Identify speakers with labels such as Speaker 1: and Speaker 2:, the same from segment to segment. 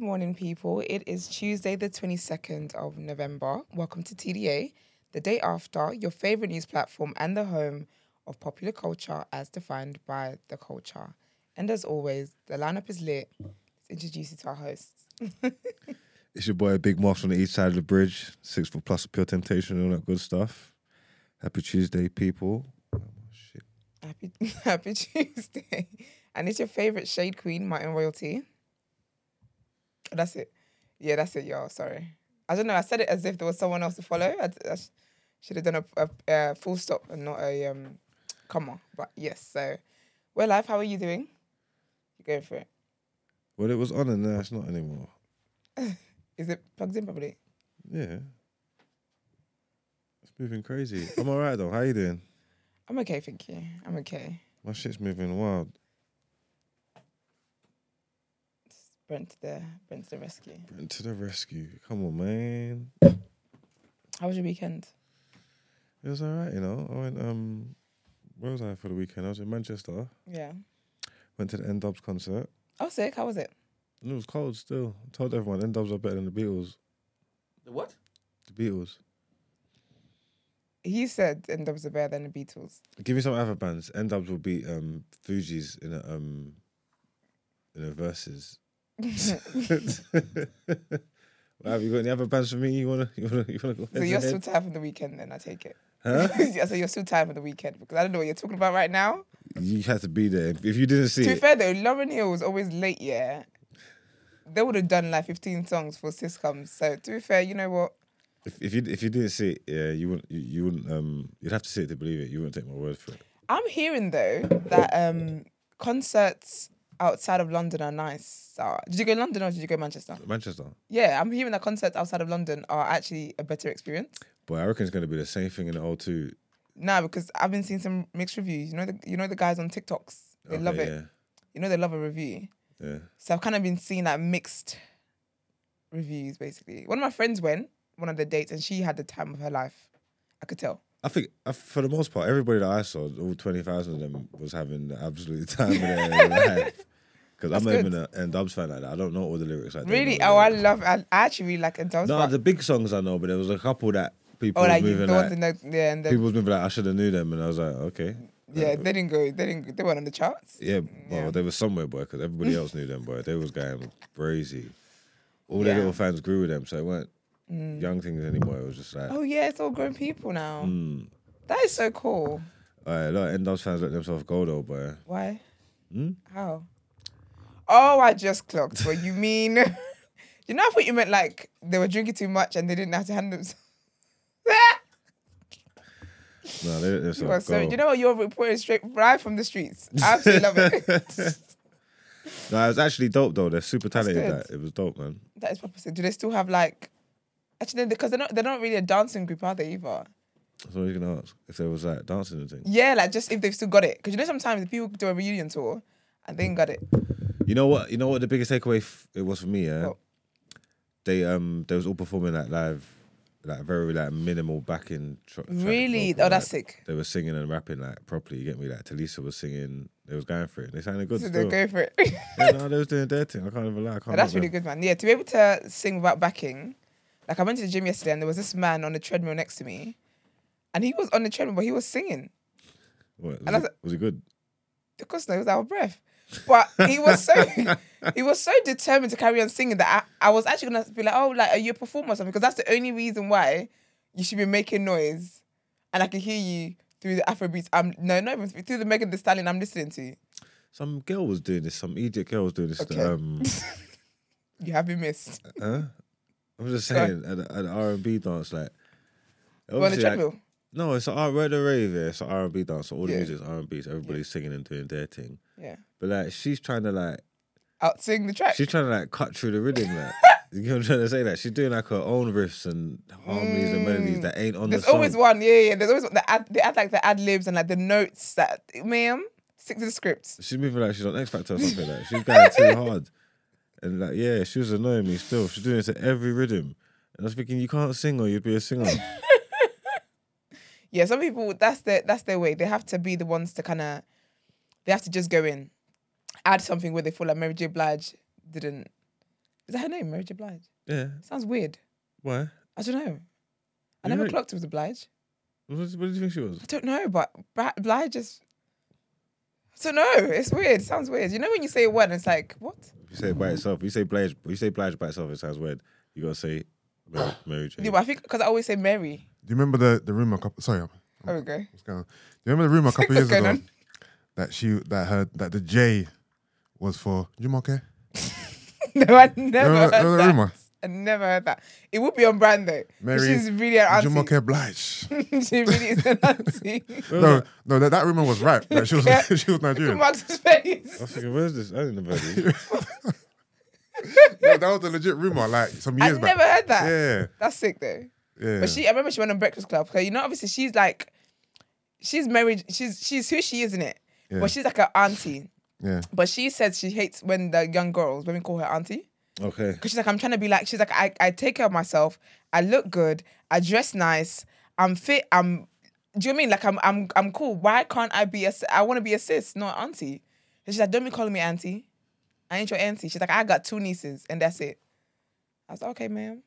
Speaker 1: morning, people. It is Tuesday, the 22nd of November. Welcome to TDA, the day after, your favorite news platform and the home of popular culture as defined by the culture. And as always, the lineup is lit. Let's introduce you to our hosts.
Speaker 2: It's your boy Big Marks on the east side of the bridge, six foot plus of pure temptation and all that good stuff. Happy Tuesday, people. Oh, shit.
Speaker 1: Happy, happy Tuesday. And it's your favorite shade queen, Martin Royalty. That's it. Yeah, that's it, y'all. Sorry. I don't know. I said it as if there was someone else to follow. I, I sh- should have done a, a, a full stop and not a um, comma. But yes, so we're live. How are you doing? You going for it?
Speaker 2: Well, it was on and now it's not anymore.
Speaker 1: Is it plugged in properly?
Speaker 2: Yeah. It's moving crazy. I'm all right, though. How you doing?
Speaker 1: I'm okay, thank you. I'm okay.
Speaker 2: My shit's moving wild.
Speaker 1: It's Brent to the Brent to the rescue.
Speaker 2: Brent to the rescue. Come on, man.
Speaker 1: How was your weekend?
Speaker 2: It was all right, you know. I went, um, where was I for the weekend? I was in Manchester.
Speaker 1: Yeah.
Speaker 2: Went to the N Dubs concert.
Speaker 1: Oh, sick. How was it?
Speaker 2: And it was cold still. I told everyone N Dubs are better than the Beatles.
Speaker 3: The what?
Speaker 2: The Beatles.
Speaker 1: He said and there was a better than the Beatles.
Speaker 2: Give me some other bands. N Dubs will beat um, Fuji's in a um, in a verses. have you got any other bands for me? You wanna you wanna you wanna go?
Speaker 1: So
Speaker 2: head
Speaker 1: you're
Speaker 2: to
Speaker 1: still
Speaker 2: head?
Speaker 1: tired from the weekend then, I take it.
Speaker 2: Huh?
Speaker 1: yeah, so you're still tired from the weekend because I don't know what you're talking about right now.
Speaker 2: You had to be there. If you didn't see
Speaker 1: To be
Speaker 2: it,
Speaker 1: fair though, Lauren Hill was always late, yeah. They would have done like 15 songs for Sis Comes. So to be fair, you know what?
Speaker 2: if, if you if you didn't see it, yeah, you wouldn't you, you wouldn't um you'd have to see it to believe it. You wouldn't take my word for it.
Speaker 1: I'm hearing though that um concerts outside of London are nice. So, did you go London or did you go Manchester?
Speaker 2: Manchester,
Speaker 1: Yeah, I'm hearing that concerts outside of London are actually a better experience.
Speaker 2: but I reckon it's gonna be the same thing in the O2.
Speaker 1: Nah, because I've been seeing some mixed reviews. You know the you know the guys on TikToks. They
Speaker 2: Okay,
Speaker 1: love it. You know they love a review.
Speaker 2: Yeah, yeah.
Speaker 1: So I've kind of been seeing like mixed reviews basically. One of my friends went one of the dates and she had the time of her life. I could tell.
Speaker 2: I think uh, for the most part, everybody that I saw, all twenty thousand of them, was having the absolute time of their life. Because I'm not
Speaker 1: good.
Speaker 2: even a N Dubs fan like that. I don't know all the lyrics like that.
Speaker 1: Really? Oh, I love. I, I actually really like it.
Speaker 2: No, the big songs I know, but there was a couple that people
Speaker 1: oh,
Speaker 2: was
Speaker 1: like you,
Speaker 2: moving
Speaker 1: the
Speaker 2: like,
Speaker 1: ones in the yeah, and the,
Speaker 2: people was moving like I should have knew them, and I was like, okay,
Speaker 1: yeah, they didn't go. They didn't. go- They weren't on the charts.
Speaker 2: yeah, well, they were somewhere, boy, because everybody else knew them, boy. They was going crazy. All
Speaker 1: Yeah. Mm.
Speaker 2: their little fans grew with them, so it weren't young things anymore. It was just like,
Speaker 1: Oh yeah, it's all grown people now.
Speaker 2: Hmm.
Speaker 1: That is so cool.
Speaker 2: all right, a lot of N Dubs fans let themselves go though, boy.
Speaker 1: Why?
Speaker 2: Hmm?
Speaker 1: How? Oh, I just clocked. What you mean? you know, I thought you meant like they were drinking too much and they didn't have to hand themselves.
Speaker 2: No, they let
Speaker 1: You are
Speaker 2: themselves
Speaker 1: so,
Speaker 2: go.
Speaker 1: you know what? You're reporting straight right from the streets. I absolutely love it.
Speaker 2: no, it was actually dope though. They're super talented.
Speaker 1: good.
Speaker 2: Like, it was dope, man.
Speaker 1: that is proper. sin. Do they still have like? Actually, because they're not they're not really a dancing group, are they either?
Speaker 2: That's all you can ask. If there was like dancing and things.
Speaker 1: Yeah, like just if they've still got it. Because you know sometimes the people do a reunion tour and they ain't got it.
Speaker 2: You know what? You know what the biggest takeaway f- it was for me, yeah.
Speaker 1: What?
Speaker 2: They um they was all performing like live, like very like minimal backing. Tr- track
Speaker 1: Really?
Speaker 2: vocal,
Speaker 1: Oh, that's
Speaker 2: like,
Speaker 1: sick.
Speaker 2: They were singing and rapping like properly. You get me? Like Talisa was singing. They was going for it. They sounded good.
Speaker 1: So they
Speaker 2: still.
Speaker 1: go for it.
Speaker 2: Yeah, no, they was doing their thing. I can't even lie. I can't
Speaker 1: But that's
Speaker 2: knock
Speaker 1: really
Speaker 2: them.
Speaker 1: good, man. Yeah, to be able to sing without backing. Like I went to the gym yesterday and there was this man on the treadmill next to me, and he was on the treadmill, but he was singing.
Speaker 2: What,
Speaker 1: I
Speaker 2: was,
Speaker 1: was-
Speaker 2: it, was it good?
Speaker 1: Of course, no, it was out of breath. But he was so he was so determined to carry on singing that I, I was actually gonna be like, oh, like are you a performer or something? Because that's the only reason why you should be making noise, and I can hear you through the Afrobeats. I'm no, not even through the Megan Thee Stallion I'm listening to.
Speaker 2: Some girl was doing this. Some idiot girl was doing this.
Speaker 1: Okay.
Speaker 2: Um,
Speaker 1: You have been missed.
Speaker 2: huh? I'm just
Speaker 1: Sorry.
Speaker 2: saying at an R and B dance like.
Speaker 1: Well, on the
Speaker 2: obviously, like,
Speaker 1: treadmill.
Speaker 2: No, it's a R. We're at the rave. Yeah. It's an R and B dance. So all the
Speaker 1: Yeah.
Speaker 2: music's R and B. So everybody's singing and doing their thing.
Speaker 1: yeah,
Speaker 2: But like, she's trying to like,
Speaker 1: out singing the track.
Speaker 2: she's trying to like cut through the rhythm. Like, you know what I'm trying to say? Like, she's doing like her own riffs and harmonies and melodies that ain't on
Speaker 1: There's
Speaker 2: the song.
Speaker 1: always one, yeah, yeah. There's always one. They add, they add like the ad libs and like the notes that, ma'am, stick to the script.
Speaker 2: She's moving like she's on X Factor or something. Like, she's going too hard. And like, yeah, she was annoying me still. She's doing it to every rhythm. And I was thinking, you can't sing or you'd be a singer.
Speaker 1: Yeah, some people that's their that's their way. They have to be the ones to kind of, they have to just go in, add something where they feel like Mary J. Blige didn't Is that her name, Mary J. Blige?
Speaker 2: Yeah.
Speaker 1: Sounds weird.
Speaker 2: Why?
Speaker 1: I don't know. I
Speaker 2: You
Speaker 1: never
Speaker 2: know-
Speaker 1: clocked it was a Blige.
Speaker 2: What, what did you think she was?
Speaker 1: I don't know, but Bra- Blige just. I don't know. It's weird. sounds weird. You know when you say a word and it's like, what?
Speaker 2: If you say it by itself, if you say Blige, if you say Blige by itself, it sounds weird. You gotta say Mary, Mary J.
Speaker 1: Yeah, but I think because I always say Mary.
Speaker 3: Do you remember the the rumor? A couple, sorry,
Speaker 1: There we go.
Speaker 3: what's going on? Do you remember the rumor a couple years
Speaker 1: What's going
Speaker 3: ago
Speaker 1: on?
Speaker 3: that she that her that the J was for Jumoke?
Speaker 1: No, I never
Speaker 3: Remember-
Speaker 1: heard
Speaker 3: remember the
Speaker 1: that.
Speaker 3: rumor?
Speaker 1: I never heard that. It would be on brand though. 'cause
Speaker 3: Mary
Speaker 1: she's really an auntie.
Speaker 3: Jumoke Blige.
Speaker 1: she really is an auntie.
Speaker 2: Where was
Speaker 3: No,
Speaker 2: that?
Speaker 3: no, that, that rumor was right. That she was
Speaker 1: Yeah.
Speaker 3: she was
Speaker 1: Look at
Speaker 3: Nigerian.
Speaker 1: Mark's face.
Speaker 2: I was thinking, where's this? I didn't know about this.
Speaker 3: No, that was a legit rumor, like some
Speaker 1: I
Speaker 3: years
Speaker 1: never
Speaker 3: back.
Speaker 1: heard that.
Speaker 3: Yeah,
Speaker 1: That's sick though.
Speaker 3: yeah.
Speaker 1: But she, I remember she went on Breakfast Club. Cause you know, obviously she's like, she's married. She's she's who she is in it.
Speaker 3: Yeah.
Speaker 1: But she's like an auntie.
Speaker 3: yeah.
Speaker 1: But she says she hates when the young girls, women call her auntie.
Speaker 2: Okay.
Speaker 1: Because she's like, I'm trying to be like, she's like, I, I take care of myself. I look good. I dress nice. I'm fit. I'm, do you know what I mean? Like, I'm, I'm, I'm cool. Why can't I be a, s- I want to be a sis, not auntie. And she's like, don't be calling me auntie. I ain't your auntie. She's like, I got two nieces and that's it. I was like, okay, ma'am.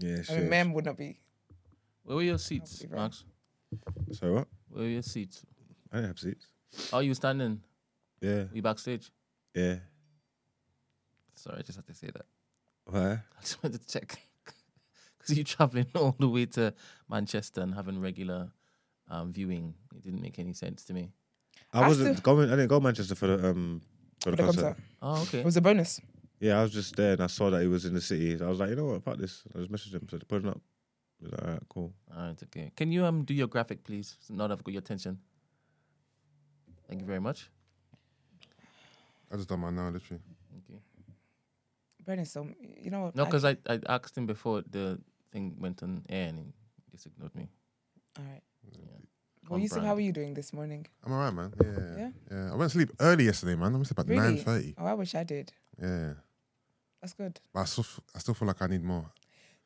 Speaker 2: Yeah,
Speaker 1: I mean,
Speaker 2: shit.
Speaker 1: ma'am would not be.
Speaker 4: Where were your seats,
Speaker 1: be wrong.
Speaker 4: Max?
Speaker 2: So what?
Speaker 4: Where were your seats?
Speaker 2: I didn't have seats.
Speaker 4: Oh, you were standing.
Speaker 2: Yeah,
Speaker 4: We backstage.
Speaker 2: yeah.
Speaker 4: Sorry, I just had to say that.
Speaker 2: Why?
Speaker 4: I just wanted to check because you traveling all the way to Manchester and having regular um, viewing. It didn't make any sense to me.
Speaker 2: I
Speaker 1: I
Speaker 2: wasn't
Speaker 1: still-
Speaker 2: going. I didn't go to Manchester for the um for
Speaker 1: For
Speaker 2: the,
Speaker 1: the
Speaker 2: concert.
Speaker 1: concert.
Speaker 4: Oh, okay.
Speaker 1: It was a bonus.
Speaker 2: Yeah, I was just there and I saw that he was in the city. So I was like, you know what, fuck this. I just messaged him, said put it up. He was like, All right, cool.
Speaker 4: All right, okay. Can you um do your graphic, please? Not have got your attention. Thank you very much.
Speaker 3: I just done mine now, literally.
Speaker 4: Okay.
Speaker 1: Bonus. So, you know what?
Speaker 4: No,
Speaker 1: I-
Speaker 4: because I, I asked him before the thing went on air and he just ignored me.
Speaker 1: All right. Well,
Speaker 4: On
Speaker 1: you said,
Speaker 4: brand.
Speaker 1: how are you doing this morning?
Speaker 3: I'm alright, man. Yeah, yeah,
Speaker 1: Yeah?
Speaker 3: yeah. I went to sleep early yesterday, man. I went to sleep at
Speaker 1: Really?
Speaker 3: nine thirty.
Speaker 1: Oh, I wish I did.
Speaker 3: Yeah,
Speaker 1: That's good.
Speaker 3: but I still, f- I still feel like I need more.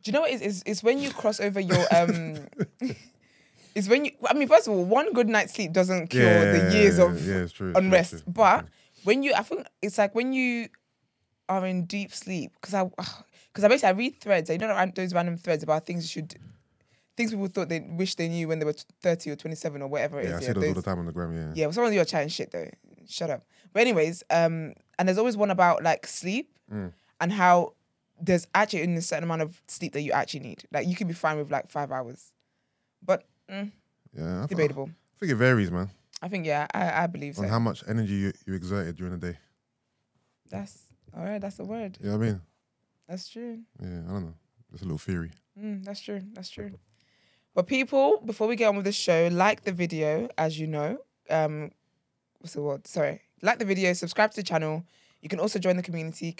Speaker 1: Do you know what it is? It's when you cross over your um. it's when you. I mean, first of all, one good night's sleep doesn't cure
Speaker 3: yeah,
Speaker 1: the years
Speaker 3: yeah,
Speaker 1: of
Speaker 3: yeah, it's true, it's true,
Speaker 1: unrest.
Speaker 3: it's true, it's
Speaker 1: but
Speaker 3: true.
Speaker 1: when you, I think it's like when you are in deep sleep because I because I basically I read threads. You know ran- those random threads about things you should. Things people thought they wish they knew when they were t- thirty or twenty-seven or whatever it is.
Speaker 3: yeah, I see those all
Speaker 1: those-
Speaker 3: the time on the gram. Yeah,
Speaker 1: yeah, well, some of you are chatting shit though. Shut up. But anyways, um, and there's always one about like sleep and how there's actually only a certain amount of sleep that you actually need. Like you can be fine with like five hours, but mm,
Speaker 3: yeah. I, th-
Speaker 1: debatable.
Speaker 3: I think it varies, man,
Speaker 1: I think yeah, I, I believe so.
Speaker 3: on how much energy you, you exerted during the day.
Speaker 1: That's all right. That's the word.
Speaker 3: You know what I mean?
Speaker 1: That's true.
Speaker 3: Yeah, I don't know. Just a little theory.
Speaker 1: Mm, that's true. That's true. But people, before we get on with the show, like the video, as you know. Um, what's the word? Sorry. Like the video, subscribe to the channel. You can also join the community,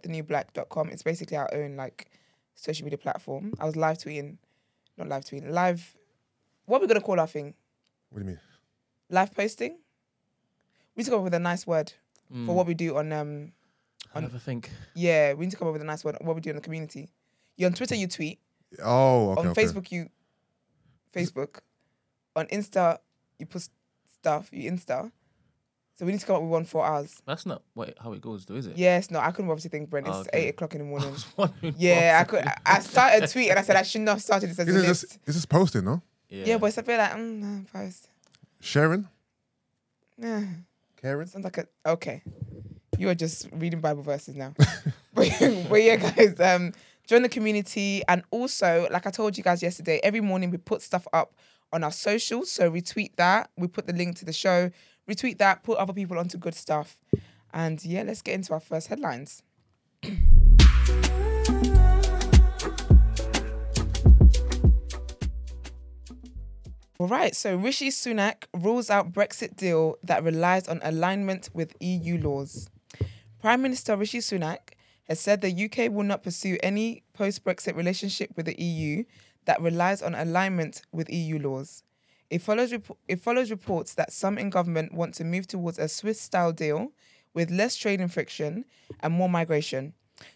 Speaker 1: community.thenewblack.com. It's basically our own like social media platform. I was live tweeting, not live tweeting, live. What are we gonna call our thing?
Speaker 3: What do you mean?
Speaker 1: Live posting? We need to come up with a nice word
Speaker 4: Hmm.
Speaker 1: for what we do on um
Speaker 4: I never think.
Speaker 1: yeah, we need to come up with a nice word what we do in the community. You on Twitter you tweet,
Speaker 3: Oh, okay.
Speaker 1: on
Speaker 3: okay.
Speaker 1: Facebook you Facebook. On Insta you post stuff, you Insta. So we need to come up with one for ours.
Speaker 4: That's not what, how it goes, though, is it?
Speaker 1: Yes, no, I couldn't obviously think Brent. It's
Speaker 4: Oh, okay.
Speaker 1: eight o'clock in the
Speaker 4: I
Speaker 1: morning.
Speaker 4: was wondering
Speaker 1: Yeah, I
Speaker 4: what's
Speaker 1: could
Speaker 4: happening.
Speaker 1: I started a tweet and I said I should not have started this as a
Speaker 3: This is
Speaker 1: list.
Speaker 3: just, this is posting, no?
Speaker 1: yeah. but it's a bit like mm, nah, post.
Speaker 3: Sharing,
Speaker 1: Yeah.
Speaker 3: caring.
Speaker 1: Sounds like a okay. You are just reading Bible verses now. but, but yeah, guys, um, join the community and also, like I told you guys yesterday, every morning we put stuff up on our socials. So retweet that. We put the link to the show. Retweet that. Put other people onto good stuff. And yeah, let's get into our first headlines. All right, so Rishi Sunak rules out Brexit deal that relies on alignment with EU laws. Prime Minister Rishi Sunak has said the UK will not pursue any post Brexit relationship with the EU that relies on alignment with EU laws. It follows, rep- it follows reports that some in government want to move towards a Swiss style deal with less trade and friction and more migration.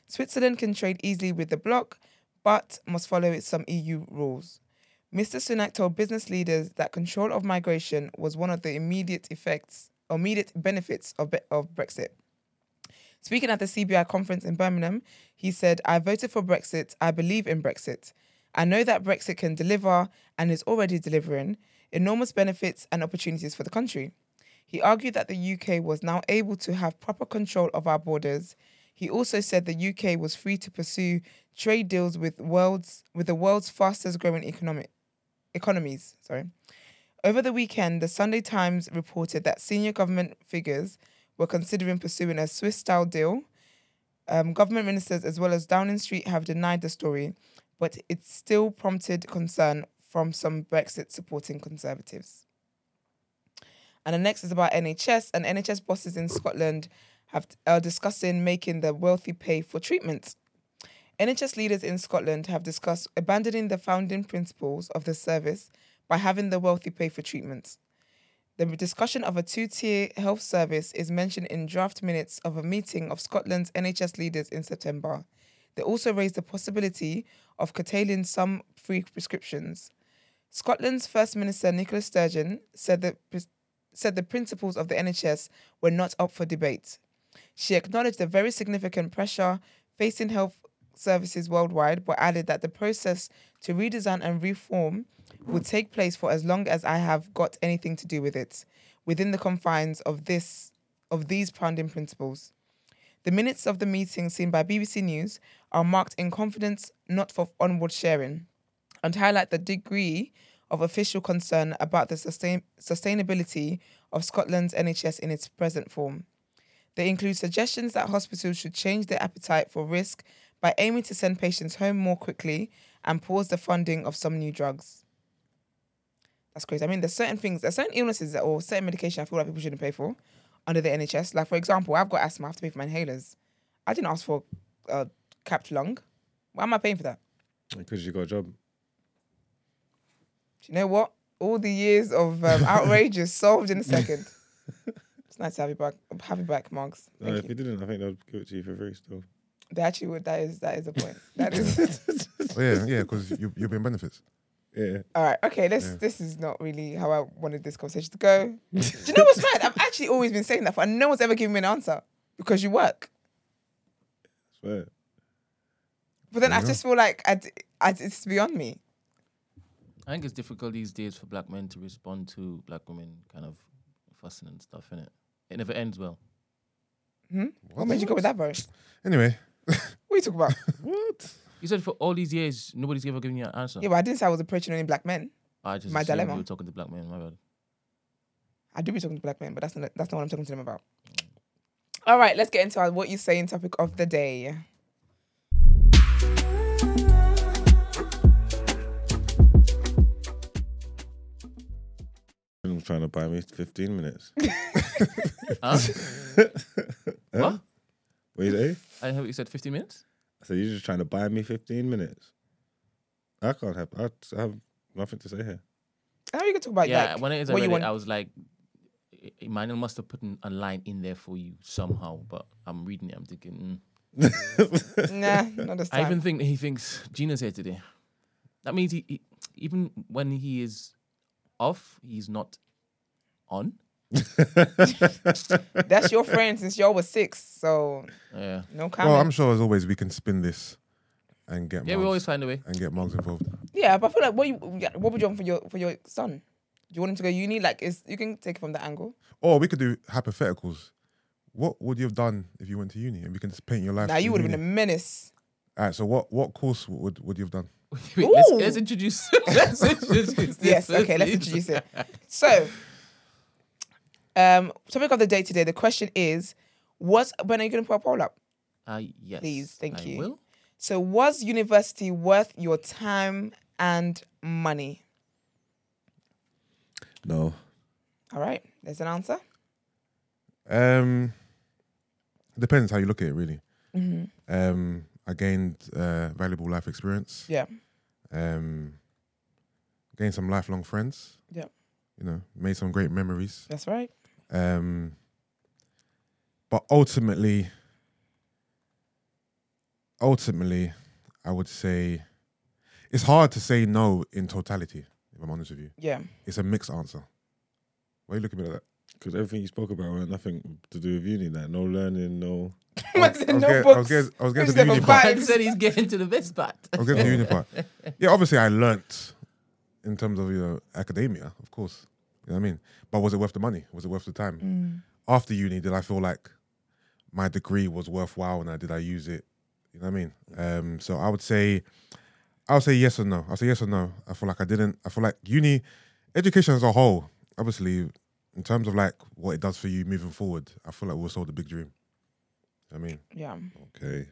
Speaker 1: Switzerland can trade easily with the bloc, but must follow some EU rules. Mr. Sunak told business leaders that control of migration was one of the immediate effects, immediate benefits of, Be- of Brexit. Speaking at the CBI conference in Birmingham, he said, I voted for Brexit. I believe in Brexit. I know that Brexit can deliver and is already delivering enormous benefits and opportunities for the country. He argued that the UK was now able to have proper control of our borders. He also said the UK was free to pursue trade deals with worlds with the world's fastest growing economic economies. Sorry. Over the weekend, the Sunday Times reported that senior government figures were considering pursuing a Swiss style deal. Um, government ministers, as well as Downing Street, have denied the story, but it still prompted concern from some Brexit supporting conservatives. And the next is about NHS, and NHS bosses in Scotland have are discussing making the wealthy pay for treatment. NHS leaders in Scotland have discussed abandoning the founding principles of the service by having the wealthy pay for treatment. The discussion of a two tier health service is mentioned in draft minutes of a meeting of Scotland's NHS leaders in September. They also raised the possibility of curtailing some free prescriptions. Scotland's First Minister Nicola Sturgeon said that pres- said the principles of the NHS were not up for debate. She acknowledged the very significant pressure facing health services worldwide, but added that the process to redesign and reform will take place for as long as I have got anything to do with it, within the confines of this of these founding principles. The minutes of the meeting seen by BBC News are marked in confidence, not for onward sharing, and highlight the degree of official concern about the sustain- sustainability of Scotland's NHS in its present form. They include suggestions that hospitals should change their appetite for risk by aiming to send patients home more quickly and pause the funding of some new drugs. That's crazy. I mean, there's certain things, there's certain illnesses that, or certain medication I feel like people shouldn't pay for under the NHS. Like, for example, I've got asthma, I have to pay for my inhalers. I didn't ask for a capped lung. Why am I paying for that?
Speaker 2: Because you got a job.
Speaker 1: Do you know what? All the years of um, outrage is solved in a second. it's nice to have you back, have you back, Marks.
Speaker 2: No,
Speaker 1: Thank
Speaker 2: Uh, if
Speaker 1: you.
Speaker 2: you didn't, I think they'd give it to you for free still.
Speaker 1: They actually would. That is that is the point. That is
Speaker 3: Oh, yeah, yeah, because you, you're being benefits.
Speaker 2: Yeah.
Speaker 1: all right. Okay, this
Speaker 3: Yeah.
Speaker 1: this is not really how I wanted this conversation to go. Do you know what's mad? I've actually always been saying that, for, and no one's ever given me an answer because you work.
Speaker 2: Swear.
Speaker 1: But then I
Speaker 3: Yeah.
Speaker 1: just feel like I, d- I d- it's beyond me.
Speaker 4: I think it's difficult these days for black men to respond to black women kind of fussing and stuff, innit? It never ends well.
Speaker 1: What made Hmm? you go with that, bro? What
Speaker 3: Anyway,
Speaker 1: are you talking about?
Speaker 2: What?
Speaker 4: You said for all these years, nobody's ever given you an answer.
Speaker 1: yeah, but I didn't say I was approaching only black men.
Speaker 4: I just
Speaker 1: my
Speaker 4: assumed
Speaker 1: dilemma.
Speaker 4: You were talking to black men, my bad.
Speaker 1: I do be talking to black men, but that's not that's not what I'm talking to them about. All right, let's get into our what you saying topic of the day.
Speaker 2: I'm trying to buy me 15 minutes.
Speaker 4: Huh? what?
Speaker 2: What you say?
Speaker 4: I heard what you said 15 minutes?
Speaker 2: I said, you're just trying to buy me 15 minutes. I can't have, I I have nothing to say here.
Speaker 1: How are you gonna talk about
Speaker 4: yeah,
Speaker 1: like,
Speaker 4: when it is I
Speaker 1: what
Speaker 4: read
Speaker 1: you
Speaker 4: it,
Speaker 1: want?
Speaker 4: I was like, "E- Emmanuel must have put an- a line in there for you somehow, but I'm reading it, I'm thinking, mm.
Speaker 1: Nah, not this
Speaker 4: I
Speaker 1: time.
Speaker 4: even think that he thinks Gina's here today. That means he, he even when he is off, he's not on.
Speaker 1: That's your friend since y'all was six, so
Speaker 4: Yeah.
Speaker 1: no comment.
Speaker 3: well, I'm sure as always we can spin this and get
Speaker 4: Yeah,
Speaker 3: Margs-
Speaker 4: we always find a way.
Speaker 3: and get mugs involved.
Speaker 1: yeah, but I feel like what you, what would you want for your for your son? Do you want him to go uni? Like, is you can take it from that angle.
Speaker 3: Or we could do hypotheticals. What would you have done if you went to uni? And we can just paint your life.
Speaker 1: Now you would have been a
Speaker 3: All
Speaker 1: menace.
Speaker 3: right. So what what course would would you have done?
Speaker 4: Wait, let's,
Speaker 1: Ooh.
Speaker 4: let's introduce. let's introduce.
Speaker 1: Yes,
Speaker 4: this,
Speaker 1: okay, let's introduce
Speaker 4: please.
Speaker 1: it. So, um, topic of the day today. The question is, was when are you gonna put a poll up?
Speaker 4: Uh, yes,
Speaker 1: Please, thank
Speaker 4: I
Speaker 1: you.
Speaker 4: Will.
Speaker 1: So, was university worth your time and money?
Speaker 2: no.
Speaker 1: All right, there's an answer.
Speaker 3: Um, depends how you look at it, really.
Speaker 1: Mm-hmm.
Speaker 3: Um, I gained uh, valuable life experience.
Speaker 1: Yeah.
Speaker 3: Um, gained some lifelong friends.
Speaker 1: Yeah.
Speaker 3: You know, made some great memories.
Speaker 1: That's right.
Speaker 3: Um, but ultimately, ultimately, I would say it's hard to say no in totality. If I'm honest with you,
Speaker 1: Yeah.
Speaker 3: it's a mixed answer. Why are you looking at me like that?
Speaker 2: Because everything you spoke about had nothing to do with uni. Like no learning, no.
Speaker 1: I
Speaker 3: I
Speaker 1: said,
Speaker 3: was
Speaker 1: no
Speaker 3: getting- I was
Speaker 1: books.
Speaker 3: getting I was getting to
Speaker 1: Just
Speaker 3: the
Speaker 1: have a
Speaker 3: uni part.
Speaker 4: He said he's getting to the best part.
Speaker 3: I was getting to the uni part. Yeah, obviously I learnt in terms of your academia, of course. You know what I mean? But was it worth the money? Was it worth the time?
Speaker 1: Mm.
Speaker 3: After uni, did I feel like my degree was worthwhile and I did I use it? You know what I mean? Um, so I would say I would say yes or no. I'll say yes or no. I feel like I didn't I feel like uni education as a whole, obviously, in terms of like what it does for you moving forward, I feel like we were sold a big dream. You know what I mean,
Speaker 1: Yeah.
Speaker 2: Okay.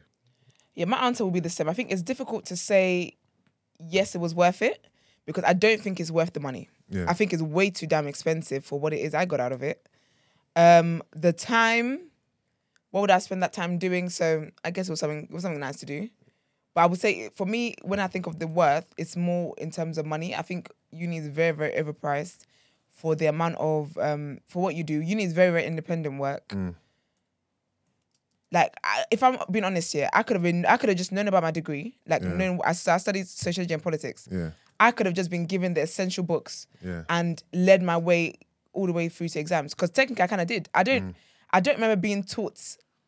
Speaker 1: Yeah, my answer will be the same. I think it's difficult to say yes, it was worth it because I don't think it's worth the money.
Speaker 3: yeah.
Speaker 1: I think it's way too damn expensive for what it is I got out of it. Um, the time, what would I spend that time doing? So I guess it was something it was something nice to do. But I would say for me, when I think of the worth, it's more in terms of money. I think uni is very, very overpriced for the amount of um for what you do. Uni is very, very independent work.
Speaker 3: Mm.
Speaker 1: Like I, if I'm being honest here, I could have been I could have just known about my degree. Like
Speaker 3: Yeah.
Speaker 1: known I, so I studied sociology and politics.
Speaker 3: yeah,
Speaker 1: I could have just been given the essential books
Speaker 3: yeah.
Speaker 1: and led my way all the way through to exams because technically I kind of did. I don't
Speaker 3: Mm.
Speaker 1: I don't remember being taught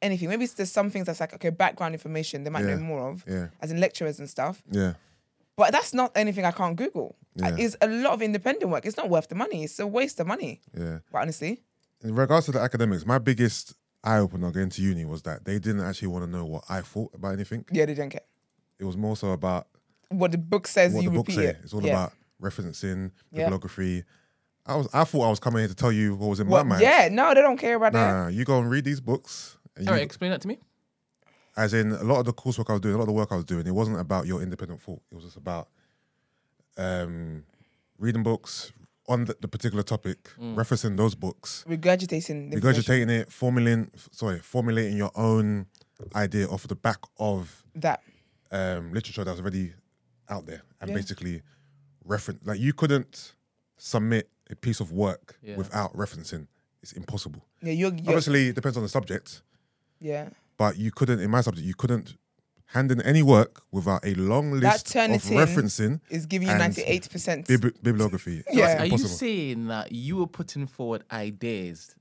Speaker 1: anything. Maybe it's there's some things that's like okay background information they might
Speaker 3: Yeah.
Speaker 1: know more of
Speaker 3: Yeah.
Speaker 1: as in lecturers and stuff.
Speaker 3: Yeah.
Speaker 1: But that's not anything I can't Google.
Speaker 3: Yeah.
Speaker 1: It's a lot of independent work. It's not worth the money. It's a waste of money.
Speaker 3: Yeah.
Speaker 1: But honestly,
Speaker 3: in regards to the academics, my biggest eye opener going to uni was that they didn't actually want to know what I thought about anything.
Speaker 1: yeah, they don't care
Speaker 3: It was more so about
Speaker 1: what the book says.
Speaker 3: what
Speaker 1: you
Speaker 3: the book
Speaker 1: repeat
Speaker 3: say.
Speaker 1: it.
Speaker 3: It's all
Speaker 1: Yeah.
Speaker 3: about referencing,
Speaker 1: Yeah.
Speaker 3: bibliography. I was I thought I was coming here to tell you what was in
Speaker 1: What-
Speaker 3: my mind.
Speaker 1: yeah, no, they don't care about that.
Speaker 3: Nah, you go and read these books. And
Speaker 4: Sorry,
Speaker 3: you,
Speaker 4: explain that to me.
Speaker 3: as in a lot of the coursework I was doing, a lot of the work I was doing, it wasn't about your independent thought. It was just about um, reading books on the, the particular topic, referencing those books,
Speaker 1: Regurgitating. The information.
Speaker 3: regurgitating it, formulating sorry, formulating your own idea off the back of
Speaker 1: that.
Speaker 3: um, literature that's already out there and
Speaker 1: Yeah.
Speaker 3: basically reference like you couldn't submit a piece of work
Speaker 4: Yeah.
Speaker 3: without referencing. It's impossible.
Speaker 1: Yeah, you're, you're
Speaker 3: Obviously, it depends on the subject,
Speaker 1: yeah.
Speaker 3: but you couldn't in my subject you couldn't hand in any work without a long list of
Speaker 1: Turnitin
Speaker 3: referencing
Speaker 1: Is giving you
Speaker 3: And
Speaker 1: ninety eight percent.
Speaker 3: bibli- bibliography. It's
Speaker 1: Yeah.
Speaker 4: Are you
Speaker 3: impossible.
Speaker 4: saying that you were putting forward ideas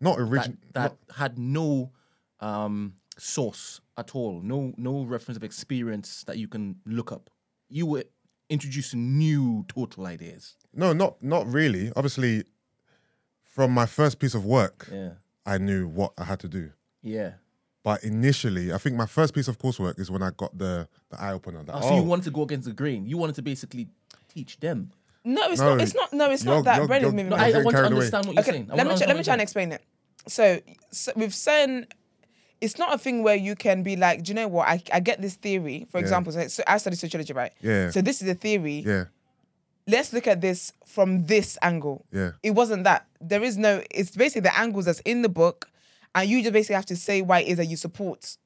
Speaker 3: Not
Speaker 4: that,
Speaker 3: original.
Speaker 4: that had no um, source at all, no no reference of experience that you can look up? You were introducing new total ideas.
Speaker 3: No, not not really. Obviously, from my first piece of work,
Speaker 4: Yeah,
Speaker 3: I knew what I had to do.
Speaker 4: yeah.
Speaker 3: But initially, I think my first piece of coursework is when I got the, the eye opener. That,
Speaker 4: Oh,
Speaker 3: oh,
Speaker 4: so you wanted to go against the grain. You wanted to basically teach them.
Speaker 1: No, it's
Speaker 3: No,
Speaker 1: not. It's not. No, it's
Speaker 3: you're-
Speaker 1: not that.
Speaker 3: you're-
Speaker 1: Bread is
Speaker 3: you're-
Speaker 1: moving.
Speaker 4: No,
Speaker 1: back.
Speaker 4: I, I
Speaker 3: getting
Speaker 4: want to
Speaker 3: carried away.
Speaker 4: understand what you're
Speaker 1: Okay,
Speaker 4: saying. I
Speaker 1: let
Speaker 4: wanna
Speaker 1: me try, let me try and
Speaker 4: understand
Speaker 1: explain
Speaker 4: what
Speaker 1: it. So, so with certain, it's not a thing where you can be like, do you know what? I, I get this theory. For example, so so I study sociology, right?
Speaker 3: Yeah.
Speaker 1: So this is a theory.
Speaker 3: yeah,
Speaker 1: Let's look at this from this angle.
Speaker 3: yeah,
Speaker 1: It wasn't that. There is no. It's basically the angles that's in the book, and you just basically have to say why it is that you support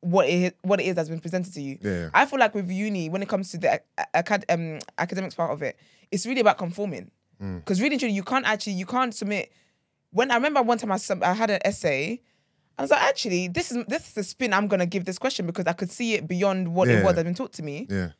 Speaker 1: what it what it is that's been presented to you.
Speaker 3: yeah,
Speaker 1: I feel like with uni, when it comes to the ac- acad- um, academics part of it, it's really about conforming.
Speaker 3: Mm.
Speaker 1: Because really, and truly, you can't actually you can't submit. When I remember one time I sub- I had an essay, I was like, actually, this is this is the spin I'm gonna give this question because I could see it beyond what
Speaker 3: Yeah.
Speaker 1: it was that's been taught to me.
Speaker 3: yeah,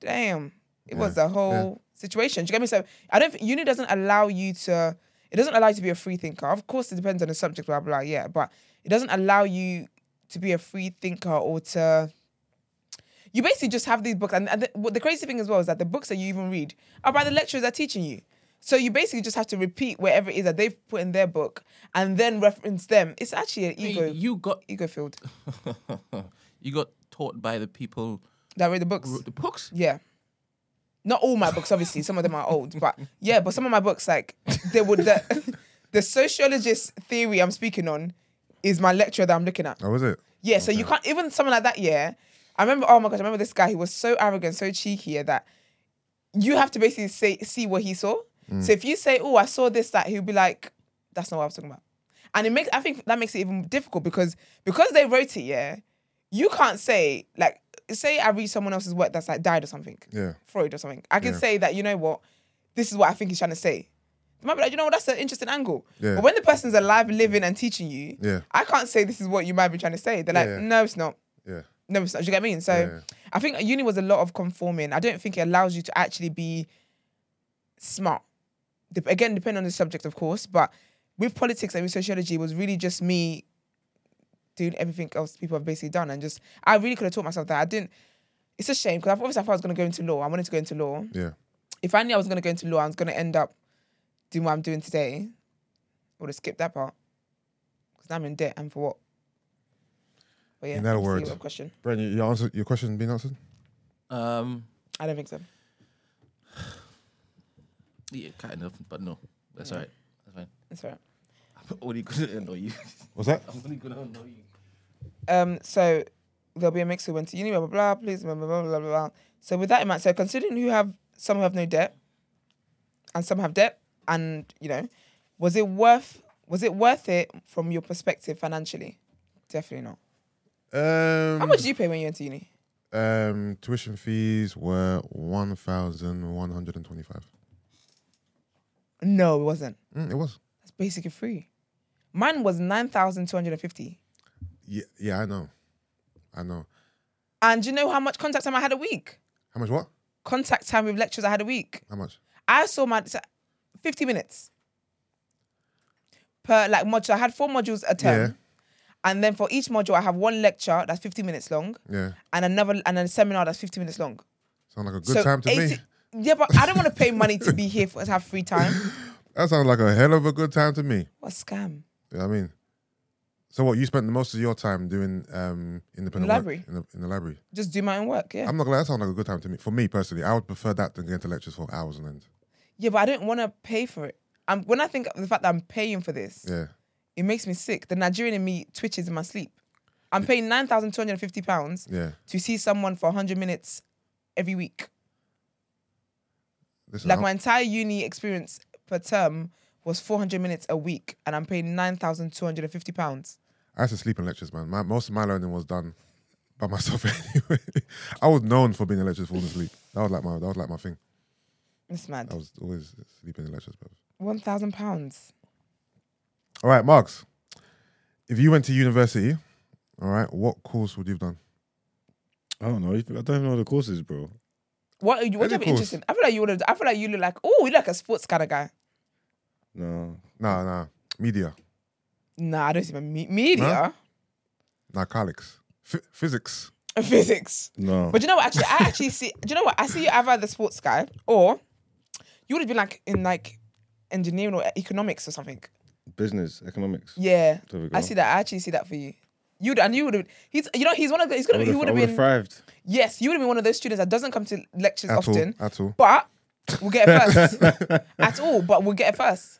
Speaker 1: Damn, it
Speaker 3: Yeah.
Speaker 1: was the whole situation. Do you get me? So I don't. think- Uni doesn't allow you to. It doesn't allow you to be a free thinker. Of course, it depends on the subject. Blah blah. Yeah, but it doesn't allow you to be a free thinker or to you basically just have these books. And, and the, what the crazy thing as well is that the books that you even read are by the lecturers that are teaching you. So you basically just have to repeat whatever it is that they've put in their book and then reference them. It's actually an
Speaker 4: you're
Speaker 1: ego
Speaker 4: saying. You got
Speaker 1: ego field
Speaker 4: you got taught by the people
Speaker 1: that read the books.
Speaker 4: who wrote the books.
Speaker 1: Yeah. Not all my books, obviously. Some of them are old, but yeah, but some of my books, like they would the, the sociologist theory I'm speaking on is my lecture that I'm looking at.
Speaker 3: How was it?
Speaker 1: Yeah, so you can't even someone like that. Yeah, I remember. Oh my gosh, I remember this guy. He was so arrogant, so cheeky yeah, that you have to basically say see what he saw. So if you say, "Oh, I saw this," that he'll be like, "That's not what I was talking about," and it makes I think that makes it even difficult because because they wrote it. Yeah, you can't say like say I read someone else's work that's like died or something,
Speaker 3: Yeah,
Speaker 1: Freud or something. I can
Speaker 3: Yeah.
Speaker 1: say that you know what, this is what I think he's trying to say. They might be like, you know what, that's an interesting angle.
Speaker 3: Yeah.
Speaker 1: But when the person's alive, living, and teaching you,
Speaker 3: yeah,
Speaker 1: I can't say this is what you might be trying to say. They're like,
Speaker 3: Yeah.
Speaker 1: no, it's not.
Speaker 3: yeah,
Speaker 1: No, it's not. Do you get what I mean? So
Speaker 3: Yeah.
Speaker 1: I think uni was a lot of conforming. I don't think it allows you to actually be smart. Dep- Again, depending on the subject, of course, but with politics and with sociology, it was really just me doing everything else people have basically done. And just, I really could have taught myself that. I didn't, it's a shame because obviously I thought I was going to go into law. I wanted to go into law.
Speaker 3: Yeah.
Speaker 1: If I knew I was going to go into law, I was going to end up doing what I'm doing today, I would have skipped that part. Because now I'm in debt and for what? But yeah,
Speaker 3: In other
Speaker 1: that's the
Speaker 3: words-
Speaker 1: other question.
Speaker 3: Bren, you, you answer, your question been answered?
Speaker 4: Um,
Speaker 1: I don't think so.
Speaker 4: yeah, kind of, but no, that's alright. That's fine.
Speaker 1: That's all right.
Speaker 4: I'm only gonna annoy you.
Speaker 3: What's that?
Speaker 4: I'm only gonna annoy you.
Speaker 1: Um, so there'll be a mix who went to uni, blah blah blah, please, blah blah blah blah blah. blah. So with that in mind, so considering who have some who have no debt, and some have debt, and you know, was it worth was it worth it from your perspective financially? Definitely not.
Speaker 3: Um,
Speaker 1: How much did you pay when you went to uni?
Speaker 3: Um, tuition fees were one thousand one hundred and twenty-five.
Speaker 1: No, it wasn't.
Speaker 3: Mm, it was.
Speaker 1: That's basically free. Mine was nine thousand two hundred and fifty.
Speaker 3: Yeah, yeah, I know, I know.
Speaker 1: And do you know how much contact time I had a week?
Speaker 3: How much? What?
Speaker 1: Contact time with lectures I had a week.
Speaker 3: How much?
Speaker 1: I saw my so, 50 minutes per like module. I had four modules a term.
Speaker 3: Yeah.
Speaker 1: And then for each module, I have one lecture that's 50 minutes long
Speaker 3: Yeah,
Speaker 1: and another and a seminar that's 50 minutes long.
Speaker 3: sound like a good time to me.
Speaker 1: Yeah, but I don't want to pay money to be here for, to have free time.
Speaker 3: That sounds like a hell of a good time to me.
Speaker 1: What a scam.
Speaker 3: You know what I mean? So what? You spent the most of your time doing um independent work
Speaker 1: library.
Speaker 3: in the, in the library.
Speaker 1: Just do my own work. Yeah.
Speaker 3: I'm not gonna. lie, That sounds like a good time to me. For me personally, I would prefer that than going to lectures for hours on end.
Speaker 1: yeah, but I don't want to pay for it. I'm, when I think of the fact that I'm paying for this,
Speaker 3: Yeah.
Speaker 1: it makes me sick. The Nigerian in me twitches in my sleep. I'm paying £9,250
Speaker 3: Yeah.
Speaker 1: to see someone for 100 minutes every week.
Speaker 3: Listen,
Speaker 1: Like
Speaker 3: I-
Speaker 1: my entire uni experience per term was 400 minutes a week, and I'm paying 9,250 pounds.
Speaker 3: I used to sleep in lectures, man. My, most of my learning was done by myself anyway. I was known for being in lectures, falling asleep. That was like my that was like my thing.
Speaker 1: It's
Speaker 3: I
Speaker 2: Oh.
Speaker 1: mad.
Speaker 3: was always sleeping in lectures, bro.
Speaker 1: 1,000 pounds.
Speaker 3: All right, Marks. If you went to university, all right, what course would you have done?
Speaker 2: I don't know. I don't even know the courses, bro.
Speaker 1: What, are you- what do you
Speaker 3: Any
Speaker 1: have interest in? I feel like you would have, I feel like you look like, oh, you look like a sports kind of guy.
Speaker 2: No.
Speaker 3: Nah, nah, media,
Speaker 1: Nah, I don't see my me- media,
Speaker 3: narcotics, Phy- physics.
Speaker 1: and physics.
Speaker 2: No.
Speaker 1: But you know what? Actually, I actually see, do you know what? I see you either the sports guy or you would have been like in like engineering or economics or something.
Speaker 2: Business, economics.
Speaker 1: Yeah.
Speaker 2: There we go.
Speaker 1: I see that. I actually see that for you. You'd, and you would have, he's, you know, he's one of the, he's
Speaker 2: I
Speaker 1: gonna,
Speaker 2: would
Speaker 1: he
Speaker 2: have,
Speaker 1: would have been.
Speaker 2: thrived.
Speaker 1: Yes, you would have been one of those students that doesn't come to lectures
Speaker 3: At
Speaker 1: often,
Speaker 3: all, at all.
Speaker 1: but we'll get it first. at all, but we'll get it first.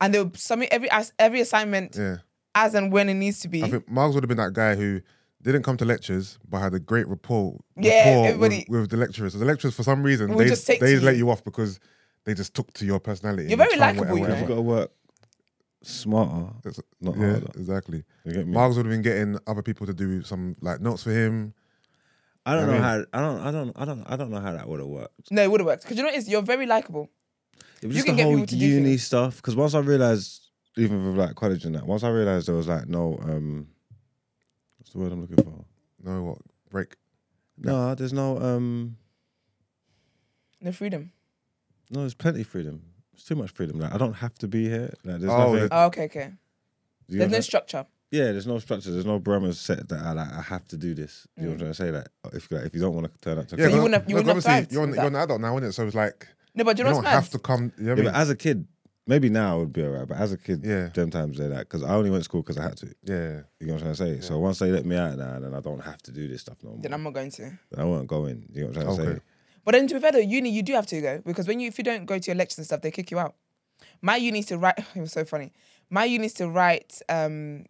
Speaker 1: And they'll submit every as- every assignment
Speaker 3: Yeah,
Speaker 1: as and when it needs to be.
Speaker 3: I think Marks would have been that guy who didn't come to lectures but had a great rapport,
Speaker 1: Yeah,
Speaker 3: rapport
Speaker 1: everybody-
Speaker 3: with, with the lecturers. So the lecturers, for some reason,
Speaker 1: Would
Speaker 3: they
Speaker 1: just take
Speaker 3: they
Speaker 1: to
Speaker 3: let
Speaker 1: you.
Speaker 3: you off because they just took to your personality.
Speaker 1: You're
Speaker 3: and
Speaker 1: very
Speaker 3: try and
Speaker 1: likeable,
Speaker 3: whatever,
Speaker 1: you
Speaker 2: You've
Speaker 1: know.
Speaker 2: got to work smarter,
Speaker 3: It's-
Speaker 2: not
Speaker 3: yeah,
Speaker 2: harder.
Speaker 3: exactly.
Speaker 2: You get me?
Speaker 3: Marks would have been getting other people to do some like notes for him.
Speaker 2: I don't
Speaker 3: I mean-
Speaker 2: know how. I don't. I don't. I don't. I don't know how that would have worked.
Speaker 1: no, it would have worked because you know what it is? You're very likable.
Speaker 2: It was
Speaker 1: You
Speaker 2: just
Speaker 1: can
Speaker 2: the
Speaker 1: get
Speaker 2: whole
Speaker 1: people to do
Speaker 2: uni
Speaker 1: things.
Speaker 2: stuff. Because once I realized, even with like college and that, once I realized there was like no, um, what's the word I'm looking for?
Speaker 3: No, what break?
Speaker 2: No, there's no, um,
Speaker 1: No freedom.
Speaker 2: no, there's plenty of freedom. It's too much freedom. Like I don't have to be here. Like there's
Speaker 3: Oh,
Speaker 2: nothing.
Speaker 3: the-
Speaker 1: Oh, okay, okay.
Speaker 2: you know
Speaker 1: There's
Speaker 2: what
Speaker 1: no
Speaker 2: I'm-
Speaker 1: structure.
Speaker 2: yeah, there's no structure. There's no parameters set that I like. I have to do this. You
Speaker 1: Mm.
Speaker 2: know what I'm trying to say? Like if like, if you don't want to turn up to
Speaker 1: you
Speaker 2: class-
Speaker 1: wouldn't have- you
Speaker 3: no,
Speaker 1: wouldn't have
Speaker 3: obviously
Speaker 1: thrived
Speaker 3: you're, an,
Speaker 1: with
Speaker 3: you're
Speaker 1: that.
Speaker 3: an adult now, isn't it? So it's like
Speaker 1: No, but do you
Speaker 3: you
Speaker 1: know what's
Speaker 3: don't
Speaker 1: mad?
Speaker 3: have to come. You know what
Speaker 2: yeah,
Speaker 3: I
Speaker 2: but
Speaker 3: mean?
Speaker 2: as a kid, maybe now it would be alright. But as a kid,
Speaker 3: Yeah.
Speaker 2: them times they're like because I only went to school because I had to.
Speaker 3: yeah,
Speaker 2: You know what I'm trying to say? So once they let me out now, then I don't have to do this stuff no more.
Speaker 1: Then I'm not going to.
Speaker 2: I won't go in. You know what I'm trying to
Speaker 3: Okay.
Speaker 2: say?
Speaker 1: But then to be fair though, uni you do have to go because when you if you don't go to your lectures and stuff, they kick you out. My uni used to write. It was so funny. My uni used to write. Um,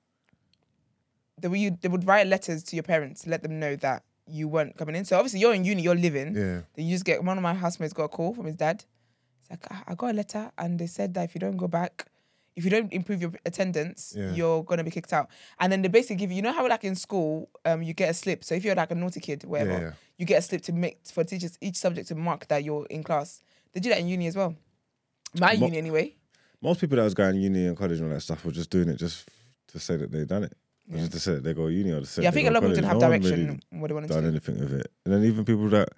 Speaker 1: they would they would write letters to your parents, to let them know that you weren't coming in. So obviously you're in uni, you're living.
Speaker 3: yeah.
Speaker 1: Then you just get one of my housemates got a call from his dad. It's like "Ah, I got a letter and they said that if you don't go back, if you don't improve your attendance,
Speaker 3: Yeah.
Speaker 1: you're gonna be kicked out. And then they basically give you, you know how like in school, um, you get a slip. So if you're like a naughty kid, whatever,
Speaker 3: Yeah, yeah.
Speaker 1: you get a slip to make for teachers each subject to mark that you're in class. They do that in uni as well. My
Speaker 2: Mo-
Speaker 1: uni anyway.
Speaker 2: Most people that was going uni and college and all that stuff were just doing it just to say that they done it. It was Just to say that they go uni or to say
Speaker 1: Yeah, I
Speaker 2: they
Speaker 1: think
Speaker 2: go
Speaker 1: a lot of people didn't
Speaker 2: college.
Speaker 1: have
Speaker 2: No one
Speaker 1: direction
Speaker 2: really
Speaker 1: in what they wanted to
Speaker 2: done
Speaker 1: do.
Speaker 2: anything with it. And then even people that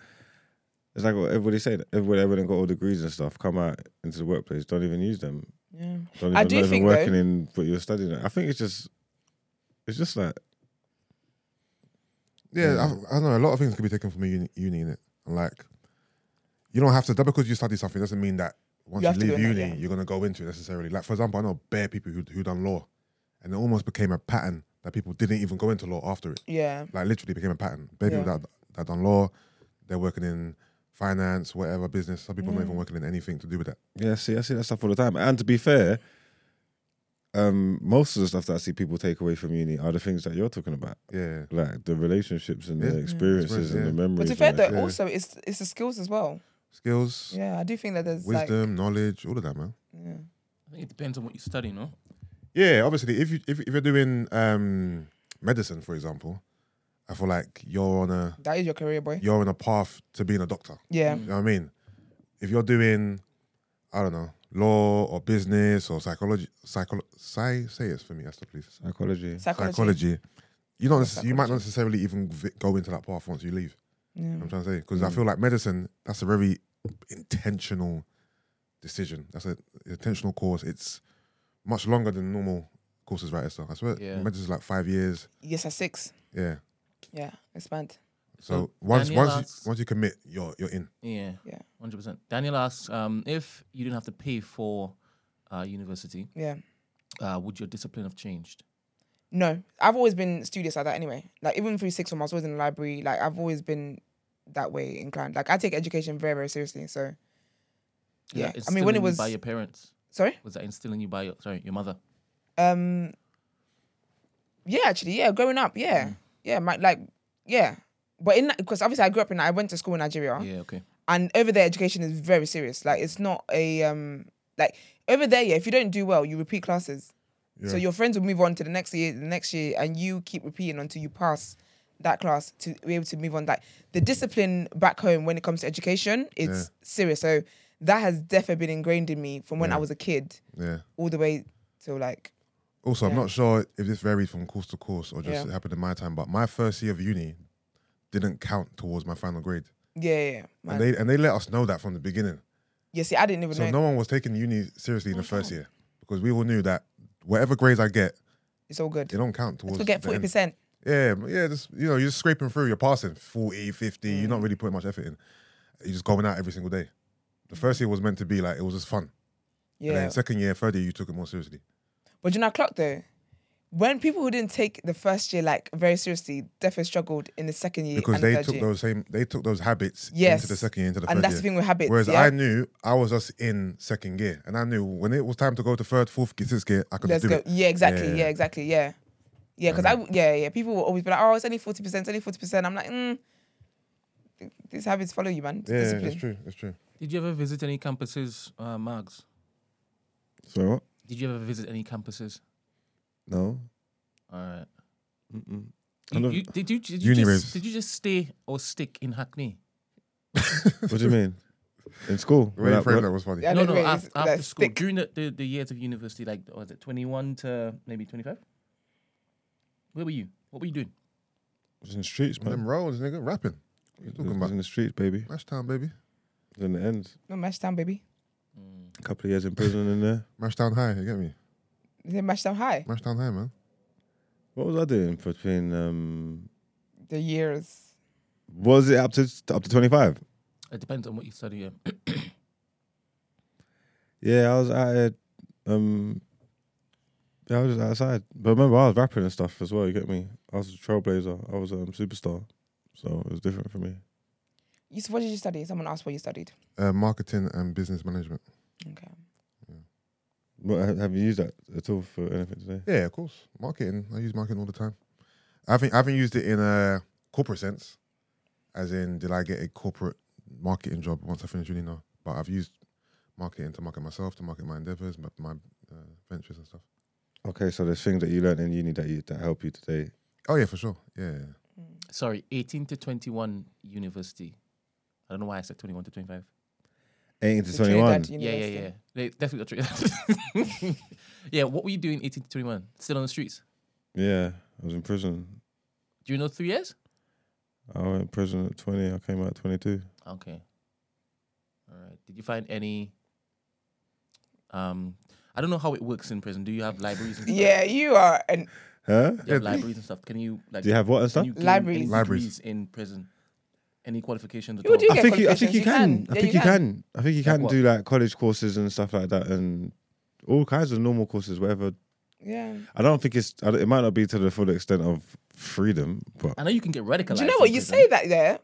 Speaker 2: it's like what everybody said, everybody that went and got all degrees and stuff, come out into the workplace, don't even use them.
Speaker 1: Yeah. Yeah.
Speaker 2: Not even,
Speaker 1: I do
Speaker 2: not even
Speaker 1: think, though-
Speaker 2: working in what you're studying. at. I think it's just, it's just like
Speaker 3: Yeah, I, I don't know. A lot of things can be taken from a uni, uni in it. Like, you don't have to. That because you study something doesn't mean that once
Speaker 1: You
Speaker 3: you,
Speaker 1: have to
Speaker 3: leave
Speaker 1: do it,
Speaker 3: uni,
Speaker 1: yeah.
Speaker 3: you're gonna go into it necessarily. Like, for example, I know bare people who who done law, and it almost became a pattern that people didn't even go into law after it.
Speaker 1: Yeah.
Speaker 3: Like, literally became a pattern. Bare
Speaker 1: Yeah.
Speaker 3: people that that done law, they're working in finance, whatever business. Some people not
Speaker 1: Mm.
Speaker 3: even working in anything to do with that.
Speaker 2: Yeah, see, I see that stuff all the time. And to be fair, um, most of the stuff that I see people take away from uni are the things that you're talking about,
Speaker 3: Yeah,
Speaker 2: like the relationships and
Speaker 3: Yeah.
Speaker 2: the experiences and the
Speaker 3: Experience,
Speaker 1: But
Speaker 2: memories.
Speaker 1: to be fair
Speaker 2: and that
Speaker 1: though,
Speaker 3: yeah.
Speaker 1: also it's it's the skills as well.
Speaker 3: skills,
Speaker 1: Yeah, I do think that there's
Speaker 3: wisdom, knowledge, all of that, man.
Speaker 1: Like, yeah.
Speaker 4: I think it depends on what you study, no?
Speaker 3: Yeah, obviously, if you if, if you're doing um, medicine, for example, I feel like you're on a
Speaker 1: That is your career, boy.
Speaker 3: you're on a path to being a doctor.
Speaker 1: Yeah.
Speaker 3: You know what I mean? If you're doing, I don't know, law or business or psychology, psycholo- sci, say it for me, Esther, please.
Speaker 2: Psychology.
Speaker 1: Psychology.
Speaker 3: Psychology. You don't. necess- You might
Speaker 1: Psychology.
Speaker 3: not necessarily even vi- go into that path once you leave.
Speaker 1: Yeah.
Speaker 3: I'm trying to say because I feel like medicine. That's a very intentional decision. That's a intentional course. It's much longer than normal courses, right? Esther? I swear,
Speaker 4: Yeah.
Speaker 3: medicine's like five years.
Speaker 1: Yes, at six.
Speaker 3: Yeah.
Speaker 1: Yeah, it's bad.
Speaker 3: So,
Speaker 4: So
Speaker 3: once
Speaker 4: Daniel
Speaker 3: once
Speaker 4: asks-
Speaker 3: you, once you commit, you're you're in.
Speaker 4: Yeah.
Speaker 1: Yeah.
Speaker 4: Hundred percent. Daniel asks, um, if you didn't have to pay for uh, university,
Speaker 1: Yeah.
Speaker 4: uh, would your discipline have changed?
Speaker 1: No, I've always been studious like that anyway. Like even through six form, I was always in the library. Like I've always been that way inclined. Like I take education very very seriously. So
Speaker 4: Is
Speaker 1: yeah,
Speaker 4: that
Speaker 1: I mean when
Speaker 4: instilling
Speaker 1: it
Speaker 4: you
Speaker 1: was
Speaker 4: by your parents,
Speaker 1: sorry,
Speaker 4: was that instilling you by your sorry your mother?
Speaker 1: um, yeah, actually, yeah, growing up, yeah, yeah, my like yeah, but in because obviously I grew up in I went to school in Nigeria.
Speaker 4: Yeah. Okay.
Speaker 1: and over there education is very serious like it's not a um like over there yeah if you don't do well you repeat classes so
Speaker 3: Yeah.
Speaker 1: your friends will move on to the next year the next year and you keep repeating until you pass that class to be able to move on like the discipline back home when it comes to education it's
Speaker 3: Yeah.
Speaker 1: serious so that has definitely been ingrained in me from when i was a kid
Speaker 3: Yeah.
Speaker 1: all the way till like
Speaker 3: Also, I'm
Speaker 1: Yeah.
Speaker 3: not sure if this varied from course to course or just
Speaker 1: Yeah.
Speaker 3: it happened in my time, but my first year of uni didn't count towards my final grade,
Speaker 1: yeah yeah, yeah man.
Speaker 3: and they and they let us know that from the beginning.
Speaker 1: yeah see i didn't even
Speaker 3: So
Speaker 1: know
Speaker 3: no one was taking uni seriously in the first year because we all knew that whatever grades I get,
Speaker 1: it's all good
Speaker 3: they don't count towards.
Speaker 1: we'll get
Speaker 3: the
Speaker 1: 40%
Speaker 3: end. Yeah, but yeah, just you know, you're just scraping through, you're passing 40, 50,
Speaker 1: Mm.
Speaker 3: you're not really putting much effort in. You're just going out every single day. The first year was meant to be like it was just fun. And
Speaker 1: yeah
Speaker 3: then second year, third year, you took it more seriously.
Speaker 1: But you know, clock though, when people who didn't take the first year like very seriously, definitely struggled in the second year
Speaker 3: because
Speaker 1: and the
Speaker 3: they
Speaker 1: third
Speaker 3: took
Speaker 1: year.
Speaker 3: those same they took those habits
Speaker 1: Yes.
Speaker 3: into the second year into the
Speaker 1: and
Speaker 3: third
Speaker 1: that's
Speaker 3: year.
Speaker 1: the thing with habits.
Speaker 3: Whereas
Speaker 1: yeah?
Speaker 3: I knew I was just in second gear, and I knew when it was time to go to third, fourth, gear, sixth gear, I could
Speaker 1: Let's
Speaker 3: just do
Speaker 1: go.
Speaker 3: it.
Speaker 1: Yeah, exactly.
Speaker 3: Yeah.
Speaker 1: Yeah, exactly. Yeah. Yeah, because I, w- yeah, yeah, people will always be like, oh, it's only 40%, it's only 40%. I'm like, mm, th- these habits follow you, man. It's
Speaker 3: Yeah,
Speaker 1: discipline.
Speaker 3: it's true. It's true.
Speaker 4: Did you ever visit any campuses, uh, Mags?
Speaker 2: So what?
Speaker 4: Did you ever visit any campuses?
Speaker 2: No.
Speaker 4: All right.
Speaker 2: Mm-mm. I
Speaker 4: You,
Speaker 2: love-
Speaker 4: you, did you, did you
Speaker 3: Uni
Speaker 4: just,
Speaker 3: raves.
Speaker 4: did you just stay or stick in Hackney?
Speaker 2: What do you mean? In school?
Speaker 3: The way you
Speaker 2: Like,
Speaker 3: framed
Speaker 2: what-
Speaker 3: that was funny.
Speaker 1: Yeah,
Speaker 4: no,
Speaker 1: don't
Speaker 4: no,
Speaker 1: really-
Speaker 4: after,
Speaker 1: like,
Speaker 4: after school,
Speaker 1: stick.
Speaker 4: during the, the, the years of university, like what was it twenty one to maybe twenty five? Where were you? What were you doing?
Speaker 2: I was in the streets, man.
Speaker 3: Them roads, nigga, rapping. What you
Speaker 2: I was
Speaker 3: talking about?
Speaker 2: in the streets, baby.
Speaker 3: Mash Town, baby.
Speaker 2: I was in the end.
Speaker 1: No mash down, baby.
Speaker 2: A couple of years in prison in there.
Speaker 3: Mash Town High, you get me?
Speaker 1: They mash down high.
Speaker 3: Mash Town High, man.
Speaker 2: What was I doing between? Um,
Speaker 1: The years.
Speaker 2: was it up to up to twenty five?
Speaker 4: It depends on what you study. Yeah.
Speaker 2: Yeah, I was out here. Um, yeah, I was just outside. But remember, I was rapping and stuff as well. You get me? I was a trailblazer. I was a um, superstar, so it was different for me.
Speaker 1: You, s- what did you study? Someone asked what you studied.
Speaker 3: Uh, marketing and business management.
Speaker 1: Okay.
Speaker 2: But ha- have you used that at all for anything today?
Speaker 3: Yeah, of course. Marketing. I use marketing all the time. I haven't, I haven't used it in a corporate sense, as in, did I get a corporate marketing job once I finish uni? No. But I've used marketing to market myself, to market my endeavors, my, my uh, ventures and stuff.
Speaker 2: Okay, so there's things that you learned in uni that you that help you today.
Speaker 3: Oh, yeah, for sure. Yeah. yeah.
Speaker 4: Sorry, eighteen to twenty one university. I don't know why I said twenty one to twenty five.
Speaker 2: Eighteen to
Speaker 1: The
Speaker 2: twenty one.
Speaker 1: Trinidad
Speaker 4: Yeah, yeah,
Speaker 1: University.
Speaker 4: yeah. They definitely not true. yeah, what were you doing eighteen to twenty one? Still on the streets?
Speaker 2: Yeah, I was in prison.
Speaker 4: Do you know three years?
Speaker 2: I went in prison at twenty. I came out at twenty two.
Speaker 4: Okay. All right. Did you find any? Um, I I don't know how it works in prison. Do you have libraries and stuff?
Speaker 1: Yeah, you are an
Speaker 2: Huh?
Speaker 4: You have
Speaker 3: Yeah.
Speaker 4: libraries and stuff. Can you like
Speaker 2: Do you have what and
Speaker 4: can
Speaker 2: stuff?
Speaker 4: you gain
Speaker 1: Libraries.
Speaker 4: any
Speaker 3: Libraries.
Speaker 4: degrees in prison? Any qualifications at
Speaker 1: You would
Speaker 4: all?
Speaker 1: do
Speaker 2: I
Speaker 1: get
Speaker 2: think you, I think
Speaker 1: qualifications,
Speaker 2: you
Speaker 1: you
Speaker 2: can.
Speaker 1: can.
Speaker 2: I
Speaker 1: Yeah,
Speaker 2: think
Speaker 1: you
Speaker 2: you can. I think you
Speaker 4: Like
Speaker 2: can
Speaker 4: what?
Speaker 2: do like college courses and stuff like that, and all kinds of normal courses, whatever.
Speaker 1: yeah.
Speaker 2: I don't think it's. I don't- It might not be to the full extent of freedom, but
Speaker 4: I know you can get radicalized.
Speaker 1: Do you know what
Speaker 4: in
Speaker 1: you
Speaker 4: prison.
Speaker 1: say that there?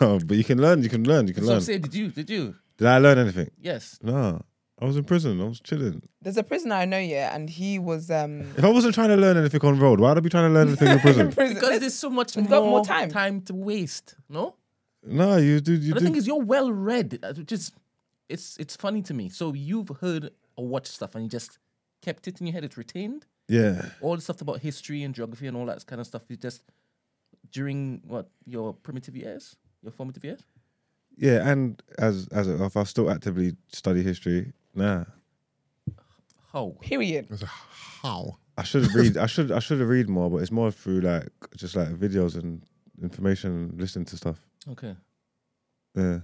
Speaker 2: no. But you can learn. You can learn. You can
Speaker 4: That's what I'm
Speaker 2: learn.
Speaker 4: saying. Did you? Did you?
Speaker 2: Did I learn anything?
Speaker 4: Yes.
Speaker 2: No. I was in prison. I was chilling.
Speaker 1: There's a prisoner I know, yeah, and he was um
Speaker 2: If I wasn't trying to learn anything on road, why would I be trying to learn anything in prison?
Speaker 1: prison.
Speaker 4: Because there's so much
Speaker 1: We've
Speaker 4: more,
Speaker 1: got more time.
Speaker 4: to waste. No.
Speaker 2: no, you do. You
Speaker 4: But the thing
Speaker 2: do.
Speaker 4: is, you're well read. uh, Which is, it's it's funny to me. So you've heard or watched stuff, and you just kept it in your head. It's retained.
Speaker 2: Yeah.
Speaker 4: all the stuff about history and geography and all that kind of stuff is just during what your primitive years, your formative years.
Speaker 2: Yeah, and as as if I still actively study history, nah,
Speaker 4: How?
Speaker 1: Period.
Speaker 3: It's a how?
Speaker 2: I should read. I should I should have read more, but it's more through like just like videos and information, and listening to stuff.
Speaker 4: Okay.
Speaker 2: Yeah,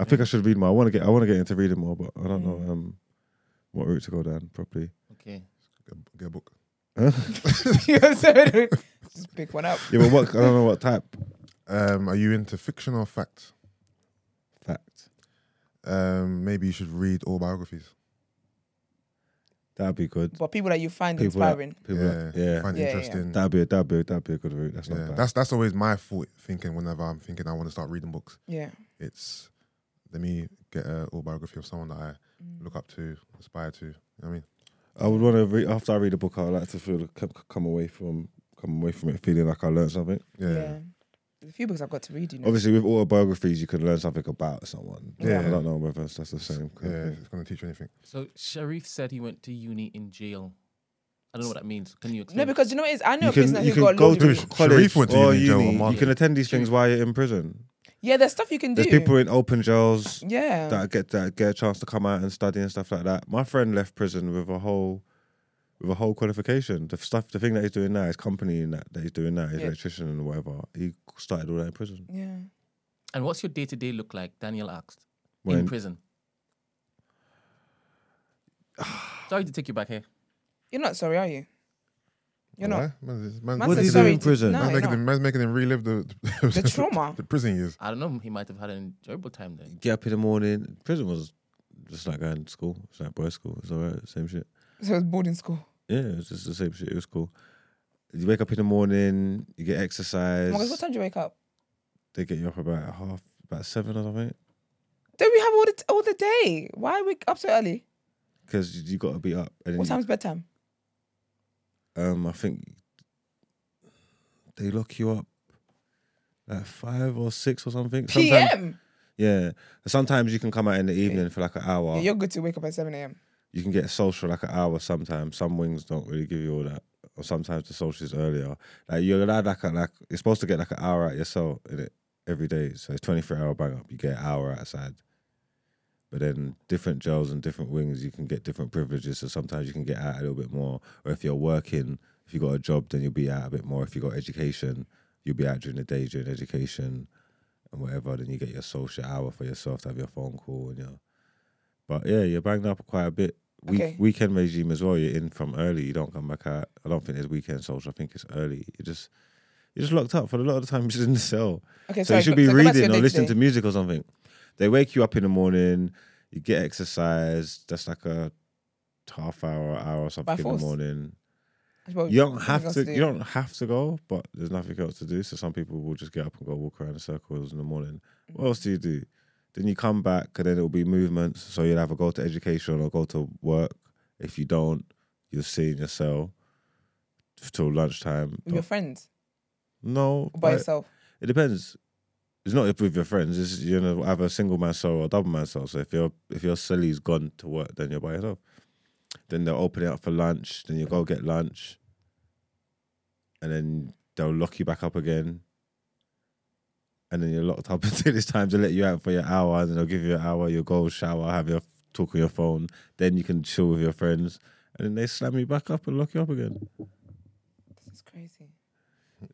Speaker 2: I think I should read more. I want to get I want to get into reading more, but I don't know um what route to go down properly.
Speaker 4: Okay.
Speaker 3: Get, a- get a book.
Speaker 1: You're so rude. Just pick one up.
Speaker 2: Yeah, but what I don't know what type
Speaker 3: Um, are you into fiction or fact?
Speaker 2: fact
Speaker 3: Um, maybe you should read all biographies.
Speaker 2: that'd be good.
Speaker 1: But people that you find
Speaker 2: People, that-
Speaker 1: inspiring.
Speaker 2: people, that- yeah,
Speaker 3: find it
Speaker 1: Yeah, yeah.
Speaker 3: interesting.
Speaker 2: that'd be a, that'd be a, that'd be a good route. That's
Speaker 3: Yeah,
Speaker 2: not bad.
Speaker 3: that's that's always my thought thinking whenever I'm thinking I want to start reading books.
Speaker 1: Yeah.
Speaker 3: It's let me get an autobiography of someone that I look up to, aspire to. You know what I mean,
Speaker 2: I would want to read after I read a book. I would like to feel come- come away from come away from it feeling like I learned something.
Speaker 3: yeah,
Speaker 1: Yeah. There's a few books I've got to read, you know.
Speaker 2: Obviously, with autobiographies, you can learn something about someone.
Speaker 3: Yeah.
Speaker 2: I don't know whether that's the same.
Speaker 3: yeah,
Speaker 2: kind of thing.
Speaker 3: it's gonna teach you anything.
Speaker 4: So Sharif said he went to uni in jail. I don't know what that means. Can you
Speaker 1: No,
Speaker 4: explain?
Speaker 1: because you know what it is? I know
Speaker 2: You
Speaker 1: a
Speaker 2: can,
Speaker 1: prisoner
Speaker 2: you
Speaker 1: who
Speaker 2: can
Speaker 1: got a
Speaker 2: go
Speaker 1: law
Speaker 2: to
Speaker 1: degree.
Speaker 2: college
Speaker 3: Sharif went to
Speaker 2: or
Speaker 3: uni, Joe,
Speaker 2: uni.
Speaker 3: Mark.
Speaker 2: You can attend these things while you're in prison.
Speaker 1: Yeah, there's stuff you can do.
Speaker 2: There's people in open jails
Speaker 1: yeah.
Speaker 2: that get that get a chance to come out and study and stuff like that. My friend left prison with a whole with a whole qualification. The stuff, the thing that he's doing now, his company and that, that he's doing now, his
Speaker 1: Yeah.
Speaker 2: electrician and whatever. He started all that in prison.
Speaker 1: yeah.
Speaker 4: and what's your day to day look like? Daniel asked.
Speaker 2: When-
Speaker 4: In prison. Sorry to take you back here.
Speaker 1: You're not sorry, are you? You're not.
Speaker 3: Why? Man's, man's,
Speaker 1: Man
Speaker 2: What
Speaker 1: said
Speaker 2: did he do
Speaker 1: sorry
Speaker 2: in
Speaker 1: to-
Speaker 2: prison?
Speaker 1: No,
Speaker 2: Man
Speaker 1: you're
Speaker 3: making
Speaker 1: not.
Speaker 3: them, man's making them relive the
Speaker 1: The
Speaker 3: the,
Speaker 1: trauma.
Speaker 3: the prison years.
Speaker 4: I don't know. He might have had an enjoyable time there.
Speaker 2: Get up in the morning. Prison was just like going to school. It's like boys' school. It's all right. Same shit.
Speaker 1: So it's boarding school. Oh
Speaker 2: Yeah, it was just the same shit. It was cool. You wake up in the morning, you get exercise.
Speaker 1: Marcus, what time do you wake up?
Speaker 2: They get you up about half, about seven or something,
Speaker 1: Don't we have all the t- all the day? Why are we up so early?
Speaker 2: because you, you got to be up. And then
Speaker 1: What
Speaker 2: you-
Speaker 1: time's bedtime?
Speaker 2: Um, I think they lock you up at five or six or something. Sometimes,
Speaker 1: PM.
Speaker 2: yeah. Sometimes you can come out in the evening for like an hour.
Speaker 1: Yeah, you're good to wake up at seven a.m.
Speaker 2: you can get social like an hour sometimes. Some wings don't really give you all that. Or sometimes the social is earlier. Like you're allowed like a, like you're supposed to get like an hour out yourself in it every day. So it's twenty three hour bang up. You get an hour outside. But then different jails and different wings, you can get different privileges. So sometimes you can get out a little bit more. Or if you're working, if you got a job, then you'll be out a bit more. If you got education, you'll be out during the day during education and whatever. Then you get your social hour for yourself to have your phone call and your. But yeah, you're banged up quite a bit. Week,
Speaker 1: Okay.
Speaker 2: Weekend regime as well. You're in from early. You don't come back out. I don't think there's weekend social. I think it's early. You just you're just locked up for a lot of the time. You're just in the cell.
Speaker 1: Okay,
Speaker 2: So you should
Speaker 1: go-
Speaker 2: be
Speaker 1: go back
Speaker 2: reading
Speaker 1: your
Speaker 2: or listening to
Speaker 1: day-to-day.
Speaker 2: music or something. They wake you up in the morning, you get exercise, that's like a half hour, hour or something in the
Speaker 1: force. Oh,
Speaker 2: morning.
Speaker 1: That's what
Speaker 2: You don't
Speaker 1: we've
Speaker 2: have
Speaker 1: got
Speaker 2: to
Speaker 1: do.
Speaker 2: you don't have to go, but there's nothing else to do. So some people will just get up and go walk around in circles in the morning. What else do you do? Then you come back and then it'll be movements. So you'll either go to education or go to work. If you don't, you'll see in your cell till lunchtime.
Speaker 1: with your friends
Speaker 2: no.
Speaker 1: or by
Speaker 2: like-
Speaker 1: yourself.
Speaker 2: it depends. It's not if with your friends. It's you know either a single man cell or a double man cell. So if your if your celly's gone to work, then you're by yourself. Then they'll open it up for lunch. Then you go get lunch, and then they'll lock you back up again. And then you're locked up until it's time to let you out for your hour. And then they'll give you an hour. You'll go shower, have your talk on your phone. Then you can chill with your friends. And then they slam you back up and lock you up again.
Speaker 1: This is crazy.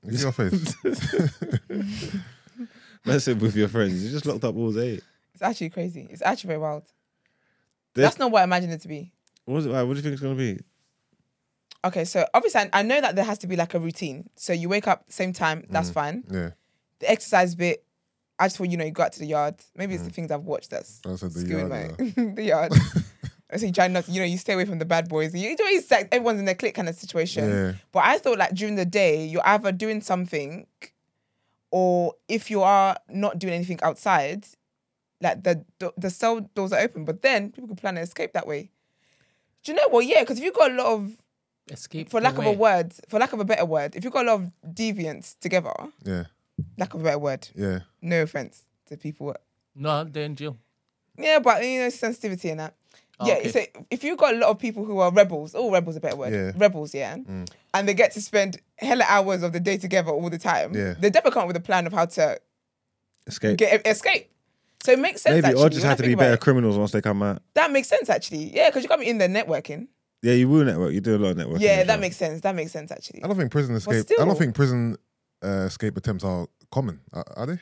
Speaker 3: You see your face.
Speaker 2: That's it with your friends. You're just locked up all day.
Speaker 1: It's actually crazy. It's actually very wild.
Speaker 2: There's-
Speaker 1: That's not what I imagined it to be.
Speaker 2: What's it like? What do you think it's gonna be?
Speaker 1: Okay, so obviously I, I know that there has to be like a routine. So you wake up same time,
Speaker 2: Mm.
Speaker 1: that's fine.
Speaker 3: Yeah,
Speaker 1: The exercise bit, I just thought you know you go out to the yard. Maybe
Speaker 2: Mm.
Speaker 1: it's the things I've watched that's
Speaker 3: I said the
Speaker 1: skewing
Speaker 3: yard.
Speaker 1: my
Speaker 3: yeah.
Speaker 1: the yard. so you try not, to, you know, you stay away from the bad boys. You do it sex. Everyone's in their clique kind of situation.
Speaker 3: Yeah.
Speaker 1: But I thought like during the day, you're either doing something, or if you are not doing anything outside, like the do- the cell doors are open. But then people can plan an escape that way. Do you know what? Yeah, because if you've got a lot of,
Speaker 4: Escape
Speaker 1: for lack of a word, for lack of a better word, if you've got a lot of deviants together,
Speaker 3: yeah,
Speaker 1: lack of a better word,
Speaker 3: yeah,
Speaker 1: no offense to people
Speaker 4: No, they're in jail.
Speaker 1: Yeah, but you know, sensitivity and that.
Speaker 2: Ah,
Speaker 4: Oh,
Speaker 1: yeah,
Speaker 4: okay.
Speaker 1: so if you've got a lot of people who are rebels, oh, rebels a better word.
Speaker 3: Yeah.
Speaker 1: Rebels, yeah.
Speaker 2: Mm.
Speaker 1: And they get to spend hella hours of the day together all the time.
Speaker 3: Yeah.
Speaker 1: They definitely come up with a plan of how to
Speaker 2: Escape.
Speaker 1: get e-, escape. So it makes sense.
Speaker 2: Maybe
Speaker 1: actually,
Speaker 2: or just
Speaker 1: when I
Speaker 2: have to
Speaker 1: think
Speaker 2: be
Speaker 1: about
Speaker 2: better
Speaker 1: it.
Speaker 2: criminals once they come out.
Speaker 1: That makes sense actually. Yeah, because you got me in there networking.
Speaker 2: Yeah, you will network. You do a lot of networking.
Speaker 1: yeah,
Speaker 2: as
Speaker 1: that
Speaker 2: well.
Speaker 1: makes sense. That makes sense actually.
Speaker 3: I don't think prison escape. I
Speaker 1: still-
Speaker 3: don't think prison uh, escape attempts are common. Are, are they?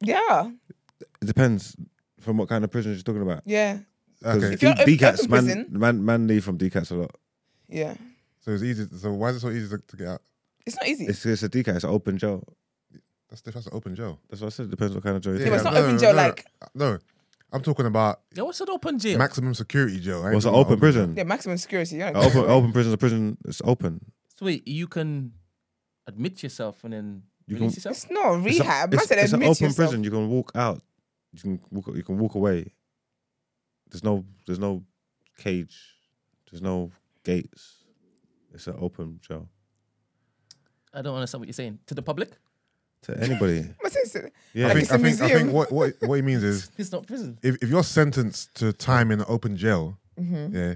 Speaker 1: Yeah,
Speaker 2: It depends from what kind of prisoners you're talking about.
Speaker 1: yeah,
Speaker 2: 'Cause
Speaker 3: Okay,
Speaker 1: If you're
Speaker 2: D-
Speaker 1: open-
Speaker 2: DCATs,
Speaker 1: open
Speaker 2: man,
Speaker 1: prison-
Speaker 2: man, man, leave from DCATs a lot.
Speaker 1: yeah.
Speaker 3: so it's easy. So why is it so easy to, to get out?
Speaker 1: It's not easy.
Speaker 2: It's, it's a DCAT. It's an open jail.
Speaker 3: That's that's an open jail. Uh,
Speaker 2: That's what I said. It depends what kind of jail. you're
Speaker 1: Yeah, but
Speaker 2: talking
Speaker 1: it's
Speaker 2: about.
Speaker 1: not open jail, like-
Speaker 3: no. I'm talking about
Speaker 4: Yeah, what's an open jail?
Speaker 3: maximum security jail. I ain't
Speaker 2: Well, it's an
Speaker 3: talking about
Speaker 2: open prison.
Speaker 1: yeah, maximum security. Yeah.
Speaker 2: An open open prison. is A prison. It's open.
Speaker 4: so wait, you can admit yourself and then
Speaker 2: You
Speaker 4: release
Speaker 2: can-
Speaker 4: yourself?
Speaker 1: It's not
Speaker 2: It's a-
Speaker 1: rehab.
Speaker 2: It's,
Speaker 1: Man said
Speaker 2: it's an
Speaker 1: admit
Speaker 2: open
Speaker 1: yourself.
Speaker 2: prison. You can walk out. You can walk. You can walk away. There's no. There's no cage. There's no gates. It's an open jail
Speaker 4: I don't understand what you're saying. To the public?
Speaker 2: to anybody.
Speaker 1: Man said it's-
Speaker 2: Yeah.
Speaker 3: I
Speaker 1: Like
Speaker 3: think,
Speaker 1: it's a
Speaker 3: I think, I
Speaker 1: museum.
Speaker 3: think what, what what he means is
Speaker 4: It's not prison.
Speaker 3: if, if you're sentenced to time in an open jail, yeah,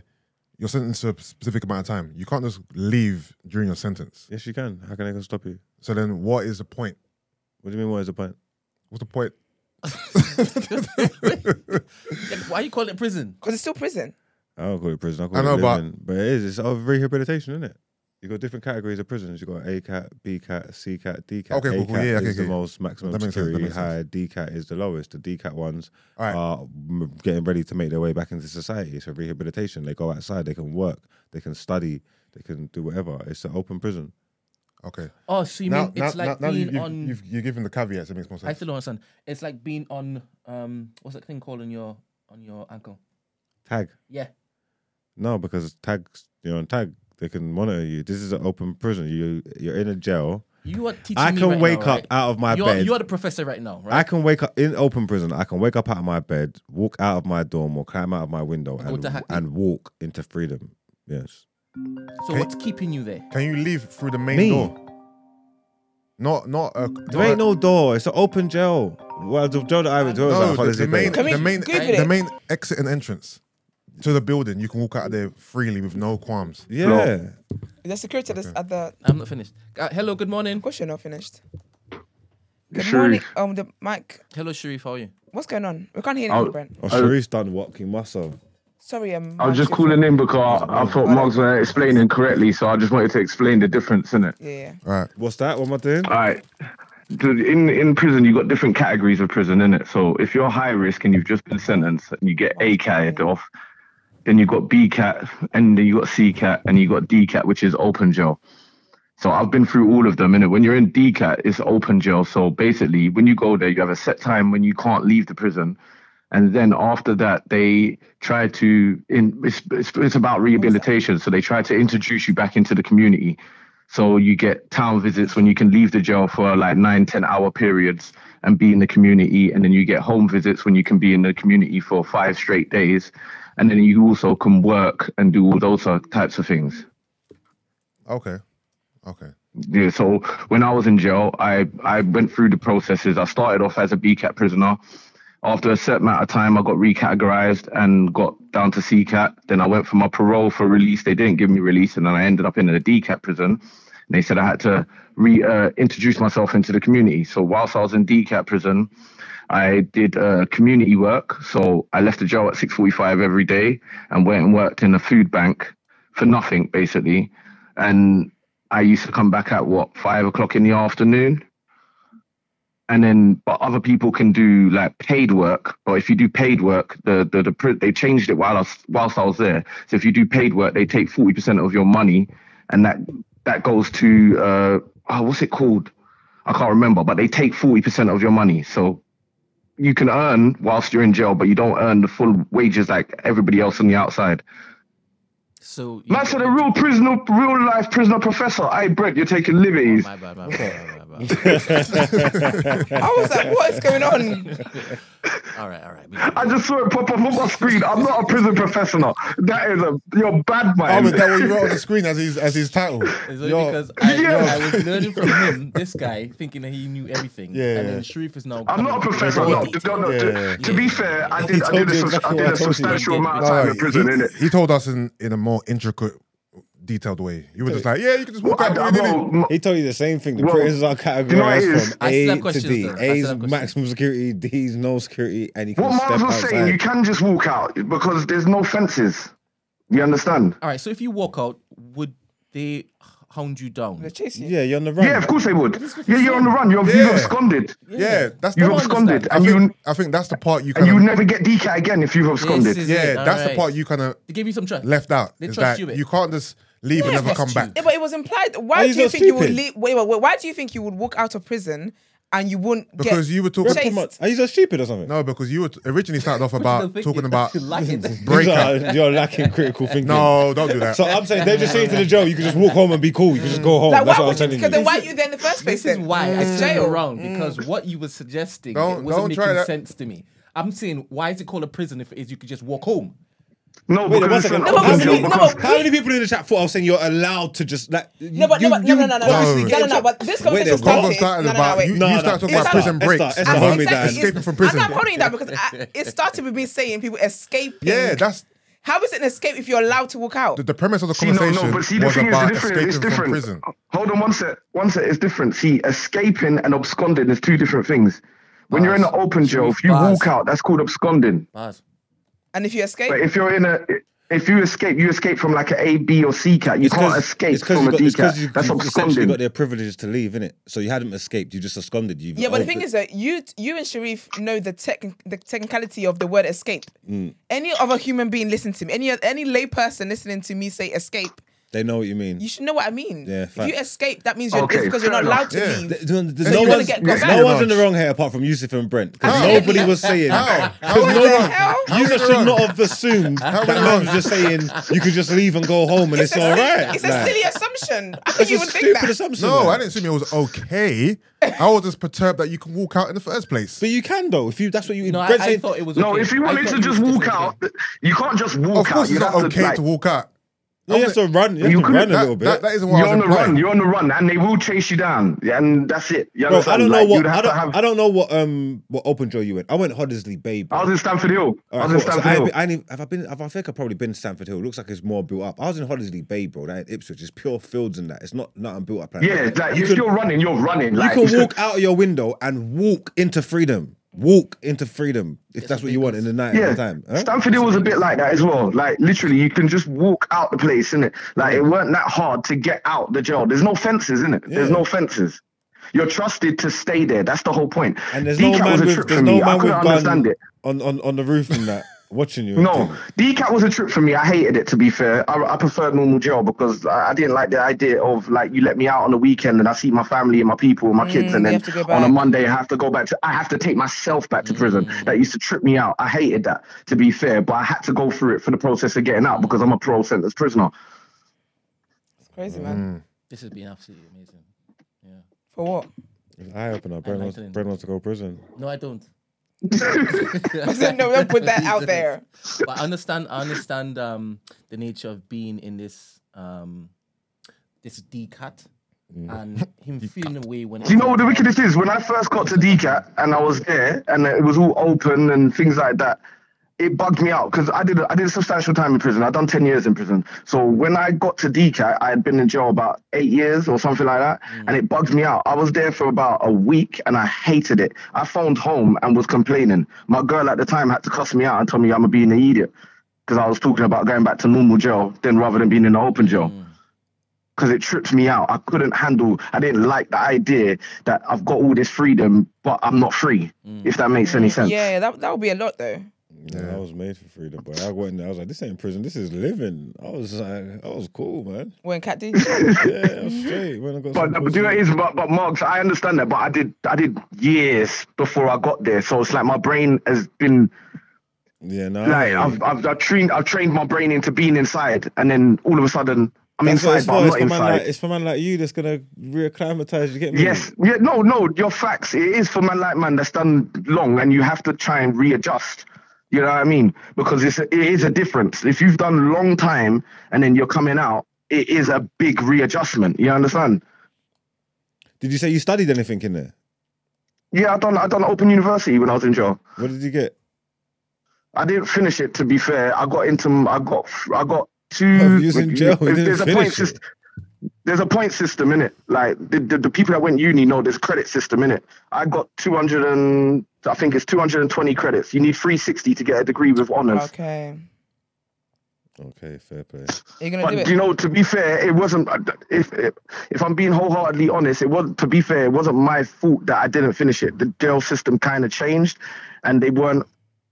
Speaker 3: you're sentenced to a specific amount of time. You can't just leave during your sentence.
Speaker 2: yes, you can. How can I stop you?
Speaker 3: So then, what is the point?
Speaker 2: What do you mean? What is the point?
Speaker 3: What's the point?
Speaker 4: Like, why you call it prison?
Speaker 1: Because it's still prison.
Speaker 2: I don't call it prison. I call
Speaker 3: I know,
Speaker 2: it
Speaker 3: but-
Speaker 2: living. But it is. It's of rehabilitation, isn't it? You got different categories of prisons. You got A cat, B cat, C cat, D cat.
Speaker 3: Okay,
Speaker 2: A
Speaker 3: cool,
Speaker 2: cat
Speaker 3: cool. Yeah,
Speaker 2: is
Speaker 3: okay,
Speaker 2: the
Speaker 3: okay.
Speaker 2: most maximum
Speaker 3: That makes sense, that
Speaker 2: security
Speaker 3: makes sense.
Speaker 2: high. D cat is the lowest. The D cat ones
Speaker 3: All right.
Speaker 2: are m- getting ready to make their way back into society. So rehabilitation. They go outside. They can work. They can study. They can do whatever. It's an open prison.
Speaker 3: Okay.
Speaker 4: Oh, so you mean it's like
Speaker 3: you-
Speaker 4: being
Speaker 3: you've,
Speaker 4: on.
Speaker 3: you've, you've given the caveats. It makes more
Speaker 4: I
Speaker 3: sense.
Speaker 4: still don't understand. It's like being on. um, What's that thing called on your on your ankle?
Speaker 2: Tag.
Speaker 4: Yeah.
Speaker 2: No, because tags. You're on tag. They can monitor you. This is an open prison. You you're in a jail.
Speaker 4: You are teaching
Speaker 2: I
Speaker 4: me
Speaker 2: can
Speaker 4: right
Speaker 2: wake
Speaker 4: now,
Speaker 2: up out of my
Speaker 4: right? You're,
Speaker 2: bed.
Speaker 4: you're the professor right now, right?
Speaker 2: I can wake up in open prison. I can wake up out of my bed, walk out of my dorm, or climb out of my window and,
Speaker 4: to Hackney.
Speaker 2: and walk into freedom. Yes.
Speaker 4: so what's keeping you there?
Speaker 3: Can you leave through the main
Speaker 2: Me?
Speaker 3: door? Not not a.
Speaker 2: There ain't no door. It's an open jail. Well, the jail that I was, was
Speaker 3: No,
Speaker 2: like
Speaker 3: the,
Speaker 2: Holiday
Speaker 3: the main
Speaker 2: Bay.
Speaker 1: Can we
Speaker 3: the main
Speaker 1: Google
Speaker 3: the
Speaker 1: it?
Speaker 3: main exit and entrance to the building. You can walk out of there freely with no qualms.
Speaker 2: Yeah.
Speaker 1: The security at the, at the
Speaker 4: I'm not finished. Uh, hello, good morning.
Speaker 1: Of course you're not finished. Good
Speaker 5: Sharif.
Speaker 1: morning. Um, the mic.
Speaker 4: Hello, Sharif. How are you?
Speaker 1: What's going on? We can't hear anything,
Speaker 5: Oh.
Speaker 1: Brent.
Speaker 2: Oh, Sharif's done walking muscle.
Speaker 1: Sorry, um.
Speaker 5: I was just
Speaker 1: Mark,
Speaker 5: calling in because I, I thought Mugs weren't explaining correctly, so I just wanted to explain the difference in it.
Speaker 1: Yeah, yeah.
Speaker 3: All right.
Speaker 2: What's that? What am I doing?
Speaker 5: All right. Dude, In in prison, you got different categories of prison, innit? So if you're high risk and you've just been sentenced and you get A cat off, then you got B cat, and then you got C cat, and you got D cat, which is open jail. So I've been through all of them, innit? When you're in D cat, it's open jail. So basically, when you go there, you have a set time when you can't leave the prison. And then after that, they try to in it's, it's, it's about rehabilitation. So they try to introduce you back into the community. So you get town visits when you can leave the jail for like nine, ten hour periods and be in the community. And then you get home visits when you can be in the community for five straight days. And then you also can work and do all those uh, types of things.
Speaker 3: Okay. Okay.
Speaker 5: Yeah, so when I was in jail, I, I went through the processes. I started off as a BCAT prisoner. After a certain amount of time, I got recategorized and got down to CCAT. Then I went for my parole for release. They didn't give me release, and then I ended up in a DCAT prison. And they said I had to re uh, introduce myself into the community. So whilst I was in DCAT prison, I did uh, community work. So I left the jail at 6:45 every day and went and worked in a food bank for nothing basically. And I used to come back at what five o'clock in the afternoon, and then but other people can do like paid work or if you do paid work the the, the pr- they changed it while I was, whilst I was there so if you do paid work they take 40% of your money and that that goes to uh oh, what's it called I can't remember but they take 40% of your money so you can earn whilst you're in jail but you don't earn the full wages like everybody else on the outside
Speaker 4: So you
Speaker 5: man said
Speaker 4: get-
Speaker 5: a real prisoner real life prisoner professor I Brett you're taking liberties
Speaker 4: My bad, my bad, my bad, my bad.
Speaker 1: I was like, what is going on?
Speaker 4: All right, all right. we-
Speaker 5: I just saw it pop up on my screen. I'm not a prison professor. No. That is a you're bad
Speaker 3: Oh,
Speaker 5: man.
Speaker 3: is that what you wrote on the screen as his as his title?
Speaker 4: It's only
Speaker 3: Yo,
Speaker 4: because I,
Speaker 5: Yeah.
Speaker 4: I was learning from him, this guy, thinking that he knew everything.
Speaker 3: Yeah.
Speaker 4: And then Sharif is now.
Speaker 5: I'm
Speaker 4: coming
Speaker 5: not a
Speaker 4: up with
Speaker 5: professor.
Speaker 4: more
Speaker 5: No,
Speaker 4: detail.
Speaker 5: no, no.
Speaker 3: Yeah.
Speaker 5: To, to be fair, I did. I
Speaker 2: told
Speaker 5: did a,
Speaker 2: you
Speaker 5: subs- I
Speaker 2: exactly what
Speaker 5: did a
Speaker 2: I told you.
Speaker 5: substantial amount of
Speaker 3: No,
Speaker 5: time in prison,
Speaker 3: he,
Speaker 5: innit?
Speaker 3: he told us in in a more intricate, detailed way. You were just like, yeah, you can just
Speaker 5: Well,
Speaker 3: walk
Speaker 5: I,
Speaker 3: out.
Speaker 5: I,
Speaker 3: doing it.
Speaker 5: well,
Speaker 2: He told you the same thing. The
Speaker 5: Well,
Speaker 2: prisons are
Speaker 5: you know what it
Speaker 2: categorized
Speaker 5: is?
Speaker 2: from
Speaker 4: I still have
Speaker 2: A to
Speaker 4: questions,
Speaker 2: D.
Speaker 4: though. I still
Speaker 2: A's
Speaker 4: have questions.
Speaker 2: maximum security, D's no security, and you can
Speaker 5: what
Speaker 2: step
Speaker 5: Miles was
Speaker 2: outside.
Speaker 5: saying, you can just walk out because there's no fences. You understand?
Speaker 4: All right, so if you walk out, would they hound you down?
Speaker 1: They're chasing you.
Speaker 2: yeah, you're on the run.
Speaker 5: Yeah, of course they would.
Speaker 4: is what
Speaker 5: Yeah,
Speaker 4: I'm
Speaker 5: you're on the
Speaker 4: saying.
Speaker 5: run. You're, You've
Speaker 3: Yeah.
Speaker 5: absconded.
Speaker 3: Yeah, that's the
Speaker 5: You've
Speaker 4: I don't
Speaker 5: absconded,
Speaker 3: I
Speaker 5: and you
Speaker 3: think, I think that's the part you
Speaker 5: and
Speaker 3: kind
Speaker 5: you
Speaker 3: of
Speaker 5: never get DCAT again if you've absconded.
Speaker 4: This is
Speaker 3: yeah,
Speaker 4: it, all
Speaker 3: that's the
Speaker 4: right.
Speaker 3: part you kind of
Speaker 4: They give you some trust.
Speaker 3: left out.
Speaker 4: They
Speaker 3: is
Speaker 4: trust
Speaker 3: that
Speaker 4: you,
Speaker 3: you,
Speaker 4: innit?
Speaker 3: can't just leave and
Speaker 4: They
Speaker 3: never come
Speaker 4: trust
Speaker 3: back.
Speaker 4: you.
Speaker 1: Yeah, but it was implied. Why
Speaker 2: Are
Speaker 1: do
Speaker 2: you
Speaker 1: you
Speaker 2: not
Speaker 1: think you would
Speaker 2: stupid?
Speaker 1: leave? Wait, wait, wait. Why do you think you would walk out of prison and you wouldn't
Speaker 3: Because
Speaker 1: get
Speaker 3: you were
Speaker 2: You're
Speaker 3: talking.
Speaker 1: Chase-
Speaker 2: promo- Are you so stupid or something?
Speaker 3: No, because you were originally started off about
Speaker 4: Thinking-
Speaker 3: talking about.
Speaker 4: Like it.
Speaker 3: break
Speaker 2: You're-
Speaker 3: up.
Speaker 2: You're lacking critical thinking.
Speaker 3: No, don't do that.
Speaker 2: So I'm saying they just say to the jail, you can just walk home and be cool. You can just go home.
Speaker 1: Mm. like
Speaker 2: That's
Speaker 1: why
Speaker 2: what I'm
Speaker 1: would you?
Speaker 2: telling
Speaker 1: Because then
Speaker 2: you.
Speaker 1: why are you there in the first place?
Speaker 4: This is
Speaker 1: then? Mm.
Speaker 4: why I turned
Speaker 1: Jail.
Speaker 4: around because what you were suggesting it
Speaker 3: Don't-
Speaker 4: wasn't
Speaker 3: don't try
Speaker 4: making
Speaker 3: that.
Speaker 4: sense to me. I'm saying, why is it called a prison if it is you could just walk home?
Speaker 5: No,
Speaker 2: Wait, one
Speaker 5: because it's
Speaker 2: second.
Speaker 5: an
Speaker 1: No, but
Speaker 2: How
Speaker 5: open
Speaker 1: we-
Speaker 5: jail.
Speaker 2: many-
Speaker 1: no,
Speaker 5: because-
Speaker 1: but
Speaker 2: How many people in the chat thought I was saying you're allowed to just like?
Speaker 1: No, but no, but no, no, no, no, no,
Speaker 3: obviously
Speaker 1: no,
Speaker 3: get
Speaker 1: no.
Speaker 3: your-
Speaker 1: But this
Speaker 2: Wait,
Speaker 1: conversation
Speaker 2: the convo
Speaker 1: started.
Speaker 3: started
Speaker 1: No, no, no,
Speaker 3: about-
Speaker 1: wait.
Speaker 3: you-
Speaker 2: No, no,
Speaker 3: started talking
Speaker 2: it's
Speaker 1: about
Speaker 2: not.
Speaker 1: prison
Speaker 2: It's
Speaker 3: breaks.
Speaker 2: not. It's
Speaker 3: And
Speaker 2: not.
Speaker 3: Well,
Speaker 1: And
Speaker 3: homie,
Speaker 1: exactly,
Speaker 3: that
Speaker 1: it's-
Speaker 3: escaping from prison.
Speaker 1: I'm not calling it that because I, it started with me saying people escaping.
Speaker 3: Yeah, that's
Speaker 1: How is it an escape if you're allowed to walk out?
Speaker 3: the, the premise of the
Speaker 5: See, no,
Speaker 3: conversation
Speaker 5: no, but see, the
Speaker 3: was
Speaker 5: thing is, the
Speaker 3: about
Speaker 5: difference
Speaker 3: escaping
Speaker 5: it's
Speaker 3: from
Speaker 5: different. Oh,
Speaker 3: prison.
Speaker 5: Hold on one sec. One sec, it's different. See, escaping and absconding is two different things. When you're in an open jail, if you
Speaker 4: Bars.
Speaker 5: walk out, that's called absconding.
Speaker 4: Bars.
Speaker 1: And if you escape,
Speaker 5: But if you're in a, if you escape, you escape from like an A, B, or C cat. You can't escape from a D cat. That's
Speaker 2: you essentially got
Speaker 5: absconding.
Speaker 2: their privileges to leave, innit? So you hadn't escaped. You just absconded. You've
Speaker 1: Yeah, but the
Speaker 2: oh,
Speaker 1: thing is that you you and Sharif know the tech the technicality of the word escape. Any other human being listen to me, any any lay person listening to me say escape,
Speaker 2: they know what you mean.
Speaker 1: you should know what I mean.
Speaker 2: Yeah,
Speaker 1: if
Speaker 2: fact.
Speaker 1: you escape, that means you're
Speaker 5: Okay,
Speaker 1: it's because you're
Speaker 5: fair
Speaker 1: not allowed to
Speaker 3: enough.
Speaker 1: leave.
Speaker 2: Th- th- There's
Speaker 1: you
Speaker 2: no
Speaker 1: gotta
Speaker 2: one's,
Speaker 1: get
Speaker 2: there's
Speaker 1: got
Speaker 2: no
Speaker 1: back.
Speaker 2: one's in the wrong here apart from Yusuf and Brent because
Speaker 3: How?
Speaker 2: nobody was saying.
Speaker 3: How?
Speaker 5: oh,
Speaker 3: How
Speaker 2: Because Oh,
Speaker 3: am I
Speaker 2: no
Speaker 3: wrong?
Speaker 2: one,
Speaker 1: How
Speaker 2: you
Speaker 3: am I
Speaker 2: should
Speaker 3: wrong?
Speaker 2: not have assumed that
Speaker 3: am I
Speaker 2: man
Speaker 3: wrong?
Speaker 2: was just saying you could just leave and go home and it's,
Speaker 1: a
Speaker 2: all
Speaker 1: silly,
Speaker 2: right.
Speaker 1: It's
Speaker 2: Like,
Speaker 1: a silly assumption. How
Speaker 2: that's
Speaker 1: you
Speaker 2: a
Speaker 1: would think
Speaker 2: stupid
Speaker 1: that?
Speaker 2: assumption.
Speaker 3: No,
Speaker 2: man.
Speaker 3: I didn't assume it was okay. I was just perturbed that you can walk out in the first place.
Speaker 2: But you can though if you. That's what you.
Speaker 4: No, I,
Speaker 2: Brent's
Speaker 4: I
Speaker 2: saying-
Speaker 4: thought it was.
Speaker 5: No,
Speaker 4: okay.
Speaker 5: if you
Speaker 4: I
Speaker 5: wanted
Speaker 4: thought
Speaker 5: to
Speaker 4: it
Speaker 5: just
Speaker 4: was
Speaker 5: walk
Speaker 4: okay.
Speaker 5: out, you can't just
Speaker 3: Of
Speaker 5: walk out.
Speaker 3: course,
Speaker 5: You
Speaker 3: it's not
Speaker 5: have
Speaker 3: okay
Speaker 5: like,
Speaker 3: to walk out.
Speaker 2: No, you have to run. You have
Speaker 5: You
Speaker 2: to
Speaker 5: could-
Speaker 2: run a
Speaker 3: That-
Speaker 2: little bit.
Speaker 3: that- that isn't what
Speaker 5: You're
Speaker 3: I
Speaker 5: on
Speaker 3: was
Speaker 5: the run.
Speaker 3: implying.
Speaker 5: You're on the run, and they will chase you down, and that's it. You
Speaker 2: Bro, I
Speaker 5: understand?
Speaker 2: don't know
Speaker 5: Like,
Speaker 2: what
Speaker 5: you'd
Speaker 2: I
Speaker 5: have
Speaker 2: don't,
Speaker 5: to have.
Speaker 2: I don't know what um what open jail you went. I went Hoddersley Bay. Bro.
Speaker 5: I was in Stanford Hill. I
Speaker 2: Alright,
Speaker 5: was in
Speaker 2: cool. So
Speaker 5: Stanford
Speaker 2: I,
Speaker 5: Hill.
Speaker 2: I ain't even- have I been? Have, I think I've probably been to Stanford Hill. It looks like it's more built up. I was in Hoddersley Bay, bro. That in Ipswich, it's pure fields and that. It's not nothing built up. Like
Speaker 5: Yeah,
Speaker 2: that.
Speaker 5: like
Speaker 2: you
Speaker 5: if
Speaker 2: can,
Speaker 5: you're running, you're running. Like,
Speaker 2: you
Speaker 5: it's
Speaker 2: can
Speaker 5: just-
Speaker 2: walk out of your window and walk into freedom. Walk into freedom if that's what you want in the night at
Speaker 5: Yeah,
Speaker 2: the time. Huh?
Speaker 5: Stanford Hill was a bit like that as well. Like literally, you can just walk out the place, innit? Like it weren't that hard to get out the jail. There's no fences, innit? There's
Speaker 2: Yeah.
Speaker 5: no fences. You're trusted to stay there. That's the whole point.
Speaker 2: and there's no
Speaker 5: DCAT
Speaker 2: man
Speaker 5: was a
Speaker 2: with
Speaker 5: trip
Speaker 2: there's
Speaker 5: for
Speaker 2: no
Speaker 5: me. I
Speaker 2: man with
Speaker 5: couldn't understand
Speaker 2: gun
Speaker 5: it.
Speaker 2: on, on on the roof and that watching you.
Speaker 5: No, DCAT was a trip for me. I hated it to be fair. I, I preferred normal jail because I, I didn't like the idea of like you let me out on the weekend and I see my family and my people and my kids, and
Speaker 1: Mm, you
Speaker 5: then
Speaker 1: have to go
Speaker 5: on a
Speaker 1: back. Mm.
Speaker 5: Monday I have to go back to I have to take myself back to prison. That used to trip me out. I hated that to be fair, but I had to go through it for the process of getting out because I'm a pro sentence prisoner.
Speaker 1: It's crazy, man.
Speaker 4: This has been absolutely amazing.
Speaker 1: For what?
Speaker 2: Eye opener. Brent
Speaker 4: like
Speaker 2: wants,
Speaker 4: it.
Speaker 2: Brent wants to go to prison.
Speaker 4: No, I don't.
Speaker 1: I said, no, don't put that out there.
Speaker 4: but I understand I understand um the nature of being in this um this D cat
Speaker 1: Mm.
Speaker 4: and him feeling away when
Speaker 5: Do you know what the wickedest is? When I first got to DCAT and I was there and it was all open and things like that, it bugged me out because I did I did a substantial time in prison. I'd done ten years in prison. So when I got to DCAT, I had been in jail about eight years or something like that, and it bugged me out. I was there for about a week and I hated it. I phoned home and was complaining. My girl at the time had to cuss me out and tell me I'm a being an
Speaker 2: Mm.
Speaker 5: idiot because I was talking about going back to normal jail then rather than being in the open jail. 'Cause because it tripped me out. I couldn't handle. I didn't like the idea that I've got all this freedom, but I'm not free.
Speaker 2: Mm.
Speaker 5: If that makes any sense.
Speaker 1: Yeah, that that would be a lot though.
Speaker 2: Yeah, I was made for freedom, but I went there. I was like, this ain't prison. This is living. I was like, I was cool, man.
Speaker 1: When Cat D,
Speaker 2: Yeah, I was straight. When I got
Speaker 5: But
Speaker 2: some
Speaker 5: but do you know
Speaker 2: pussy-
Speaker 5: what it is? But but Marks, I understand that. But I did I did years before I got there, so it's like my brain has been
Speaker 2: Yeah, no.
Speaker 5: like I've I've, I've trained I've trained my brain into being inside, and then all of a sudden I'm
Speaker 2: That's what
Speaker 5: inside,
Speaker 2: it's
Speaker 5: but
Speaker 2: for.
Speaker 5: I'm
Speaker 2: It's
Speaker 5: not
Speaker 2: for, man
Speaker 5: inside.
Speaker 2: like, it's for man like you that's gonna reacclimatize. You get me?
Speaker 5: Yes, yeah, no, no, your facts. It is for man like man that's done long, and you have to try and readjust. You know what I mean? Because it's a, it is a difference. If you've done long time and then you're coming out, it is a big readjustment. You understand?
Speaker 2: Did you say you studied anything in there?
Speaker 5: Yeah, I done I done Open University when I was in jail.
Speaker 2: What did you get?
Speaker 5: I didn't finish it. To be fair, I got into I got I got two.
Speaker 2: Oh, you was in jail, you
Speaker 5: There's,
Speaker 2: didn't
Speaker 5: there's a
Speaker 2: finish
Speaker 5: point
Speaker 2: it.
Speaker 5: system. There's a point system in it. Like the, the, the people that went uni know there's credit system in it. I got 200 and I think it's 220 credits. You need 360 to get a degree with honors.
Speaker 1: okay,
Speaker 2: Okay, fair play.
Speaker 1: are you gonna
Speaker 5: But
Speaker 1: do it?
Speaker 5: you know, to be fair, it wasn't. If if- if I'm being wholeheartedly honest, it was. To be fair, it wasn't my fault that I didn't finish it. The jail system kind of changed, and they weren't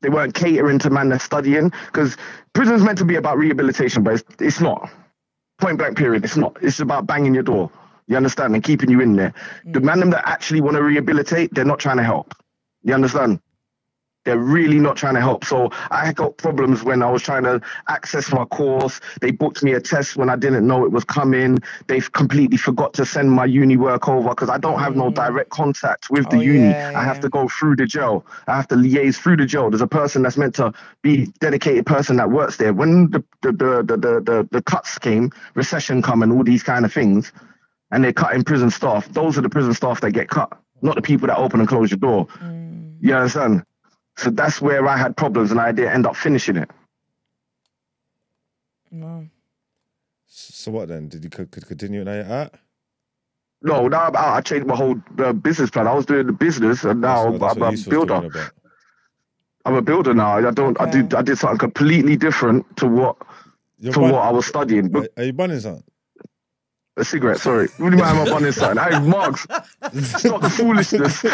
Speaker 5: they weren't catering to man that's studying because prison's meant to be about rehabilitation, but it's, it's not. Point blank period, it's not. It's about banging your door. You understand and keeping you in there.
Speaker 1: Mm.
Speaker 5: The man them that actually want to rehabilitate, they're not trying to help. You understand? they're really not trying to help. So I got problems when I was trying to access my course. They booked me a test when I didn't know it was coming. They've completely forgot to send my uni work over because I don't have no direct contact with the
Speaker 1: Mm. Oh,
Speaker 5: uni.
Speaker 1: yeah,
Speaker 5: I have
Speaker 1: yeah.
Speaker 5: to go through the jail. I have to liaise through the jail. There's a person that's meant to be dedicated person that works there. When the the the the the, the, the cuts came, recession come, and all these kind of things and they're cutting prison staff, those are the prison staff that get cut, not the people that open and close your door.
Speaker 1: Mm.
Speaker 5: You understand? So that's where I had problems and I didn't end up finishing it.
Speaker 1: No.
Speaker 2: So what then? Did you could continue it now you're at?
Speaker 5: No, now I'm out. I changed my whole uh, business plan. I was doing the business and
Speaker 2: That's
Speaker 5: now
Speaker 2: what- that's
Speaker 5: I'm,
Speaker 2: what
Speaker 5: I'm
Speaker 2: Yusuf
Speaker 5: a
Speaker 2: was
Speaker 5: builder.
Speaker 2: talking about.
Speaker 5: I'm a builder now. I don't. I
Speaker 1: Okay.
Speaker 5: did. I did something completely different to what
Speaker 2: You're
Speaker 5: to
Speaker 2: bun-
Speaker 5: what I was studying. But
Speaker 2: Are, are you bunning something?
Speaker 5: a cigarette. Sorry. What do you mean I'm a bun inside? I marks. Stop the foolishness.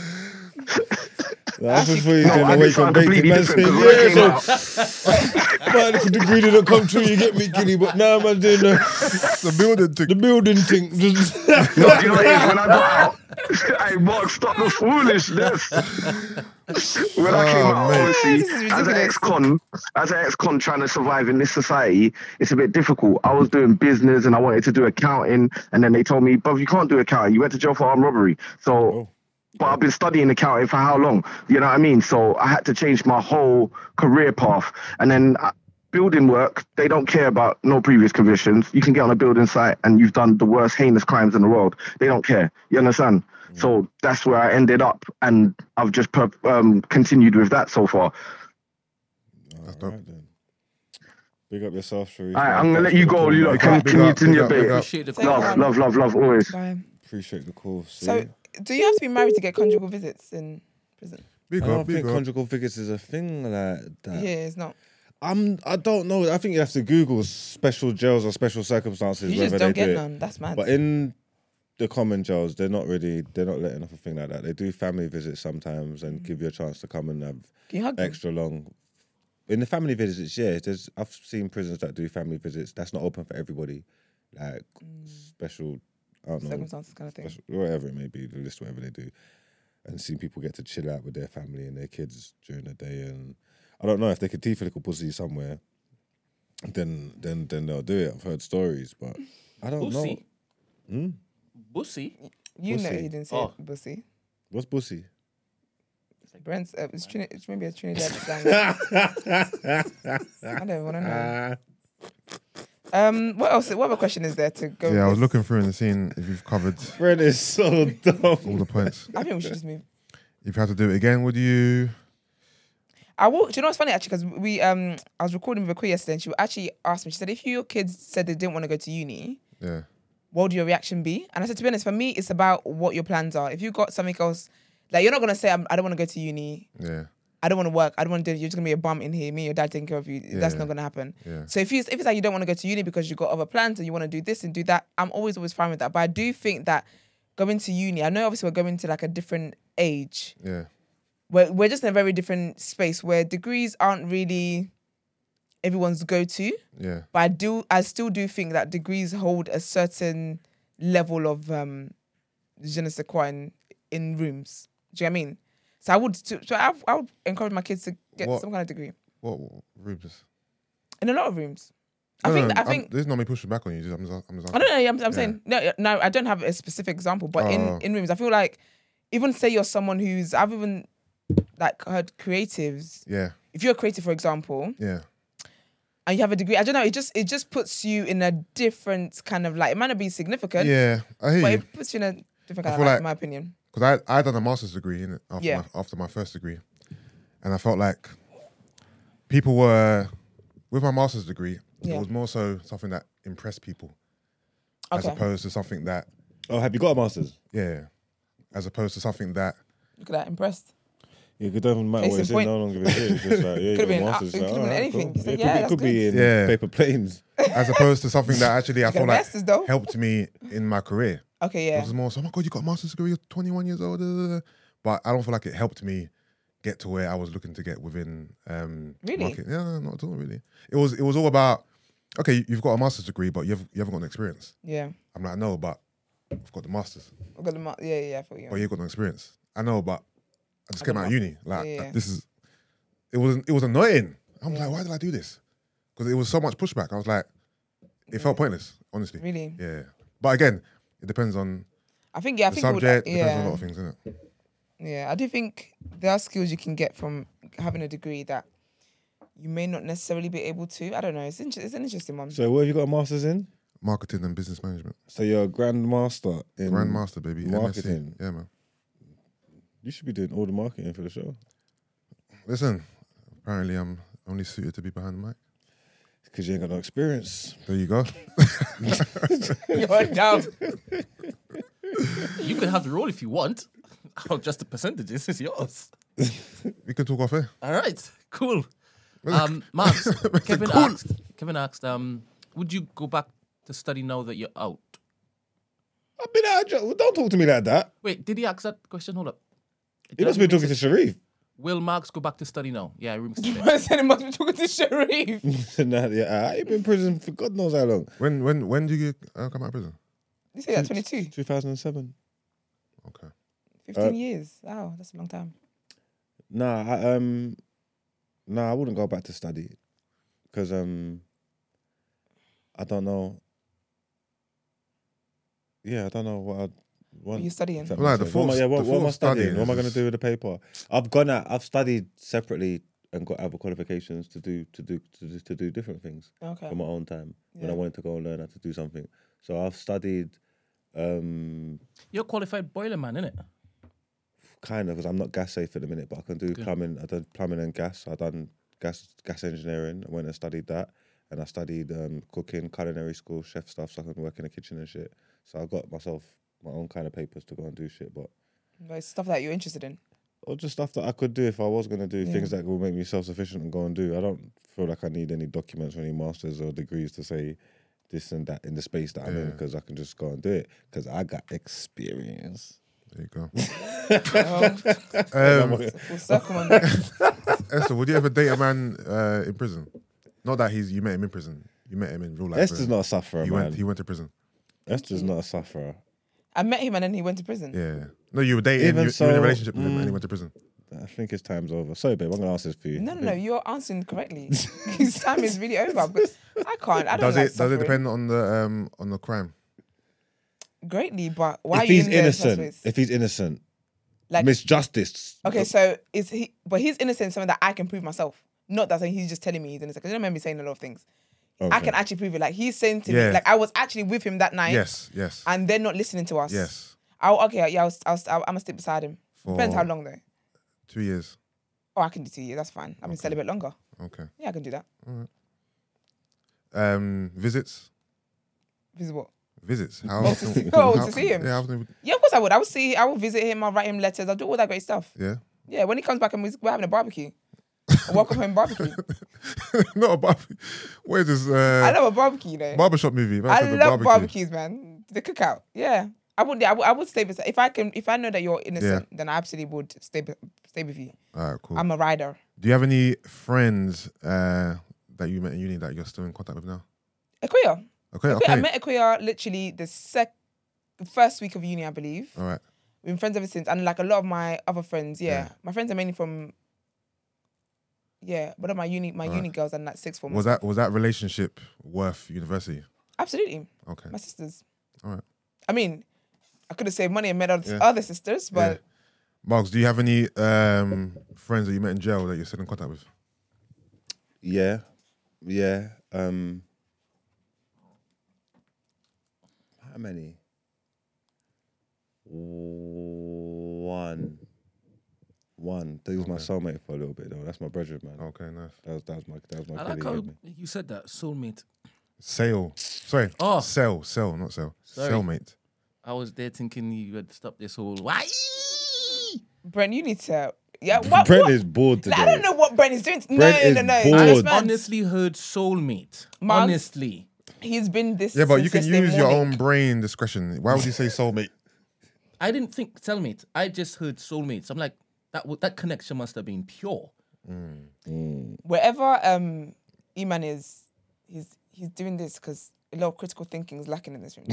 Speaker 2: That's just for you
Speaker 5: No,
Speaker 2: doing the
Speaker 5: I did
Speaker 2: wake
Speaker 5: something
Speaker 2: up bacon.
Speaker 5: completely
Speaker 2: Man
Speaker 5: different.
Speaker 2: saying,
Speaker 5: 'cause when I came
Speaker 2: yeah,
Speaker 5: out-
Speaker 2: so, man, if the degree didn't come true, you get me, Giddy. But now man's doing the,
Speaker 3: The building
Speaker 2: the
Speaker 3: thing.
Speaker 2: building thing. Just-
Speaker 5: No, you know what it is? When I got out, I Mark, stop the foolishness. when I came
Speaker 3: Oh,
Speaker 5: out,
Speaker 3: mate.
Speaker 5: obviously,
Speaker 1: This is
Speaker 5: as an
Speaker 1: ridiculous.
Speaker 5: ex-con, as an ex-con trying to survive in this society, it's a bit difficult. I was doing business and I wanted to do accounting, and then they told me, "But you can't do accounting. You went to jail for armed robbery." So. But I've been studying accounting for how long? You know what I mean? So I had to change my whole career path. And then uh, building work, they don't care about no previous convictions. You can get on a building site and you've done the worst heinous crimes in the world. They don't care. You understand? So that's where I ended up. And I've just per- um, continued with that so far.
Speaker 2: All right, then. Big up yourself, Sharif.
Speaker 5: All right,
Speaker 2: man.
Speaker 5: I'm going to let you go. You lot
Speaker 3: Big
Speaker 5: can
Speaker 3: up, big
Speaker 5: continue
Speaker 3: up,
Speaker 5: to your
Speaker 3: big up, big
Speaker 5: bit.
Speaker 3: up.
Speaker 4: Appreciate the
Speaker 1: Take
Speaker 4: call.
Speaker 1: one.
Speaker 5: Love, love, love, love, always.
Speaker 1: Bye.
Speaker 2: Appreciate the call. See?
Speaker 1: So, do you have to be married to get conjugal visits in prison?
Speaker 3: Big
Speaker 2: I
Speaker 3: up,
Speaker 2: don't
Speaker 3: big
Speaker 2: think
Speaker 3: up.
Speaker 2: conjugal figures is a thing like that.
Speaker 1: Yeah, it's not.
Speaker 2: I'm. I don't know. I think you have to Google special jails or special circumstances.
Speaker 1: You
Speaker 2: whether
Speaker 1: just don't get
Speaker 2: they do it.
Speaker 1: none. That's mad.
Speaker 2: But in the common jails, they're not really. They're not letting off a thing like that. They do family visits sometimes and give you a chance to come and have
Speaker 1: Can you hug them?
Speaker 2: extra long. In the family visits, yeah, there's. I've seen prisons that do family visits. That's not open for everybody. Like special. I don't know.
Speaker 1: Mm. Circumstances kind of thing.
Speaker 2: special- Whatever it may be, the list whatever they do, and seeing people get to chill out with their family and their kids during the day, and I don't know if they could teeth a little pussy somewhere, then then then they'll do it. I've heard stories, but I don't know.
Speaker 4: Bussy.
Speaker 1: Mm.
Speaker 4: Bussy.
Speaker 1: You know
Speaker 2: Bussy.
Speaker 1: he didn't say
Speaker 4: Oh.
Speaker 1: it, bussy.
Speaker 2: What's pussy?
Speaker 1: Brent's uh, it's, Trini- it's maybe a Trinidad slang. I don't want to know. Um, what else? What other question is there to go? with
Speaker 3: Yeah, I was
Speaker 1: this?
Speaker 3: looking through and seeing if you've covered
Speaker 2: Brent is so
Speaker 3: all
Speaker 2: dumb.
Speaker 3: the points.
Speaker 1: I think we should just move.
Speaker 3: If you had to do it again, would you?
Speaker 1: I walked. You know what's funny actually? Because we um, I was recording with a queer yesterday, and she actually asked me. She said, "If your kids said they didn't want to go to uni,
Speaker 3: Yeah.
Speaker 1: what would your reaction be?" And I said, "To be honest, for me, it's about what your plans are. If you got something else, like you're not gonna say, I'm, I i do not want to go to uni."
Speaker 3: Yeah.
Speaker 1: I don't want to work. I don't want to do it. You're just gonna be a bum in here. Me and your dad taking care of you. That's not gonna happen.
Speaker 3: Yeah.
Speaker 1: So if you if it's like you don't want to go to uni because you've got other plans and you want to do this and do that, I'm always always fine with that. But I do think that going to uni, I know obviously we're going to like a different age.
Speaker 3: Yeah.
Speaker 1: We're we're just in a very different space where degrees aren't really everyone's go to.
Speaker 3: Yeah.
Speaker 1: But I do I still do think that degrees hold a certain level of um je ne sais quoi in, in rooms. Do you know what I mean? So I would so I, I would encourage my kids to get
Speaker 3: What-
Speaker 1: some kind of degree.
Speaker 3: What what rooms?
Speaker 1: In a lot of rooms. I
Speaker 3: No,
Speaker 1: think
Speaker 3: no,
Speaker 1: that- I
Speaker 3: Mm, I'm-
Speaker 1: think
Speaker 3: there's not me pushing back on you. Just, I'm just, I'm just
Speaker 1: I don't know. I'm, I'm
Speaker 3: Yeah.
Speaker 1: saying no, no. I don't have a specific example, but
Speaker 3: Oh.
Speaker 1: in in rooms, I feel like even say you're someone who's I've even like heard creatives.
Speaker 3: Yeah.
Speaker 1: If you're a creative, for example,
Speaker 3: Yeah.
Speaker 1: and you have a degree, I don't know. It just it just puts you in a different kind of like it might not be significant,
Speaker 3: Yeah. I hear
Speaker 1: but
Speaker 3: you.
Speaker 1: it puts you in a different kind
Speaker 3: I
Speaker 1: of
Speaker 3: feel
Speaker 1: light,
Speaker 3: like-
Speaker 1: in my opinion.
Speaker 3: because I I done a master's degree in it after
Speaker 1: Yeah.
Speaker 3: my, after my first degree, and I felt like people were with my master's degree.
Speaker 1: Yeah.
Speaker 3: It was more so something that impressed people, as
Speaker 1: Okay,
Speaker 3: opposed to something that
Speaker 2: Oh, have you got a master's?
Speaker 3: yeah, as opposed to something that
Speaker 1: look at that, impressed.
Speaker 2: Yeah, it doesn't matter
Speaker 1: It's
Speaker 2: what
Speaker 1: the
Speaker 2: it's in.
Speaker 1: point.
Speaker 2: No one gives a shit. It's just like, yeah, you
Speaker 1: Could've
Speaker 2: got a
Speaker 1: been-
Speaker 2: master's.
Speaker 1: it
Speaker 2: It's like,
Speaker 1: could've been
Speaker 2: alright,
Speaker 1: anything.
Speaker 2: cool.
Speaker 1: It's like,
Speaker 2: Yeah,
Speaker 1: yeah,
Speaker 2: it could be, it could
Speaker 1: that's
Speaker 2: be in
Speaker 3: Yeah.
Speaker 2: paper planes.
Speaker 3: as opposed to something that actually I
Speaker 1: Got
Speaker 3: felt like
Speaker 1: masters though.
Speaker 3: helped me in my career.
Speaker 1: Okay,
Speaker 3: It
Speaker 1: yeah.
Speaker 3: was more so, oh my god, you got a master's degree, you're 21 years old, da, da, da, da." but I don't feel like it helped me get to where I was looking to get within. Um,
Speaker 1: Really?
Speaker 3: Market. Yeah, not at all. Really, it was it was all about okay, you've got a master's degree, but you've you haven't got an experience.
Speaker 1: Yeah,
Speaker 3: I'm like, no, but I've got the masters.
Speaker 1: I got the mar- yeah, yeah, yeah. I feel you.
Speaker 3: But you've got no experience. I know, but I just
Speaker 1: I
Speaker 3: came
Speaker 1: got
Speaker 3: out of uni. Like
Speaker 1: Yeah, yeah.
Speaker 3: this is it was it was annoying. I'm like, why did I do this? Because it was so much pushback. I was like, it felt pointless, honestly.
Speaker 1: Really,
Speaker 3: Yeah. But again, it depends on
Speaker 1: I think yeah, I
Speaker 3: the
Speaker 1: think it would-
Speaker 3: subject,
Speaker 1: yeah.
Speaker 3: depends on a lot of things, isn't it?
Speaker 1: Yeah, I do think there are skills you can get from having a degree that you may not necessarily be able to. I don't know. It's inter- it's an interesting one.
Speaker 2: So, what have you got a master's in?
Speaker 3: Marketing and business management.
Speaker 2: So, you're a grandmaster in.
Speaker 3: Grandmaster, baby. MSc.
Speaker 2: marketing.
Speaker 3: Yeah, man.
Speaker 2: You should be doing all the marketing for the show.
Speaker 3: Listen, apparently I'm only suited to be behind the mic.
Speaker 2: Because you ain't got no experience.
Speaker 3: There you go.
Speaker 1: You're dumb.
Speaker 4: You can have the role if you want. I'll just the percentages is yours.
Speaker 3: we can talk off air.
Speaker 4: All right, cool. Um, Max, Kevin asked. Kevin asked. Um, would you go back to study now that you're out?
Speaker 2: I've been out of job. Don't talk to me like that.
Speaker 4: Wait, did he ask that question? Hold up.
Speaker 2: You must be talking to Sharif.
Speaker 4: Will Max go back to study now? Yeah, I remember.
Speaker 1: I said it must be talking to Sharif.
Speaker 2: nah, yeah, I've been in prison for God knows how long.
Speaker 3: When when when do you uh, come out of prison?
Speaker 1: You say that 22,
Speaker 3: Uh,
Speaker 2: 2007.
Speaker 3: Okay.
Speaker 1: 15
Speaker 2: Uh,
Speaker 1: years. Wow, that's a long time.
Speaker 2: Nah, I, um, nah, I wouldn't go back to study because um, I don't know. Yeah, I don't know what I'd
Speaker 1: What
Speaker 2: want.
Speaker 1: are you studying?
Speaker 2: If that
Speaker 3: Well, like,
Speaker 2: makes
Speaker 3: the
Speaker 2: sense. What am I-
Speaker 3: thought-
Speaker 2: yeah, what,
Speaker 3: the
Speaker 2: what am
Speaker 3: thought
Speaker 2: I
Speaker 3: of
Speaker 2: studying?
Speaker 3: studying
Speaker 2: What am I
Speaker 3: is
Speaker 2: going to
Speaker 3: just-
Speaker 2: do with the paper? I've gone out. I've studied separately and got other qualifications to do to do to do, to do different things
Speaker 1: Okay.
Speaker 2: on my own time when I
Speaker 1: Yeah.
Speaker 2: wanted to go and learn how to do something. So I've studied, um,
Speaker 4: You're a qualified boiler man, innit?
Speaker 2: kind of because I'm not gas safe at the minute, but I can do plumbing. I done plumbing and gas. I done gas gas engineering. I went and studied that, and I studied um, cooking, culinary school, chef stuff, so I can work in the kitchen and shit. So I got myself my own kind of papers to go and do shit, but
Speaker 1: Well, it's stuff that you're interested in.
Speaker 2: or just stuff that I could do if I was gonna do things that will make me self sufficient and go and do. I don't feel like I need any documents or any masters or degrees to say this and that in the space that I'm in because I can just go and do it because I got experience.
Speaker 3: There you go.
Speaker 1: Oh,
Speaker 3: Um,
Speaker 1: full circle, man.
Speaker 3: Esther, would you ever date a man uh, in prison? Not that he's you met him in prison. You met him in real life.
Speaker 2: Esther's
Speaker 3: prison.
Speaker 2: not a sufferer,
Speaker 3: He
Speaker 2: man.
Speaker 3: went. He went to prison.
Speaker 2: Esther's not a sufferer.
Speaker 1: I met him and then he went to prison.
Speaker 3: Yeah. No, you were dating.
Speaker 2: Even
Speaker 3: you, you were in
Speaker 2: so, mm.
Speaker 3: a relationship with him, and he went to prison.
Speaker 2: I think his time's over. Sorry, babe, I'm gonna ask this for you.
Speaker 1: No, no, no. You're answering correctly. His time is really over. But I can't. I don't
Speaker 3: Does
Speaker 1: like
Speaker 3: it? Does it
Speaker 1: suffering
Speaker 3: depend on the um on the crime?
Speaker 1: greatly? But why
Speaker 2: If
Speaker 1: are you
Speaker 2: he's
Speaker 1: in there in the first
Speaker 2: innocent,
Speaker 1: place?
Speaker 2: if he's innocent,
Speaker 1: Like-
Speaker 2: misjustice.
Speaker 1: Okay, so is he? But he's innocent. in Something that I can prove myself. Not that he's just telling me he's innocent. Because you remember me saying a lot of things. I
Speaker 2: Okay.
Speaker 1: can actually prove it. Like he's saying to
Speaker 3: Yeah.
Speaker 1: me, like I was actually with him that night.
Speaker 3: Yes. Yes.
Speaker 1: And they're not listening to us.
Speaker 3: yes.
Speaker 1: I, okay, yeah, I'll, I'll, I'll, I'm gonna sit beside him. Depends how
Speaker 3: For-
Speaker 1: long though.
Speaker 3: Two years.
Speaker 1: Oh, I can do two years. That's fine. I'm gonna celibate longer.
Speaker 3: Okay.
Speaker 1: Yeah, I can do that.
Speaker 3: Um, visits.
Speaker 1: This is what.
Speaker 3: Visits. How
Speaker 1: Oh, to
Speaker 3: often?
Speaker 1: see- oh,
Speaker 3: how-
Speaker 1: to see him.
Speaker 3: Yeah. How often? would-
Speaker 1: Yeah, of course I would. I would see. I will visit him. I'll write him letters. I'll do all that great stuff.
Speaker 3: Yeah.
Speaker 1: Yeah, when he comes back and we're we're having a barbecue. A welcome home barbecue.
Speaker 3: Not a barbecue. Where's this uh,
Speaker 1: I love a barbecue though.
Speaker 3: barbershop movie? Man
Speaker 1: I
Speaker 3: said the
Speaker 1: love barbecues, man. The cookout. Yeah. I would, yeah, I would, I would stay beside. If I can, if I know that you're innocent, then I absolutely would stay, be- stay with you.
Speaker 3: All right, cool.
Speaker 1: I'm a rider.
Speaker 3: Do you have any friends uh, that you met in uni that you're still in contact with now?
Speaker 1: Equia.
Speaker 3: Okay,
Speaker 1: Equia-
Speaker 3: okay.
Speaker 1: I met Equia literally the sec, first week of uni, I believe.
Speaker 3: All right.
Speaker 1: We've been friends ever since, and like a lot of my other friends, yeah,
Speaker 3: Yeah.
Speaker 1: my friends are mainly from. Yeah, one of my uni, my
Speaker 3: Alright.
Speaker 1: uni girls and that sixth form.
Speaker 3: Was that was that relationship worth university?
Speaker 1: Absolutely,
Speaker 3: Okay.
Speaker 1: my sisters.
Speaker 3: Alright.
Speaker 1: I mean, I could have saved money and met other,
Speaker 3: Yeah.
Speaker 1: other sisters, but
Speaker 3: Marks, do you have any um, friends that you met in jail that you're still in contact with?
Speaker 2: Yeah, yeah. Um, how many? One. One. That was my soulmate for a little bit though. That's my brother, man.
Speaker 3: Okay, nice.
Speaker 2: That was that was my that was my.
Speaker 4: I like
Speaker 2: colleague,
Speaker 4: how
Speaker 2: man.
Speaker 4: you said that soulmate.
Speaker 3: Sale. Sorry.
Speaker 4: Oh.
Speaker 3: Sell, sell, not sell.
Speaker 4: Sorry.
Speaker 3: Cellmate.
Speaker 4: I was there thinking you had stopped this whole. Why?
Speaker 1: Brent, you need to. Yeah, what?
Speaker 2: Brent
Speaker 1: what?
Speaker 2: is bored
Speaker 1: Like,
Speaker 2: today.
Speaker 1: I don't know what Brent is doing.
Speaker 2: Brent
Speaker 1: no,
Speaker 2: is
Speaker 1: no, no,
Speaker 2: bored.
Speaker 1: no. This man,
Speaker 4: Honestly, heard soulmate.
Speaker 1: Mugs?
Speaker 4: Honestly,
Speaker 1: he's been this.
Speaker 3: Yeah, but you
Speaker 1: since
Speaker 3: can
Speaker 1: yesterday
Speaker 3: use your
Speaker 1: morning.
Speaker 3: own brain discretion. Why would you say soulmate?
Speaker 4: I didn't think cellmate. I just heard soulmate. So I'm like, that w- that connection must have been pure.
Speaker 1: Wherever um, Eman is, he's he's doing this because a lot of critical thinking is lacking in this room.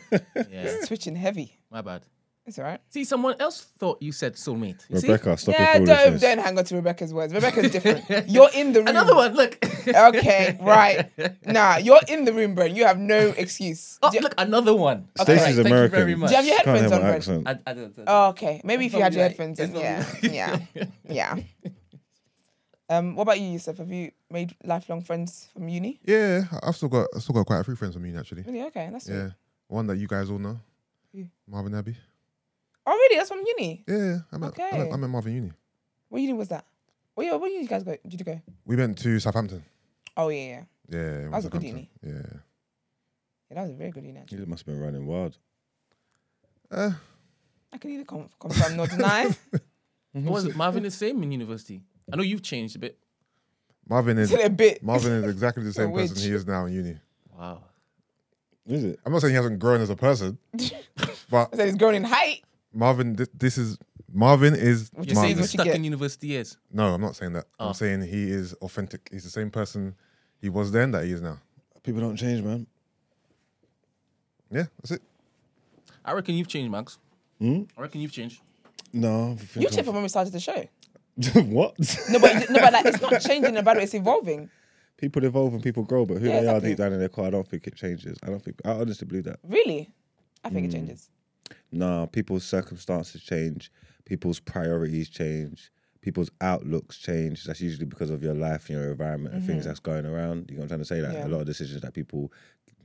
Speaker 4: Yeah,
Speaker 1: Switching heavy.
Speaker 4: my bad.
Speaker 1: It's all right.
Speaker 4: See, someone else thought you said soulmate. You see?
Speaker 2: Rebecca, stop
Speaker 1: yeah,
Speaker 2: your
Speaker 1: don't,
Speaker 2: foolishness.
Speaker 1: don't hang on to Rebecca's words. Rebecca's different. You're in the room.
Speaker 4: Another one. Look.
Speaker 1: Okay, right. Nah, you're in the room, Brent. You have no excuse.
Speaker 4: Oh,
Speaker 1: Do you-
Speaker 4: look, another one.
Speaker 1: Oh,
Speaker 2: Stacy's
Speaker 4: Alright, thank you
Speaker 2: American.
Speaker 4: very
Speaker 1: Do
Speaker 4: much.
Speaker 1: you have your
Speaker 2: Can't
Speaker 1: headphones
Speaker 2: hear
Speaker 1: on,
Speaker 2: my
Speaker 1: Brent?
Speaker 2: accent.
Speaker 4: I, I don't, I don't-
Speaker 1: Oh, okay. Maybe if you had your
Speaker 4: probably right.
Speaker 1: headphones in. Yeah,
Speaker 4: It's
Speaker 1: yeah, yeah. Um, what about you, Yusuf? Have you made lifelong friends from uni?
Speaker 3: Yeah, I- I've still got I've still got quite a few friends from uni actually.
Speaker 1: Really? Okay, that's
Speaker 3: Yeah.
Speaker 1: sweet.
Speaker 3: One that you guys all know.
Speaker 1: Who?
Speaker 3: Marvin Abbey.
Speaker 1: Oh, really? That's from uni.
Speaker 3: Yeah, yeah. I'm at, I'm,
Speaker 1: Okay.
Speaker 3: at, I'm at Marvin Uni.
Speaker 1: What uni was that? Oh yeah, where did you guys go? Did you go?
Speaker 3: We went to Southampton.
Speaker 1: Oh yeah, yeah.
Speaker 3: Yeah. it
Speaker 1: was a good
Speaker 3: Southampton. Yeah.
Speaker 1: Yeah, that was a very good uni. Actually.
Speaker 2: You must have been running wild.
Speaker 3: Uh,
Speaker 1: I can either com- confirm nor deny.
Speaker 4: What was it? Marvin the same in university? I know you've changed a bit.
Speaker 3: Marvin is
Speaker 1: Still a bit.
Speaker 3: Marvin is exactly the same person
Speaker 1: witch.
Speaker 3: he is now in uni.
Speaker 4: Wow.
Speaker 2: Is it?
Speaker 3: I'm not saying he hasn't grown as a person, but
Speaker 1: I said he's grown in height.
Speaker 3: Marvin, this, this is Marvin is
Speaker 1: Which is
Speaker 4: You're
Speaker 1: what
Speaker 4: saying you're
Speaker 3: Marvin.
Speaker 1: you
Speaker 4: stuck
Speaker 1: get.
Speaker 4: in university years.
Speaker 3: No, I'm not saying that.
Speaker 4: Oh.
Speaker 3: I'm saying he is authentic. He's the same person he was then that he is now.
Speaker 2: People don't change, man.
Speaker 3: Yeah, that's it.
Speaker 4: I reckon you've changed, Max. I reckon you've changed.
Speaker 2: No.
Speaker 1: You changed from when we started the show.
Speaker 2: what?
Speaker 1: No, but no, but like, it's not changing in a bad way. It's evolving.
Speaker 2: people evolve and people grow, but who
Speaker 1: Yeah,
Speaker 2: they are
Speaker 1: exactly.
Speaker 2: deep down in their core, I don't think it changes. I don't think. I honestly believe that.
Speaker 1: Really, I think it changes.
Speaker 2: Nah, people's circumstances change, people's priorities change, people's outlooks change. That's usually because of your life and your environment and things that's going around. You know what I'm trying to say? Like
Speaker 1: Mm-hmm. Yeah.
Speaker 2: a lot of decisions that people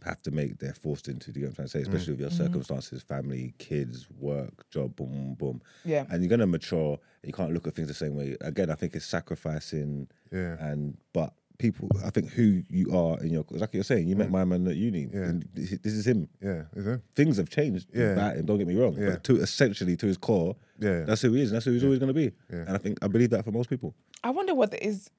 Speaker 2: have to make, they're forced into. Do you know what I'm
Speaker 3: Mm.
Speaker 2: trying to say? Especially with your
Speaker 1: Mm-hmm.
Speaker 2: circumstances, family, kids, work, job, boom, boom, boom.
Speaker 1: Yeah.
Speaker 2: And you're gonna mature. And you can't look at things the same way. Again, I think it's sacrificing.
Speaker 3: Yeah.
Speaker 2: And but people, I think who you are in your like you're saying, you met my man at uni.
Speaker 3: Mm. Yeah.
Speaker 2: And this this is him
Speaker 3: Yeah, is it?
Speaker 2: things have changed
Speaker 3: Yeah.
Speaker 2: about him. Don't get me wrong.
Speaker 3: Yeah.
Speaker 2: But to essentially to his core,
Speaker 3: Yeah.
Speaker 2: that's who he is. And that's who he's always going to be.
Speaker 3: Yeah.
Speaker 2: And I think I believe that for most people.
Speaker 1: I wonder what it is,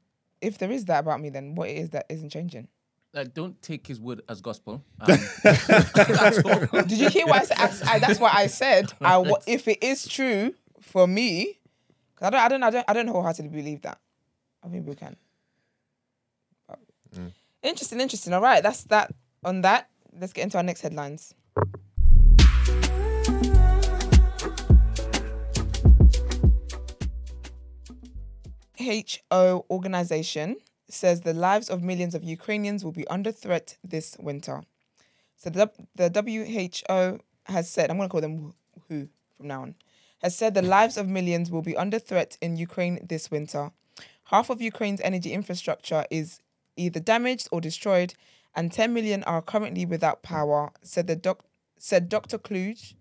Speaker 1: if there is that about me, then what it is that isn't changing.
Speaker 4: Like, don't take his word as gospel. Um, at all.
Speaker 1: Did you hear what I said? I, I- that's what I said. I, wa- if it is true for me, because I don't, I don't, I don't, I don't wholeheartedly believe that. I think we can. But- Interesting, interesting. All right, that's that. On that, let's get into our next headlines. WHO organization says the lives of millions of Ukrainians will be under threat this winter. So the, the WHO has said, I'm going to call them wh- WHO from now on, has said the lives of millions will be under threat in Ukraine this winter. Half of Ukraine's energy infrastructure is either damaged or destroyed, and 10 million are currently without power, said, the doc, said Dr. Kluge,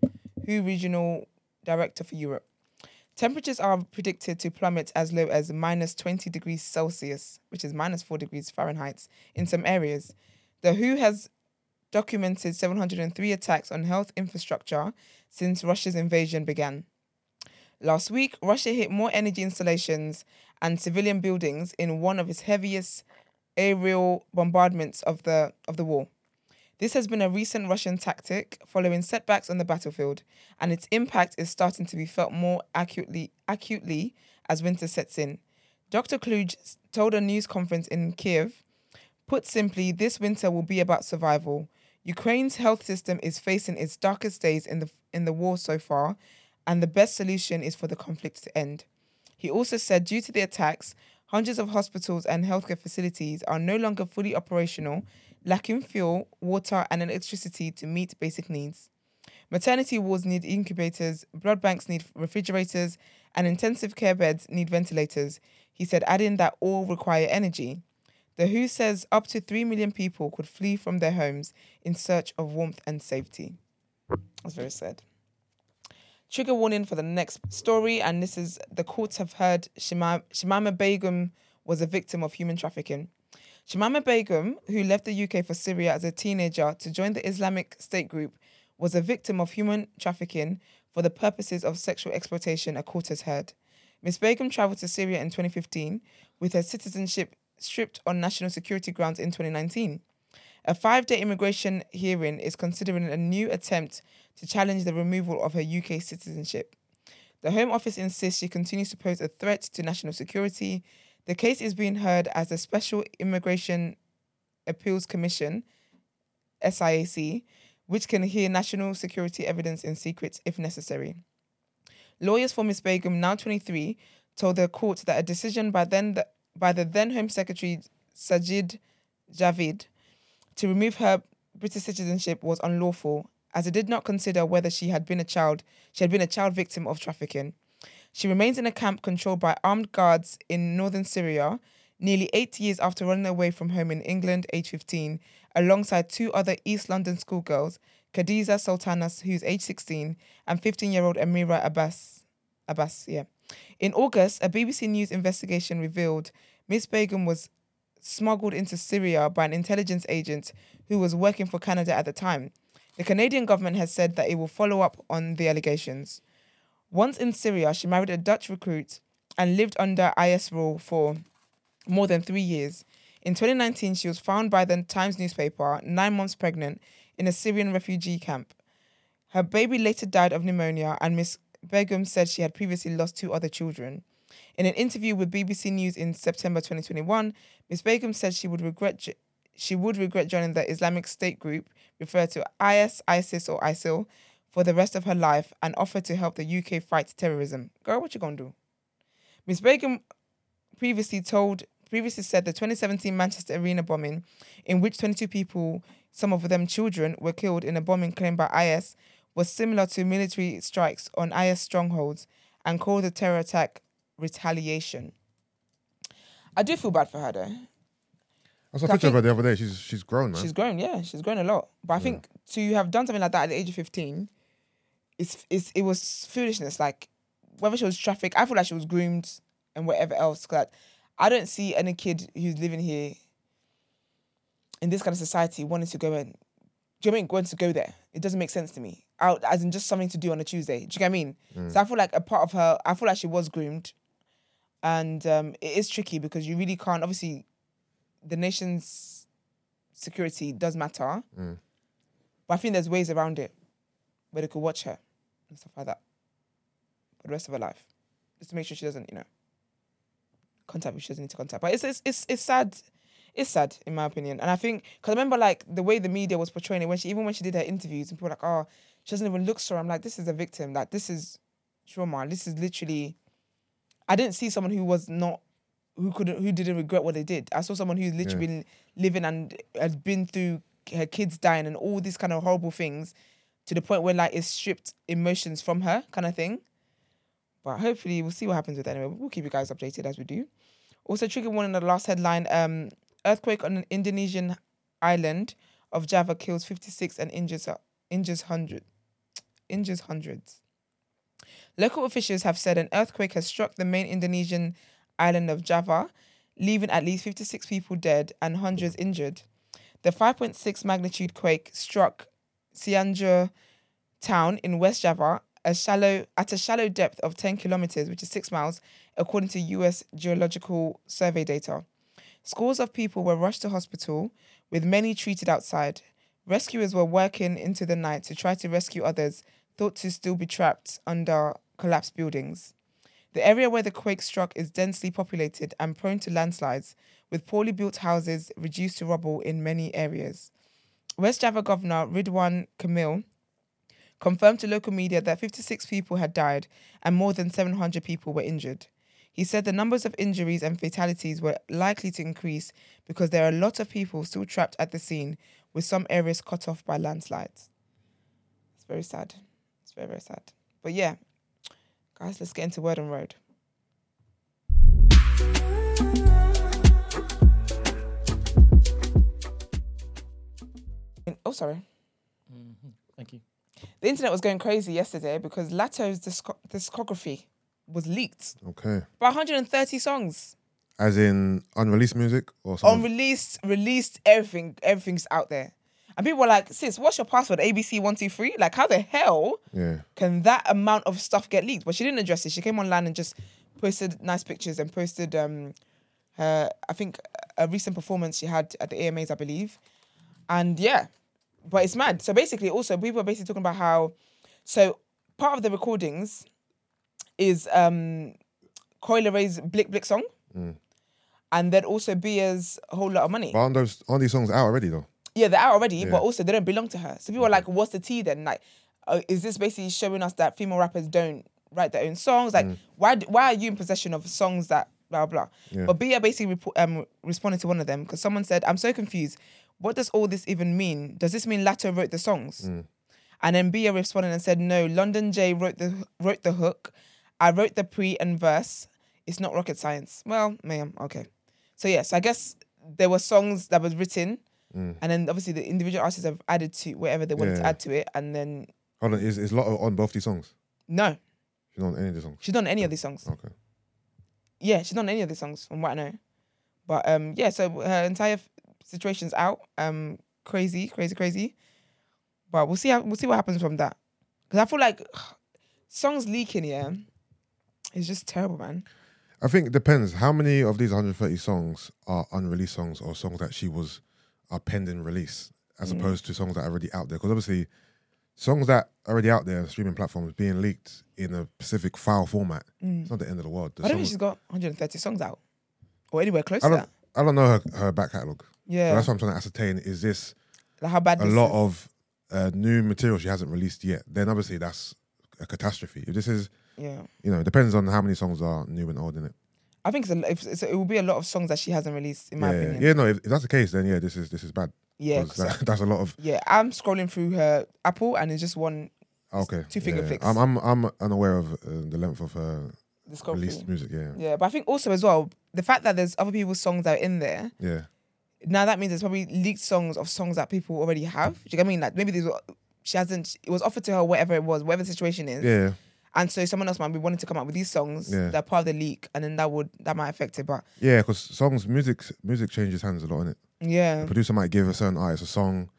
Speaker 1: WHO Regional Director for Europe. Temperatures are predicted to plummet as low as minus 20 degrees Celsius, which is minus 4 degrees Fahrenheit, in some areas. The WHO has documented 703 attacks on health infrastructure since Russia's invasion began. Last week, Russia hit more energy installations and civilian buildings in one of its heaviest aerial bombardments of the of the war. This has been a recent Russian tactic following setbacks on the battlefield, and its impact is starting to be felt more acutely, acutely as winter sets in. Dr. Kluge told a news conference in Kiev Put simply, this winter will be about survival. Ukraine's health system is facing its darkest days in the in the war so far, and the best solution is for the conflict to end. He also said due to the attacks, hundreds of hospitals and healthcare facilities are no longer fully operational, lacking fuel, water, and electricity to meet basic needs. Maternity wards need incubators, blood banks need refrigerators, and intensive care beds need ventilators. He said, adding that all require energy. The WHO says up to 3 million people could flee from their homes in search of warmth and safety. That's very sad. Trigger warning for the next story, and this is the courts have heard Shima, Shimama Begum was a victim of human trafficking. Shimama Begum, who left the UK for Syria as a teenager to join the Islamic State group, was a victim of human trafficking for the purposes of sexual exploitation, a court has heard. Ms. Begum travelled to Syria in 2015 with her citizenship stripped on national security grounds in 2019. A five day immigration hearing is considering a new attempt to challenge the removal of her UK citizenship. The Home Office insists she continues to pose a threat to national security. The case is being heard as the Special Immigration Appeals Commission, SIAC, which can hear national security evidence in secret if necessary. Lawyers for Ms. Begum, now 23, told the court that a decision by then the, by the then Home Secretary Sajid Javid to remove her British citizenship was unlawful, as it did not consider whether she had been a child she had been a child victim of trafficking. She remains in a camp controlled by armed guards in northern Syria, nearly eight years after running away from home in England, age 15, alongside two other East London schoolgirls, Khadija Sultanas, who's age 16, and 15-year-old Amira Abbas. Abbas, yeah. In August, a BBC News investigation revealed Miss Begum was smuggled into Syria by an intelligence agent who was working for Canada at the time. The Canadian government has said that it will follow up on the allegations. Once in Syria, she married a Dutch recruit and lived under IS rule for more than three years. In 2019, she was found by the Times newspaper, nine months pregnant, in a Syrian refugee camp. Her baby later died of pneumonia, and Miss Begum said she had previously lost two other children. In an interview with BBC News in September 2021, Ms. Begum said she would regret jo- she would regret joining the Islamic State group, referred to IS, ISIS, or ISIL, for the rest of her life, and offered to help the UK fight terrorism. Girl, what you gonna do? Ms. Begum previously told previously said the 2017 Manchester Arena bombing, in which 22 people, some of them children, were killed in a bombing claimed by IS, was similar to military strikes on IS strongholds and called the terror attack retaliation. I do feel bad for her though.
Speaker 3: I saw a
Speaker 1: I
Speaker 3: picture of her
Speaker 1: think-
Speaker 3: the other day. She's she's grown, man.
Speaker 1: She's grown, yeah, she's grown a lot. But I think to have done something like that at the age of 15, it's, it's, it was foolishness. Like, whether she was trafficked, I feel like she was groomed and whatever else. 'cause I don't see any kid who's living here in this kind of society wanting to go and do you know what I mean? Going to go there. It doesn't make sense to me. Out as in just something to do on a Tuesday. Do you get what I mean? So I feel like a part of her, I feel like she was groomed. And um, it is tricky because you really can't obviously the nation's security does matter. But I think there's ways around it where they could watch her and stuff like that for the rest of her life. Just to make sure she doesn't, you know, contact who she doesn't need to contact. But it's it's it's, it's sad. It's sad, in my opinion. And I think, because I remember like the way the media was portraying it, when she even when she did her interviews and people were like, oh, she doesn't even look sore. I'm like, this is a victim. Like, this is trauma. This is literally, I didn't see someone who was not, who couldn't, who didn't regret what they did. I saw someone who's literally been living and has been through her kids dying and all these kind of horrible things to the point where like it's stripped emotions from her kind of thing. But hopefully we'll see what happens with that anyway. We'll keep you guys updated as we do. Also, trigger warning the last headline: um, earthquake on an Indonesian island of Java kills 56 and injures injures hundred injures hundreds. Local officials have said an earthquake has struck the main Indonesian island of Java, leaving at least 56 people dead and hundreds injured. The 5.6 magnitude quake struck Cianjur town in West Java a shallow at a shallow depth of 10 kilometers, which is six miles, according to US Geological Survey data. Scores of people were rushed to hospital, with many treated outside. Rescuers were working into the night to try to rescue others thought to still be trapped under collapsed buildings. The area where the quake struck is densely populated and prone to landslides, with poorly built houses reduced to rubble in many areas. West Java Governor Ridwan Kamil confirmed to local media that 56 people had died and more than 700 people were injured. He said the numbers of injuries and fatalities were likely to increase because there are a lot of people still trapped at the scene, with some areas cut off by landslides. It's very sad. It's very, very sad. But yeah, guys, let's get into Word on Road. Oh, sorry.
Speaker 4: Thank you.
Speaker 1: The internet was going crazy yesterday because Lato's disco- discography was leaked
Speaker 3: Okay.
Speaker 1: by 130 songs,
Speaker 3: As in unreleased music or something?
Speaker 1: unreleased, released, everything, everything's out there. And people were like, sis, what's your password? ABC123? Like, how the hell
Speaker 3: yeah.
Speaker 1: can that amount of stuff get leaked? But she didn't address it. She came online and just posted nice pictures and posted um her I think a recent performance she had at the AMAs, I believe. And yeah, but it's mad. So basically, also we were basically talking about how so part of the recordings is um Coil Ray's Blick Blick song. And then also Bia's whole lot of money.
Speaker 3: But aren't those aren't these songs out already though?
Speaker 1: Yeah, they're out already, but also they don't belong to her. So people are like, "What's the tea then? Like, uh, is this basically showing us that female rappers don't write their own songs? Like, why d- why are you in possession of songs that blah blah?" But Bia basically repo- um, responded to one of them because someone said, "I'm so confused. What does all this even mean? Does this mean Lato wrote the songs?" And then Bia responded and said, "No, London J wrote the wrote the hook. I wrote the pre and verse. It's not rocket science." Well, ma'am, okay. So yes, I guess there were songs that was written, and then obviously the individual artists have added to whatever they wanted to
Speaker 3: Yeah.
Speaker 1: add to it, and then
Speaker 3: Hold on, is is Lotto on both these songs?
Speaker 1: no,
Speaker 3: She's not on any of the songs.
Speaker 1: she's not on any of these songs.
Speaker 3: Okay.
Speaker 1: Yeah, she's not on any of these songs from what I know. But um, yeah, so her entire f- situation's out. Um, crazy, crazy, crazy. But we'll see how we'll see what happens from that. Because I feel like songs leaking, yeah, it's just terrible, man.
Speaker 3: I think it depends. How many of these 130 songs are unreleased songs or songs that she was are pending release, as
Speaker 1: Mm.
Speaker 3: opposed to songs that are already out there? Because obviously, songs that are already out there on streaming platforms being leaked in a specific file format, it's not the end of the world. The
Speaker 1: Mm. I don't think
Speaker 3: songs-
Speaker 1: she's got 130 songs out or anywhere close
Speaker 3: I
Speaker 1: to
Speaker 3: don't.
Speaker 1: that.
Speaker 3: I don't know her, her back catalog.
Speaker 1: Yeah,
Speaker 3: So that's what I'm trying to ascertain. Is this
Speaker 1: like how bad
Speaker 3: a
Speaker 1: this
Speaker 3: lot
Speaker 1: is.
Speaker 3: of uh, new material she hasn't released yet? Then obviously that's a catastrophe. If this is,
Speaker 1: yeah.
Speaker 3: you know, it depends on how many songs are new and old in it.
Speaker 1: I think it's a, lo- it's, it's, it will be a lot of songs that she hasn't released, in my
Speaker 3: yeah,
Speaker 1: opinion.
Speaker 3: yeah. No, if, if that's the case, then yeah, this is this is bad.
Speaker 1: Yeah,
Speaker 3: 'Cause
Speaker 1: 'cause
Speaker 3: that- that's a lot of
Speaker 1: Yeah, I'm scrolling through her Apple, and it's just one
Speaker 3: okay.
Speaker 1: two finger
Speaker 3: yeah.
Speaker 1: flicks.
Speaker 3: I'm I'm I'm unaware of uh, the length of her
Speaker 1: discovery.
Speaker 3: released music. Yeah,
Speaker 1: Yeah, but I think also as well the fact that there's other people's songs that are in there.
Speaker 3: yeah.
Speaker 1: Now that means there's probably leaked songs of songs that people already have. Do you get what I mean? Like maybe these were, she hasn't. It was offered to her, whatever it was, whatever the situation is.
Speaker 3: Yeah,
Speaker 1: And so someone else might be wanting to come up with these songs
Speaker 3: Yeah.
Speaker 1: that are part of the leak, and then that would that might affect it. But
Speaker 3: yeah, because songs, music, music changes hands a lot in it.
Speaker 1: yeah,
Speaker 3: Producer might give a certain artist a song,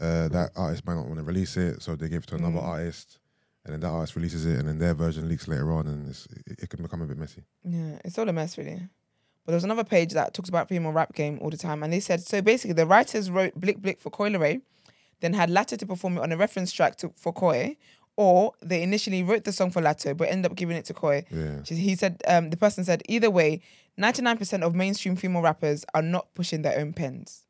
Speaker 3: uh, that
Speaker 1: Mm.
Speaker 3: artist might not want to release it, so they give it to another artist, and then that artist releases it, and then their version leaks later on, and it's, it, it can become a bit messy.
Speaker 1: Yeah, it's all a mess, really. But there was another page that talks about female rap game all the time, and they said so basically the writers wrote Blick Blick for Coil Ray, then had Lato to perform it on a reference track to, for Koi, or they initially wrote the song for Lato but ended up giving it to Koi.
Speaker 3: Yeah.
Speaker 1: She, he said um, the person said either way, ninety nine percent of mainstream female rappers are not pushing their own pens,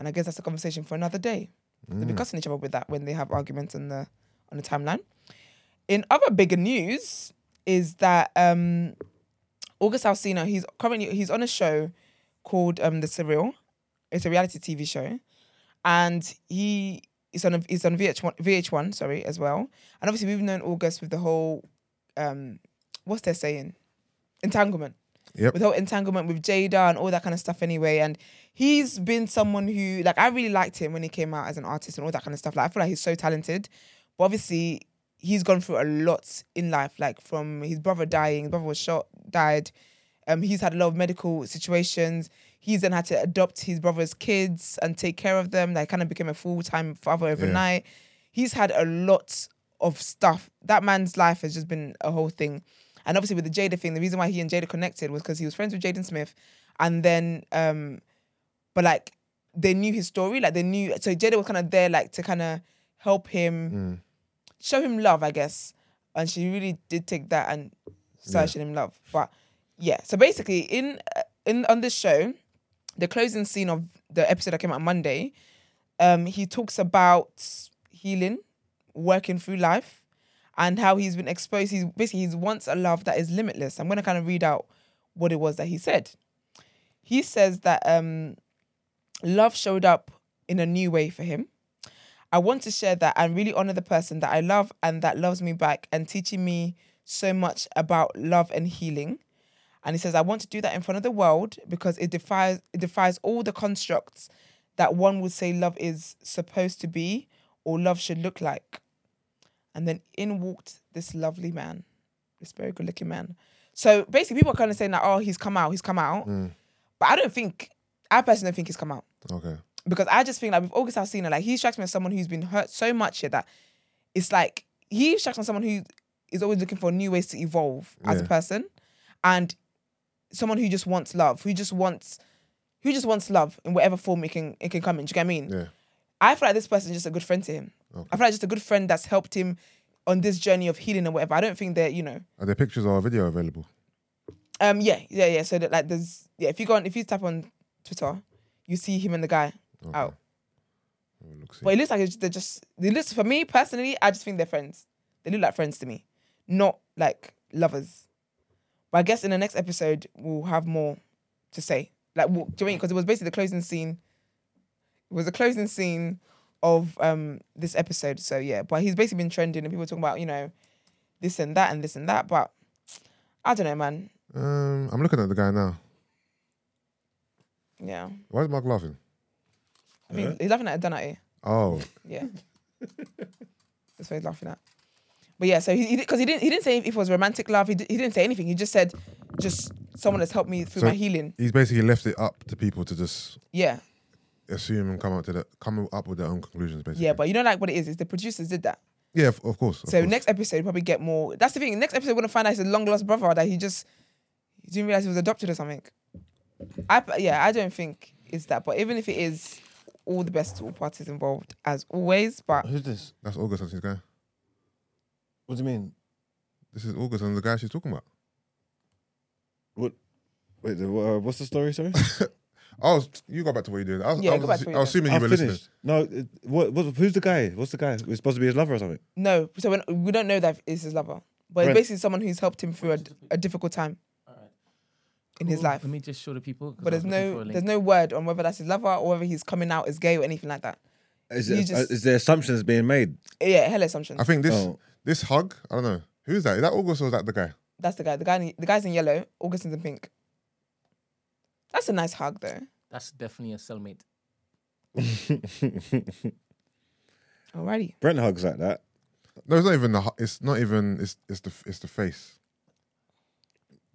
Speaker 1: and I guess that's a conversation for another day. They'll be cussing each other with that when they have arguments on the on the timeline. In other bigger news is that. Um, August Alsina, he's currently he's on a show called um The Surreal. It's a reality TV show, and he is on a, he's on VH1 VH1 sorry as well. And obviously we've known August with the whole um what's they're saying entanglement.
Speaker 3: Yep.
Speaker 1: With the whole entanglement with Jada and all that kind of stuff anyway. And he's been someone who like I really liked him when he came out as an artist and all that kind of stuff. Like I feel like he's so talented. But obviously he's gone through a lot in life, like from his brother dying, his brother was shot, died. Um, he's had a lot of medical situations. He's then had to adopt his brother's kids and take care of them. Like, kind of became a full time father overnight. He's had a lot of stuff. That man's life has just been a whole thing. And obviously with the Jada thing, the reason why he and Jada connected was because he was friends with Jaden Smith, and then um, but like they knew his story, like they knew. So Jada was kind of there, like to kind of help him, show him love, I guess. And she really did take that and started showing him love. But yeah, so basically in in on this show, the closing scene of the episode that came out Monday, um, he talks about healing, working through life, and how he's been exposed. He's basically he's wants a love that is limitless. I'm gonna kind of read out what it was that he said. He says that um, love showed up in a new way for him. I want to share that and really honor the person that I love and that loves me back and teaching me so much about love and healing. And he says, I want to do that in front of the world because it defies it defies all the constructs that one would say love is supposed to be or love should look like. And then in walked this lovely man, this very good looking man. So basically people are kind of saying that, oh, he's come out, he's come out. But I don't think I personally don't think he's come out
Speaker 3: Okay.
Speaker 1: because I just think like with August Alsina, like he strikes me as someone who's been hurt so much here that it's like he strikes me as someone who is always looking for new ways to evolve as a
Speaker 3: Yeah.
Speaker 1: person, and someone who just wants love, who just wants, who just wants love in whatever form it can it can come in. Do you get what I mean?
Speaker 3: Yeah.
Speaker 1: I feel like this person is just a good friend to him. I feel like just a good friend that's helped him on this journey of healing and whatever. I don't think that you know.
Speaker 3: Are there pictures or video available?
Speaker 1: Um, yeah, yeah, yeah. So that like there's yeah, if you go on if you tap on Twitter, you see him and the guy out.
Speaker 3: Let me look, see.
Speaker 1: But it looks like it's, they're just. They look for me personally. I just think they're friends. They look like friends to me, not like lovers. But I guess in the next episode we'll have more to say. Like, we'll, do you mean? Because it was basically the closing scene. It was the closing scene of um this episode. So yeah, but he's basically been trending, and people are talking about you know this and that and this and that. But I don't know, man.
Speaker 3: Um, I'm looking at the guy now.
Speaker 1: Yeah,
Speaker 3: Why is Mark laughing?
Speaker 1: I mean, he's laughing at Donati.
Speaker 3: Oh,
Speaker 1: Yeah. That's what he's laughing at. But yeah, so he because he, didn't he didn't say if it was romantic love. He, di- he didn't say anything. He just said, just someone has helped me through
Speaker 3: So-
Speaker 1: my healing.
Speaker 3: he's basically left it up to people to just
Speaker 1: Yeah,
Speaker 3: assume and come up to the come up with their own conclusions. Basically.
Speaker 1: yeah. But you know, like what it is is the producers did that.
Speaker 3: yeah, of, of course. of
Speaker 1: so
Speaker 3: course.
Speaker 1: next episode we'll probably get more. That's the thing. Next episode we're gonna find out he's a long lost brother that he just he didn't realize he was adopted or something. I yeah, I don't think it's that. But even if it is, all the best to all parties involved as always. But
Speaker 2: Who's this?
Speaker 3: that's August and his guy.
Speaker 2: What do you mean?
Speaker 3: This is August and the guy she's talking about.
Speaker 2: What? Wait, the- uh, what's the story? Sorry,
Speaker 3: Oh, you go back to what you're doing. I was,
Speaker 1: Yeah,
Speaker 3: I
Speaker 1: go
Speaker 3: was,
Speaker 1: back to what
Speaker 3: I
Speaker 1: you're
Speaker 3: was assuming you
Speaker 2: I'm
Speaker 3: were listening.
Speaker 2: finished. No, it, what, what? Who's the guy? What's the guy? It's supposed to be his lover or something.
Speaker 1: No, so when, we don't know that it's his lover, but
Speaker 2: Right.
Speaker 1: it's basically someone who's helped him through a, a difficult time in his
Speaker 4: Ooh,
Speaker 1: life.
Speaker 4: Let me just show the people. 'cause
Speaker 1: But
Speaker 4: I was
Speaker 1: there's
Speaker 4: looking for
Speaker 1: no
Speaker 4: a link.
Speaker 1: there's no word on whether that's his lover or whether he's coming out as gay or anything like that.
Speaker 2: Is,
Speaker 1: You
Speaker 2: it,
Speaker 1: just-
Speaker 2: is there assumptions being made?
Speaker 1: Yeah, hell assumption.
Speaker 3: I think this
Speaker 2: Oh.
Speaker 3: this hug. I don't know who's that. Is that August or is that the guy?
Speaker 1: That's the guy. The guy. in- The guy's in yellow. Augustine's in pink. That's a nice hug though.
Speaker 4: That's definitely a cellmate.
Speaker 1: Alrighty.
Speaker 2: Brent hugs like that.
Speaker 3: No, it's not even the. hu- It's not even. It's it's the it's the face.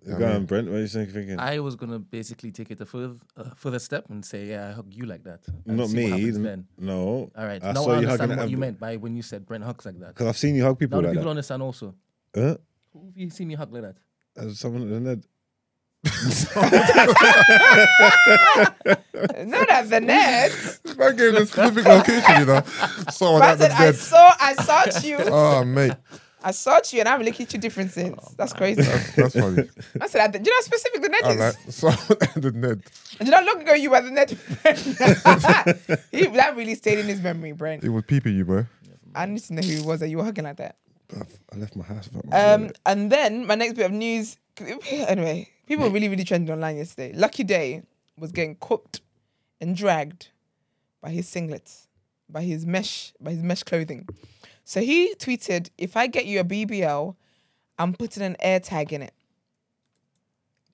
Speaker 2: Go
Speaker 3: Yeah, I
Speaker 2: on,
Speaker 3: mean-
Speaker 2: Brent. What are you think- thinking?
Speaker 4: I was gonna basically take it a further, uh, further step and say, yeah, I hug you like that. and
Speaker 2: Not
Speaker 4: see what
Speaker 2: me.
Speaker 4: happens
Speaker 2: n-
Speaker 4: Then.
Speaker 2: No.
Speaker 4: All right.
Speaker 2: I
Speaker 4: now
Speaker 2: saw
Speaker 4: I
Speaker 2: you
Speaker 4: understand
Speaker 2: hugging
Speaker 4: what
Speaker 2: it.
Speaker 4: you meant by when you said Brent hugs like that.
Speaker 2: Because I've seen you hug
Speaker 4: Now
Speaker 2: people
Speaker 4: the
Speaker 2: like
Speaker 4: people
Speaker 2: that.
Speaker 4: understand also.
Speaker 2: Huh?
Speaker 4: Who have you seen me hug like that?
Speaker 2: As someone at the net.
Speaker 1: Not at the net.
Speaker 3: This man gave a specific location, you know.
Speaker 4: Oh,
Speaker 3: Someone
Speaker 1: But I
Speaker 3: at the
Speaker 1: said I
Speaker 3: dead.
Speaker 1: saw I sought you.
Speaker 3: Oh mate,
Speaker 1: I sought you and I've looked at you different since.
Speaker 4: Oh,
Speaker 1: That's crazy.
Speaker 3: that's funny.
Speaker 1: I said I did. Do you know how specific the net
Speaker 3: All
Speaker 4: Oh,
Speaker 1: is?
Speaker 3: right, someone at the dead.
Speaker 1: And you know, long ago you were the net. he, that really stayed in his memory, Brent.
Speaker 3: It was peeping you, bro.
Speaker 1: I need to know who it was that you were hugging like that.
Speaker 2: Bruv, I left my house. without
Speaker 4: Eh.
Speaker 2: my
Speaker 1: Um,
Speaker 2: wallet.
Speaker 1: and then my next bit of news. Anyway, people were really, really trending online yesterday. Lucky Day was getting cooked and dragged by his singlets, by his mesh, by his mesh clothing. So he tweeted, "If I get you a BBL, I'm putting an air tag in it.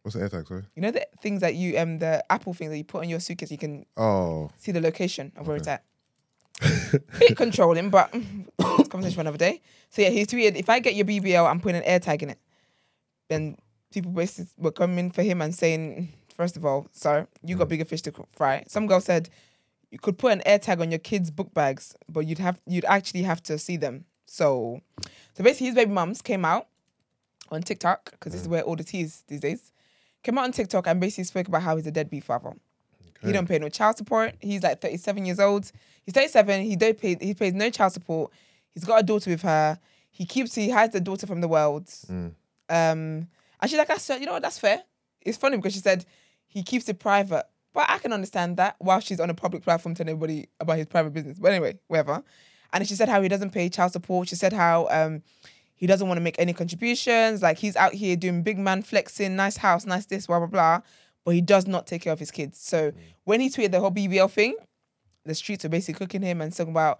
Speaker 3: What's the air tag? Sorry.
Speaker 1: You know the things that you um the Apple thing that you put on your suitcase, you can
Speaker 3: Oh,
Speaker 1: see the location of where it's at. Bit controlling, but it's a conversation for another day. So yeah, he tweeted, if I get your BBL, I'm putting an air tag in it. Then people basically were coming for him and saying, first of all, sir, you got bigger fish to co- fry. Some girl said, you could put an air tag on your kids' book bags, but you'd have you'd actually have to see them. So, so basically, his baby mums came out on TikTok because this is where all the tea is these days. Came out on TikTok and basically spoke about how he's a deadbeat father. He don't pay no child support. He's like 37 years old. He's 37. He don't pay. He pays no child support. He's got a daughter with her. He keeps. He hides the daughter from the world. Um, and she's like, I said, you know what? That's fair. It's funny because she said he keeps it private, but I can understand that while she's on a public platform telling everybody about his private business. But anyway, whatever. And she said how he doesn't pay child support. She said how um he doesn't want to make any contributions. Like he's out here doing big man flexing, nice house, nice this, blah blah blah. But he does not take care of his kids. So when he tweeted the whole BBL thing, the streets were basically cooking him and talking about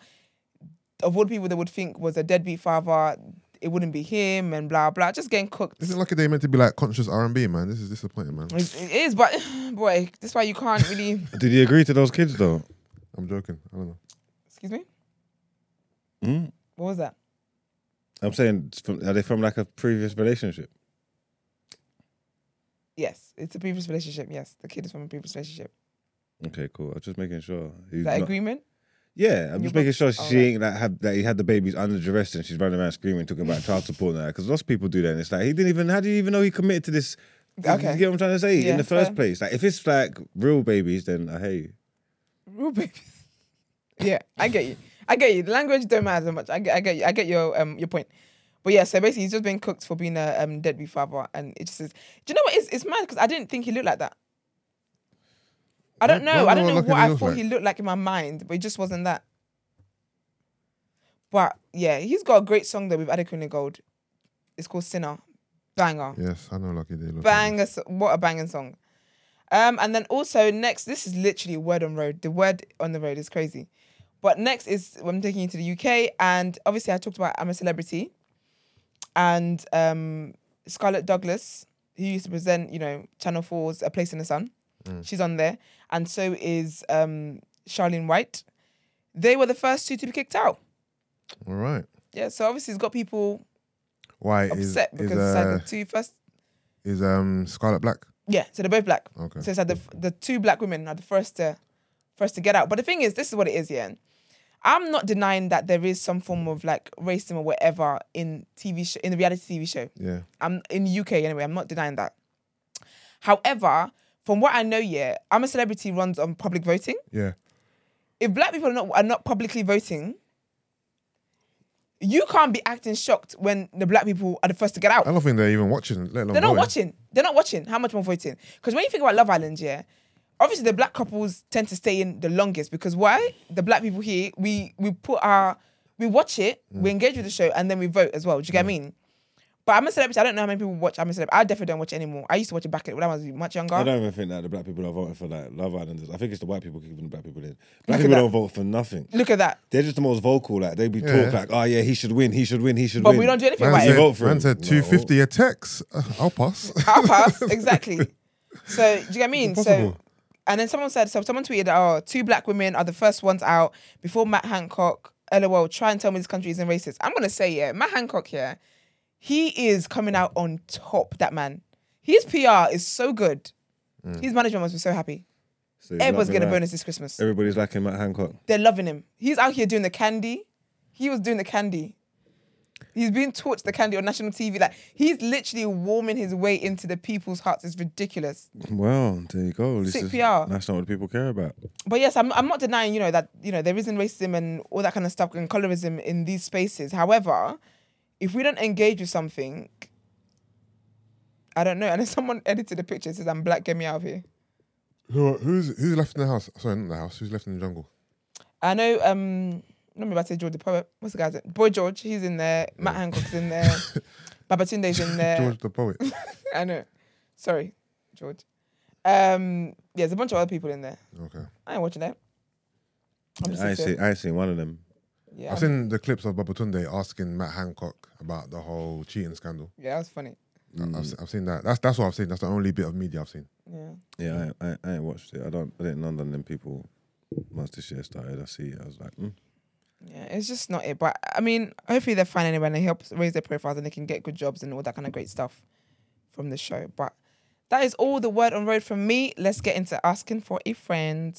Speaker 1: of all the people they would think was a deadbeat father, it wouldn't be him and blah blah. Just getting cooked.
Speaker 3: Isn't Lucky Day meant to be like conscious R and B, man? This is disappointing, man.
Speaker 1: It it is, but boy, that's why you can't really.
Speaker 2: Did he agree to those kids though?
Speaker 3: I'm joking. I don't know.
Speaker 1: Excuse me.
Speaker 2: Hmm?
Speaker 1: What was that?
Speaker 2: I'm saying, it's from, are they from like a previous relationship?
Speaker 1: Yes, it's a previous relationship. Yes, the kid is from a previous relationship.
Speaker 2: Okay, cool. I'm just making sure. He's
Speaker 1: Is that
Speaker 2: not-
Speaker 1: agreement?
Speaker 2: Yeah, I'm just
Speaker 1: Your
Speaker 2: making sure
Speaker 1: box-
Speaker 2: she
Speaker 1: oh, right.
Speaker 2: ain't like have that he had the babies under duress and she's running around screaming talking about child support now because lots of people do that and it's like he didn't even how do you even know he committed to this?
Speaker 1: Okay.
Speaker 2: you get what I'm trying to say
Speaker 1: Yeah,
Speaker 2: in the first
Speaker 1: fair.
Speaker 2: place. Like if it's like real babies, then uh, I hate you.
Speaker 1: Real babies. yeah, I get you. I get you. The language don't matter so much. I get, I get you. I get your um your point. But yeah, so basically he's just been cooked for being a um deadbeat father, and it just is. Do you know what? It's it's mad because I didn't think he looked like that. I don't
Speaker 3: Why-
Speaker 1: know.
Speaker 3: why
Speaker 1: I
Speaker 3: do
Speaker 1: don't
Speaker 3: I
Speaker 1: know
Speaker 3: look
Speaker 1: what
Speaker 3: like he
Speaker 1: I
Speaker 3: looks
Speaker 1: thought he
Speaker 3: like?
Speaker 1: looked like in my mind, but it just wasn't that. But yeah, he's got a great song though with Adekunle Gold. It's called Sinner, banger.
Speaker 3: Yes, I know Lucky Day. Look
Speaker 1: banger so- what a banging song um and then also next this is literally word on road the word on the road is crazy but next is i'm taking you to the uk and obviously i talked about i'm a celebrity and um scarlett douglas who used to present you know channel 4's a place in the sun
Speaker 3: Mm.
Speaker 1: she's on there and so is um charlene white they were the first two to be kicked out
Speaker 3: All right.
Speaker 1: yeah so obviously it's got people
Speaker 3: Why is
Speaker 1: upset because
Speaker 3: is,
Speaker 1: it's like
Speaker 3: uh,
Speaker 1: the two first
Speaker 3: is um Scarlet Black?
Speaker 1: yeah so they're both black
Speaker 3: Okay.
Speaker 1: So it's like the the two black women are the first to first to get out. But the thing is, this is what it is, yeah. I'm not denying that there is some form of like racism or whatever in TV show in the reality TV show.
Speaker 3: Yeah.
Speaker 1: I'm in the UK anyway. I'm not denying that. However, from what I know, yeah, I'm a celebrity runs on public voting.
Speaker 3: Yeah.
Speaker 1: If black people are not are not publicly voting, you can't be acting shocked when the black people are the first to get out.
Speaker 3: I don't think they're even watching. Let alone
Speaker 1: They're not
Speaker 3: voting.
Speaker 1: watching. They're not watching. How much more voting? Because when you think about Love Island, yeah, obviously the black couples tend to stay in the longest because why? The black people here, we we put our we watch it, we
Speaker 2: Mm.
Speaker 1: engage with the show, and then we vote as well. Do you get what I mean? But I'm a celebrity. I don't know how many people watch. I'm a celebrity. I definitely don't watch it anymore. I used to watch it back when I was much younger.
Speaker 2: I don't even think that the black people are voting for like Love Islanders. I think it's the white people keeping the black people in. Black
Speaker 1: at
Speaker 2: people
Speaker 1: that.
Speaker 2: don't vote for nothing.
Speaker 1: Look at that.
Speaker 2: They're just the most vocal. Like they be
Speaker 3: Yeah.
Speaker 2: talk like, oh yeah, he should win, he should win, he should
Speaker 1: But
Speaker 2: win.
Speaker 1: we don't do anything
Speaker 3: Man
Speaker 1: about
Speaker 2: You
Speaker 1: it.
Speaker 3: said,
Speaker 2: vote for
Speaker 3: man
Speaker 2: him. oh,
Speaker 3: said
Speaker 2: No.
Speaker 3: 250 a text. Uh, I'll pass.
Speaker 1: I'll pass. Exactly. So do you get what I mean? So
Speaker 3: Impossible.
Speaker 1: and then someone said so someone tweeted, Oh, two black women are the first ones out before Matt Hancock. LOL, try and tell me this country isn't racist. I'm gonna say, yeah, Matt Hancock here, he is coming out on top, that man. His PR is so good. His management must be so happy.
Speaker 2: So he's
Speaker 1: Everyone's
Speaker 2: lacking
Speaker 1: getting a
Speaker 2: that.
Speaker 1: bonus this Christmas.
Speaker 2: Everybody's liking Matt Hancock.
Speaker 1: They're loving him. He's out here doing the candy. He was doing the candy. He's being taught the candy on national TV. Like he's literally warming his way into the people's hearts. It's ridiculous.
Speaker 2: Well, there you go. This
Speaker 1: Sick
Speaker 2: is,
Speaker 1: PR.
Speaker 2: That's not what people care about.
Speaker 1: but yes, I'm, I'm not denying, you know, that, you know, there isn't racism and all that kind of stuff and colorism in these spaces. However, if we don't engage with something, I don't know. And if someone edited the picture and says, I'm black, get me out of here.
Speaker 3: Who, who's who's left in the house? Sorry, not the house. Who's left in the jungle?
Speaker 1: I know, um, not me, but I say George the poet. What's the guy's name? Boy George, he's in there. Matt Hancock's in there. Babatunde's in there.
Speaker 3: George the poet.
Speaker 1: I know. Sorry, George. Um, yeah, there's a bunch of other people in there.
Speaker 3: Okay.
Speaker 1: I ain't watching that. I'm just
Speaker 2: I ain't
Speaker 1: sitting.
Speaker 2: seen, I ain't seen one of them.
Speaker 1: Yeah,
Speaker 3: I've seen the clips of Babatunde asking Matt Hancock about the whole cheating scandal.
Speaker 1: yeah, that was funny.
Speaker 3: I-
Speaker 2: Mm.
Speaker 3: I've, se- I've seen that. That's that's what I've seen. That's the only bit of media I've seen.
Speaker 1: Yeah.
Speaker 2: Yeah, I, I, I ain't watched it. I don't. I didn't know none of them people. Once this year started, I see it. I was like, mm.
Speaker 1: Yeah, it's just not it. But I mean, hopefully they're fine anyway and it helps raise their profiles and they can get good jobs and all that kind of great stuff from the show. But that is all the word on road from me. Let's get into asking for a friend.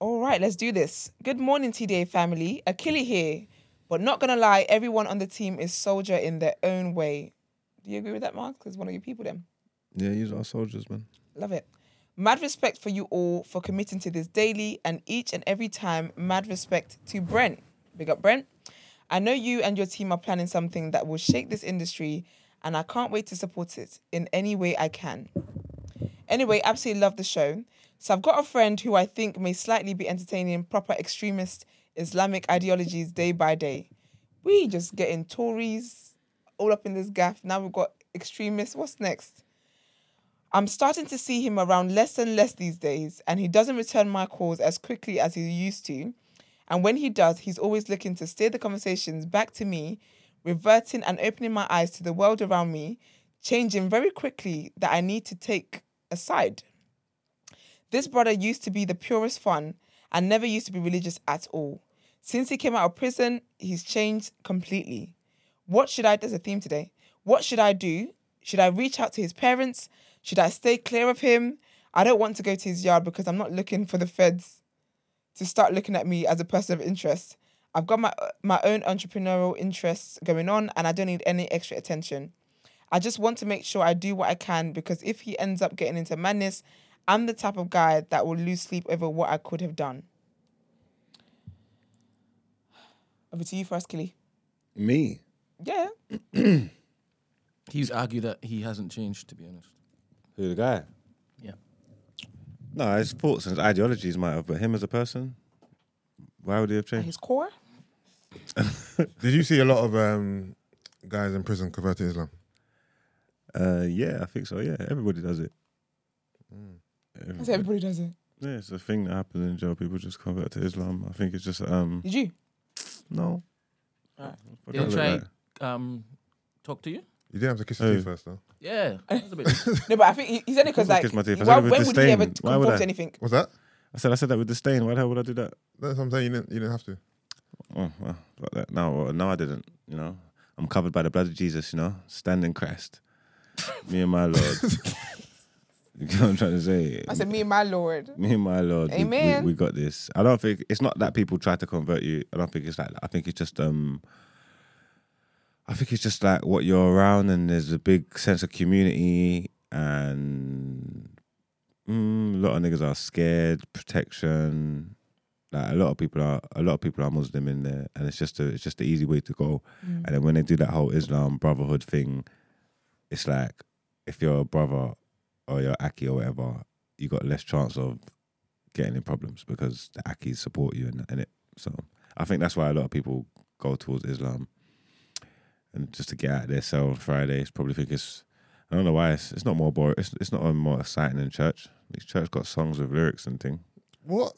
Speaker 1: right, let's do this. Good morning, TDA family. Achille here. But not gonna lie, everyone on the team is soldier in their own way. Do you agree with that, Mark? Because one of your people then.
Speaker 2: Yeah, use our soldiers, man.
Speaker 1: Love it. Mad respect for you all for committing to this daily and each and every time. Mad respect to Brent. Big up, Brent. I know you and your team are planning something that will shake this industry, and I can't wait to support it in any way I can. Anyway, absolutely love the show. So I've got a friend who I think may slightly be entertaining proper extremist Islamic ideologies day by day. We just getting Tories all up in this gaff. Now we've got extremists. What's next? I'm starting to see him around less and less these days, and he doesn't return my calls as quickly as he used to. And when he does, he's always looking to steer the conversations back to me, reverting and opening my eyes to the world around me, changing very quickly that I need to take aside. This brother used to be the purest fun and never used to be religious at all. Since he came out of prison, he's changed completely. What should I? There's a theme today. What should I do? Should I reach out to his parents? Should I stay clear of him? I don't want to go to his yard because I'm not looking for the feds to start looking at me as a person of interest. I've got my my own entrepreneurial interests going on, and I don't need any extra attention. I just want to make sure I do what I can because if he ends up getting into madness, I'm the type of guy that will lose sleep over what I could have done. Over to you first, Killy.
Speaker 2: Me?
Speaker 1: Yeah.
Speaker 4: He's argued that he hasn't changed, to be honest.
Speaker 2: Who the guy?
Speaker 4: Yeah.
Speaker 2: No, his thoughts and his ideologies might have, but him as a person, why would he have changed?
Speaker 1: His core?
Speaker 3: Did you see a lot of um, guys in prison convert to Islam?
Speaker 2: Uh, yeah, I think so. Yeah, everybody does it.
Speaker 1: That's how everybody does it.
Speaker 2: Yeah, it's a thing that happens in jail. People just convert to Islam. I think it's just um
Speaker 1: Did you?
Speaker 2: no.
Speaker 4: Alright.
Speaker 2: Fuck, I
Speaker 4: Did
Speaker 2: look
Speaker 4: he try
Speaker 2: like-
Speaker 4: um, talk to you?
Speaker 3: You didn't have to kiss your
Speaker 2: Who?
Speaker 3: teeth first, though.
Speaker 4: Yeah. that was a bit-
Speaker 1: No, but I think he, he said it because
Speaker 2: Why
Speaker 1: like,
Speaker 2: kiss my teeth? I said
Speaker 1: why,
Speaker 2: it with
Speaker 1: when would he ever
Speaker 2: disdain. Why would
Speaker 1: conform to
Speaker 2: I?
Speaker 1: anything?
Speaker 3: What's that?
Speaker 2: I said I said that with disdain. Why the hell would I do that?
Speaker 3: That's what I'm saying. You didn't, you didn't have to.
Speaker 2: Oh, well, like that. No, well, no, I didn't. You know, I'm covered by the blood of Jesus. You know, standing Christ, me and my Lord. you know what I'm trying to say?
Speaker 1: I said, me and my Lord.
Speaker 2: Me and my Lord, we- we-
Speaker 1: Amen.
Speaker 2: We, got this. I don't think it's not that people try to convert you. I don't think it's like that. I think it's just um, I think it's just like what you're around, and there's a big sense of community, and mm, a lot of niggas are scared, protection. Like a lot of people are, a lot of people are Muslim in there, and it's just a, it's just the easy way to go. And then when they do that whole Islam Brotherhood thing, it's like if you're a brother or you're Aki or whatever, you got less chance of getting in problems because the Akis support you and in it. So I think that's why a lot of people go towards Islam and just to get out of their cell on Fridays. Probably think it's I don't know why it's, it's not more boring. It's, it's not more exciting than church. These church got songs with lyrics and thing.
Speaker 3: What?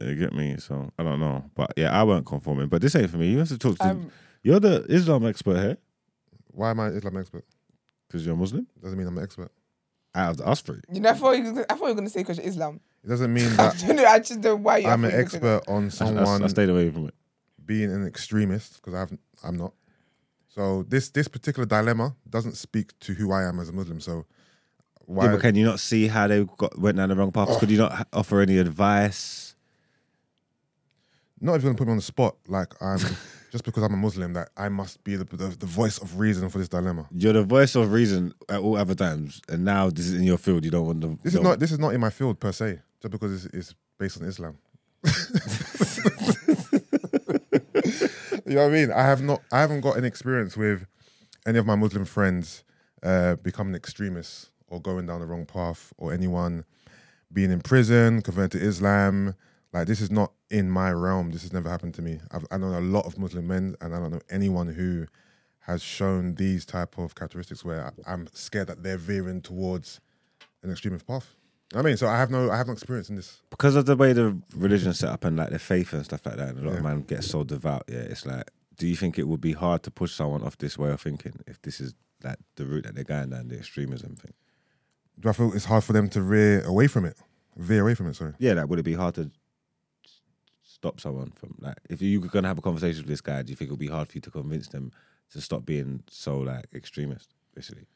Speaker 2: You get me? So I don't know, but yeah, I weren't conforming. But this ain't for me. You have to talk to.
Speaker 1: Um,
Speaker 2: you're the Islam expert here
Speaker 3: Why am I an Islam expert?
Speaker 2: because you're Muslim.
Speaker 3: Doesn't mean I'm an expert.
Speaker 2: Out of the us three,
Speaker 1: You know, I thought you, were- I thought you were gonna say because you're Islam.
Speaker 3: It doesn't mean that
Speaker 1: You know, I just don't know why you.
Speaker 3: I'm
Speaker 1: I
Speaker 3: an
Speaker 1: thought you were gonna-
Speaker 3: expert on
Speaker 2: I, I, I
Speaker 3: someone
Speaker 2: stayed away from it.
Speaker 3: being an extremist because I've I'm not. So this this particular dilemma doesn't speak to who I am as a Muslim. So why?
Speaker 2: Yeah, but can you not see how they got went down the wrong path? Could you not h- offer any advice?
Speaker 3: not if you're gonna put me on the spot, like I'm just because I'm a Muslim that I must be the, the the voice of reason for this dilemma.
Speaker 2: You're the voice of reason at all other times, and now this is in your field. You don't want the.
Speaker 3: This is not this is not in my field per se, just because it's, it's based on Islam. you know what I mean? I have not I haven't got an experience with any of my Muslim friends uh, becoming extremists or going down the wrong path or anyone being in prison, converted to Islam. Like this is not in my realm. This has never happened to me. I've, I know a lot of Muslim men, and I don't know anyone who has shown these type of characteristics where I- I'm scared that they're veering towards an extremist path. I mean, so I have no, I have no experience in this.
Speaker 2: because of the way the religion's set up and like the faith and stuff like that. And a lot
Speaker 3: Yeah.
Speaker 2: of man get so devout. Yeah, it's like, do you think it would be hard to push someone off this way of thinking if this is like the route that they're going down, the extremism thing?
Speaker 3: Do I feel it's hard for them to rear away from it? Veer away from it. Sorry.
Speaker 2: Yeah, like would it be hard to s- stop someone from like if you were gonna have a conversation with this guy? Do you think it would be hard for you to convince them to stop being so like extremist, basically?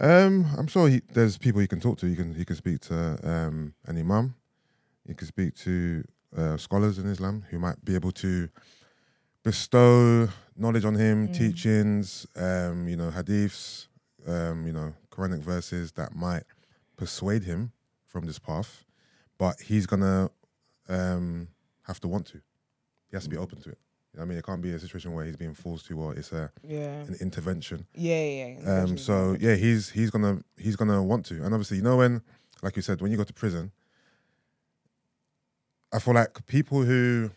Speaker 3: Um, I'm sure he, there's people you can talk to. You can you can speak to um, an imam. You can speak to uh, scholars in Islam who might be able to bestow knowledge on him, teachings, um, you know, hadiths, um, you know, Quranic verses that might persuade him from this path, but he's gonna um, have to want to. He has to be open to it. You know what I mean, it can't be a situation where he's being forced to, or it's a
Speaker 1: Yeah.
Speaker 3: an intervention.
Speaker 1: Yeah, yeah. yeah.
Speaker 3: Um,
Speaker 1: Especially-
Speaker 3: so yeah, he's he's gonna he's gonna want to, and obviously you know when, like you said, when you go to prison, I feel like people who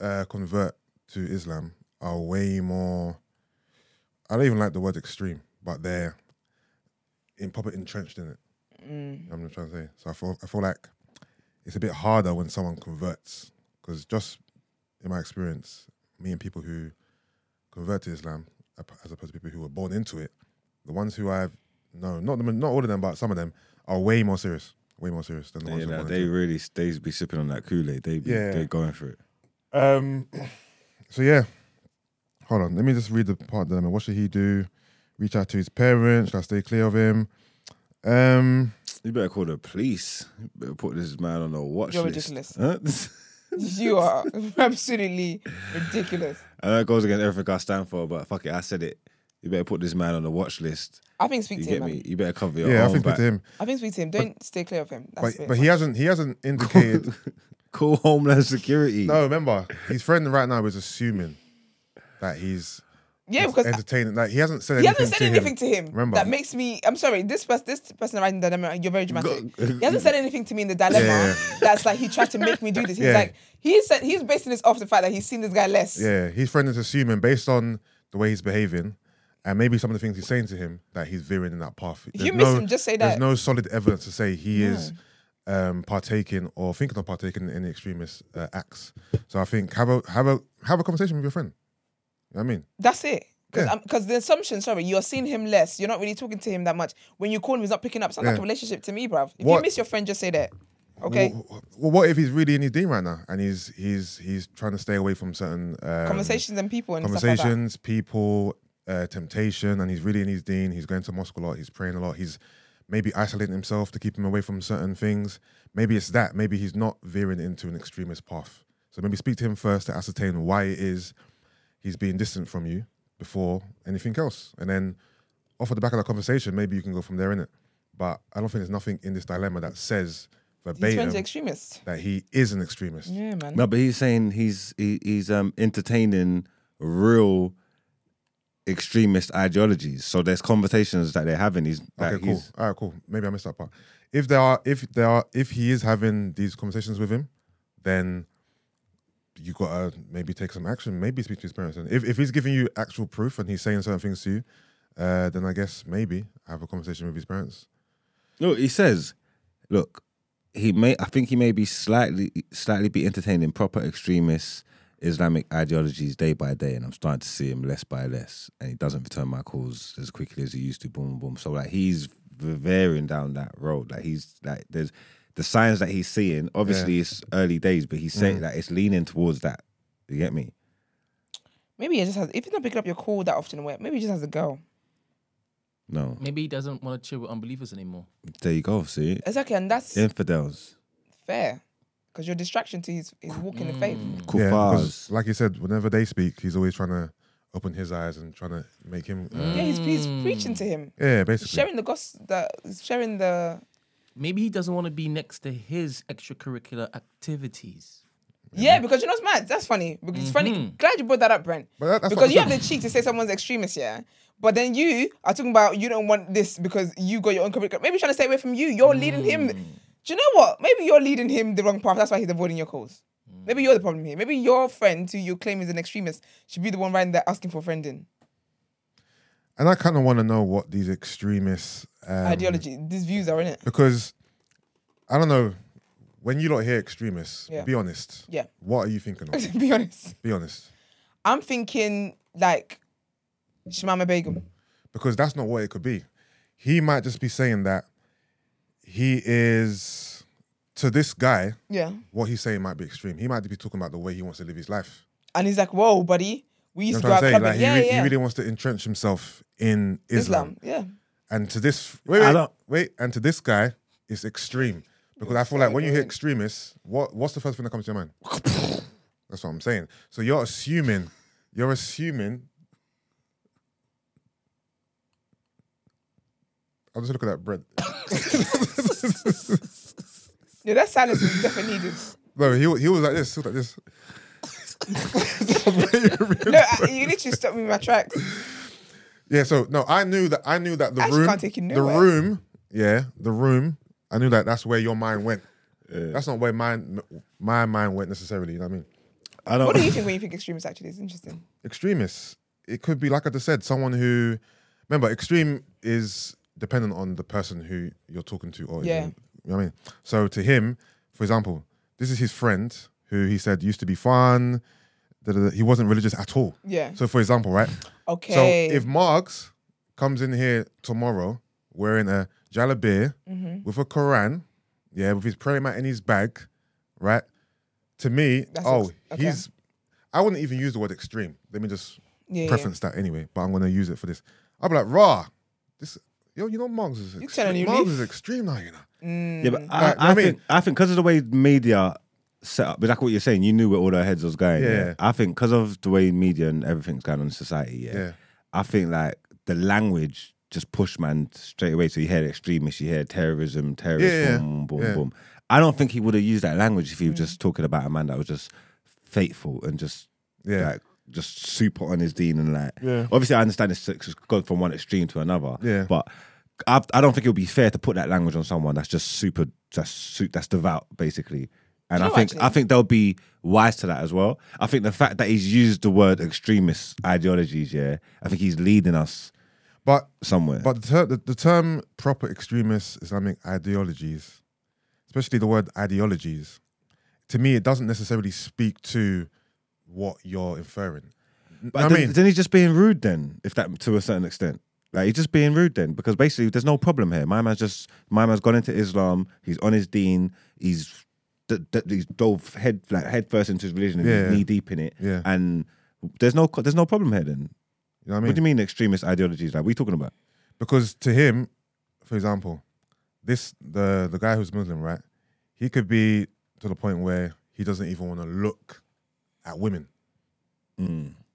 Speaker 3: uh, convert to Islam are way more. I don't even like the word extreme, but they're in proper entrenched in it.
Speaker 1: Mm.
Speaker 3: You know what I'm trying to say. So I feel I feel like it's a bit harder when someone converts because just in my experience, me and people who convert to Islam, ap- as opposed to people who were born into it, the ones who I've known, not them, not all of them, but some of them are way more serious, way more serious than the ones
Speaker 2: Yeah,
Speaker 3: who
Speaker 2: nah,
Speaker 3: were born
Speaker 2: they
Speaker 3: into
Speaker 2: really they be sipping on that Kool Aid. They be
Speaker 3: Yeah.
Speaker 2: they going for it.
Speaker 3: it. Um, so yeah, hold on. Let me just read the part that I mean. What should he do? Reach out to his parents. Should I stay clear of him? Um,
Speaker 2: You better call the police. You better put this man on the watch
Speaker 1: You're
Speaker 2: list.
Speaker 1: ridiculous.
Speaker 2: Huh?
Speaker 1: You are absolutely ridiculous.
Speaker 2: I know it goes against everything I stand for, but fuck it, I said it. You better put this man on the watch list.
Speaker 1: I think speak
Speaker 2: You
Speaker 1: to
Speaker 2: get
Speaker 1: him.
Speaker 2: me?
Speaker 1: man.
Speaker 2: You better cover your
Speaker 3: yeah, I
Speaker 2: own
Speaker 3: think
Speaker 2: back.
Speaker 3: to him.
Speaker 1: I think speak to him. Don't stay clear of him. That's
Speaker 3: But
Speaker 1: it.
Speaker 3: but he hasn't he hasn't indicated
Speaker 2: Call Homeland Security.
Speaker 3: No, remember, his friend right now is assuming that he's
Speaker 1: yeah,
Speaker 3: ent-
Speaker 1: because
Speaker 3: entertaining. Like he hasn't said
Speaker 1: he
Speaker 3: anything.
Speaker 1: hasn't said
Speaker 3: to
Speaker 1: anything
Speaker 3: him.
Speaker 1: to him.
Speaker 3: Remember?
Speaker 1: That makes me. I'm sorry. This person, this person writing the dilemma. You're very dramatic.
Speaker 2: Go-
Speaker 1: he hasn't said anything to me in the dilemma.
Speaker 3: uh, Yeah.
Speaker 1: That's like he tried to make me do this. He's
Speaker 3: Yeah.
Speaker 1: like he said he's basing this off the fact that he's seen this guy less.
Speaker 3: Yeah, his friend is assuming based on the way he's behaving and maybe some of the things he's saying to him that he's veering in that path. There's
Speaker 1: miss
Speaker 3: no-
Speaker 1: him, just say that.
Speaker 3: There's no solid evidence to say he is um, partaking or thinking of partaking in any extremist uh, acts. So I think have a have a have a conversation with your friend. You know what I mean?
Speaker 1: That's it.
Speaker 3: Yeah.
Speaker 1: Because the assumption, sorry, you're seeing him less. You're not really talking to him that much. When you call him, he's not picking up. Sounds like
Speaker 3: Yeah.
Speaker 1: a relationship to me, bruv. If you
Speaker 3: What-
Speaker 1: miss your friend, just say that. Okay.
Speaker 3: Wh- wh- Well, what if he's really in his dean right now and he's he's he's trying to stay away from certain um,
Speaker 1: Conversations and people and stuff like that.
Speaker 3: conversations, people, uh, temptation, and he's really in his dean. He's going to mosque a lot. He's praying a lot. He's maybe isolating himself to keep him away from certain things. Maybe it's that. Maybe he's not veering into an extremist path. So maybe speak to him first to ascertain why it is he's being distant from you before anything else, and then off of the back of that conversation, maybe you can go from there in it. But I don't think there's nothing in this dilemma that says
Speaker 1: His friend's an
Speaker 3: verbatim
Speaker 1: extremist.
Speaker 3: that he is an extremist.
Speaker 1: Yeah, man.
Speaker 2: No, but he's saying he's he, he's um entertaining real extremist ideologies. So there's conversations that they're having. He's that
Speaker 3: Okay, cool.
Speaker 2: he's
Speaker 3: All right, cool. Maybe I missed that part. If there are, if there are, if he is having these conversations with him, then you gotta maybe take some action. Maybe speak to his parents. And if if he's giving you actual proof and he's saying certain things to you, uh, then I guess maybe have a conversation with his parents.
Speaker 2: no. He says, look, he may. I think he may be slightly slightly be entertaining proper extremist Islamic ideologies day by day, and I'm starting to see him less by less, and he doesn't return my calls as quickly as he used to. Boom, boom. So like he's veering down that road. Like he's like there's the signs that he's seeing. Obviously, it's early days, but he's saying that it's leaning towards that. You get me?
Speaker 1: Maybe he just has. If he's not picking up your call that often, where maybe he just has a girl.
Speaker 2: No.
Speaker 4: Maybe he doesn't want to chill with unbelievers anymore.
Speaker 2: There you go. See,
Speaker 1: Exactly, and that's fair.
Speaker 2: infidels,
Speaker 1: fair because your distraction to his is walking in faith.
Speaker 3: Mm.
Speaker 2: kuffars.
Speaker 3: like you said, whenever they speak, he's always trying to open his eyes and trying to make him. Uh,
Speaker 1: Yeah, he's, he's preaching to him,
Speaker 3: Yeah, basically.
Speaker 1: sharing the gospel, the sharing the
Speaker 4: Maybe he doesn't want to be next to his extracurricular activities.
Speaker 1: yeah.
Speaker 3: Mm-hmm.
Speaker 1: Because you know it's mad. That's funny. Because it's funny. Glad you brought that up, Brent.
Speaker 3: But that- that's
Speaker 1: because
Speaker 3: what
Speaker 1: you
Speaker 3: I'm
Speaker 1: have the cheek to say someone's extremist, yeah. But then you are talking about you don't want this because you got your own curriculum. Maybe he's trying to stay away from you. You're leading him.
Speaker 3: Mm.
Speaker 1: Do you know what? Maybe you're leading him the wrong path. That's why he's avoiding your calls.
Speaker 3: Mm.
Speaker 1: Maybe you're the problem here. Maybe your friend who you claim is an extremist should be the one right there asking for friending.
Speaker 3: and I kind of want to know what these extremists um,
Speaker 1: Ideology. These views are in it.
Speaker 3: because I don't know when you lot hear extremists.
Speaker 1: Yeah.
Speaker 3: Be honest.
Speaker 1: Yeah.
Speaker 3: What are you thinking of?
Speaker 1: to be honest.
Speaker 3: be honest,
Speaker 1: I'm thinking like Shemama Begum.
Speaker 3: because that's not what it could be. He might just be saying that he is to this guy.
Speaker 1: Yeah.
Speaker 3: What he's saying might be extreme. He might be talking about the way he wants to live his life.
Speaker 1: And he's like, whoa, buddy, we
Speaker 3: You
Speaker 1: used
Speaker 3: know
Speaker 1: to
Speaker 3: what
Speaker 1: go
Speaker 3: I'm
Speaker 1: out
Speaker 3: saying?
Speaker 1: clubbing.
Speaker 3: Like he,
Speaker 1: yeah,
Speaker 3: re-
Speaker 1: yeah.
Speaker 3: he really wants to entrench himself in Islam.
Speaker 1: Islam. Yeah.
Speaker 3: And to this, wait,
Speaker 2: I
Speaker 3: wait,
Speaker 2: don't-
Speaker 3: wait, and to this guy, it's extreme. Because I feel like when you hear extremists, what what's the first thing that comes to your mind? That's what I'm saying. So you're assuming, you're assuming. I'll just look at that bread.
Speaker 1: Yeah, that silence is definitely needed.
Speaker 3: No, he wa- he was like this. He was like this.
Speaker 1: No, I, you literally stopped me in my tracks.
Speaker 3: Yeah, so no, I knew that I knew that the
Speaker 1: I actually
Speaker 3: room
Speaker 1: can't take you
Speaker 3: the
Speaker 1: nowhere.
Speaker 3: room, yeah, the room, I knew that that's where your mind went. That's not where mine my mind went necessarily, you know what I mean?
Speaker 2: I
Speaker 1: What do you
Speaker 2: don't.
Speaker 1: think when you think extremists actually is interesting?
Speaker 3: Extremists. It could be like I just said, someone who remember, extreme is dependent on the person who you're talking to or
Speaker 1: Yeah.
Speaker 3: you know what I mean? So to him, for example, this is his friend who he said used to be fun, da, da, da. he wasn't religious at all.
Speaker 1: Yeah.
Speaker 3: So for example, right?
Speaker 1: Okay.
Speaker 3: So if Marx comes in here tomorrow wearing a jalabir
Speaker 1: Mm-hmm.
Speaker 3: with a Quran, yeah, with his prayer mat in his bag, right? To me,
Speaker 1: That's
Speaker 3: oh,
Speaker 1: ex- okay.
Speaker 3: he's. I wouldn't even use the word extreme. Let me just
Speaker 1: yeah, yeah.
Speaker 3: preference that anyway, but I'm gonna use it for this. I'll be like, raw. This, yo, you know, Marx is
Speaker 1: You
Speaker 3: extreme.
Speaker 1: telling you
Speaker 3: Marx
Speaker 1: leaf?
Speaker 3: is extreme now, you know.
Speaker 2: Yeah, but
Speaker 3: Like,
Speaker 2: I,
Speaker 3: you know
Speaker 2: I,
Speaker 3: what I mean?
Speaker 2: think I think because of the way media set up, like what you're saying, you knew where all their heads was going. Yeah.
Speaker 3: Yeah.
Speaker 2: I think because of the way media and everything's going on in society. Yeah.
Speaker 3: Yeah.
Speaker 2: I think like the language just pushed man straight away. So you heard extremists, you heard terrorism, terrorists,
Speaker 3: Yeah, yeah,
Speaker 2: boom, boom,
Speaker 3: yeah.
Speaker 2: boom. I don't think he would have used that language if he was just talking about a man that was just faithful and just
Speaker 3: Yeah.
Speaker 2: like just super on his dean and like
Speaker 3: Yeah.
Speaker 2: obviously I understand it's it's gone from one extreme to another.
Speaker 3: Yeah.
Speaker 2: But I, I don't think it would be fair to put that language on someone that's just super that's su- that's devout basically. And
Speaker 1: Do you
Speaker 2: I
Speaker 1: know,
Speaker 2: think I
Speaker 1: actually-
Speaker 2: think they'll be wise to that as well. I think the fact that he's used the word extremist ideologies, yeah, I think he's leading us
Speaker 3: But
Speaker 2: somewhere.
Speaker 3: But the, ter- the, the term proper extremist Islamic ideologies, especially the word ideologies, to me, it doesn't necessarily speak to what you're inferring.
Speaker 2: But
Speaker 3: I
Speaker 2: then,
Speaker 3: mean-
Speaker 2: then he's just being rude then, if that to a certain extent. Like he's just being rude then, because basically there's no problem here. My man's just my man's gone into Islam. He's on his deen. He's d- d- he's dove head like head first into his religion and
Speaker 3: Yeah.
Speaker 2: he's knee deep in it.
Speaker 3: Yeah.
Speaker 2: and there's no co- there's no problem here then.
Speaker 3: You know what I mean?
Speaker 2: What do you mean extremist ideologies? Like we talking about?
Speaker 3: Because to him, for example, this the the guy who's Muslim, right? He could be to the point where he doesn't even want to look at women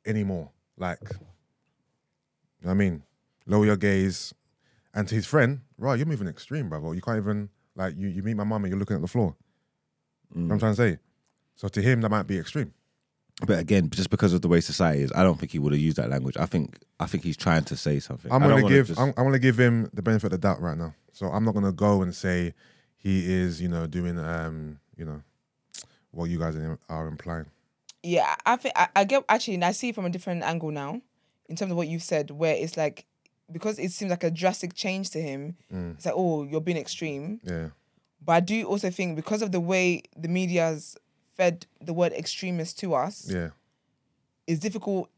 Speaker 3: anymore. Like, you know what I mean? Lower your gaze. And to his friend, right, you're moving extreme, brother. You can't even like you, you meet my mum and you're looking at the floor. You know what I'm trying to say? So to him, that might be extreme.
Speaker 2: But again, just because of the way society is, I don't think he would have used that language. I think I think he's trying to say something.
Speaker 3: I'm
Speaker 2: I don't
Speaker 3: gonna
Speaker 2: wanna
Speaker 3: give
Speaker 2: just-
Speaker 3: I'm, I'm gonna give him the benefit of the doubt right now. So I'm not gonna go and say he is, you know, doing um, you know, what you guys are implying.
Speaker 1: yeah, I think I, I get actually, and I see it from a different angle now, in terms of what you've said, where it's like because it seems like a drastic change to him.
Speaker 3: Mm.
Speaker 1: It's like, oh, you're being extreme.
Speaker 3: Yeah,
Speaker 1: But I do also think because of the way the media's fed the word extremist to us,
Speaker 3: yeah,
Speaker 1: it's difficult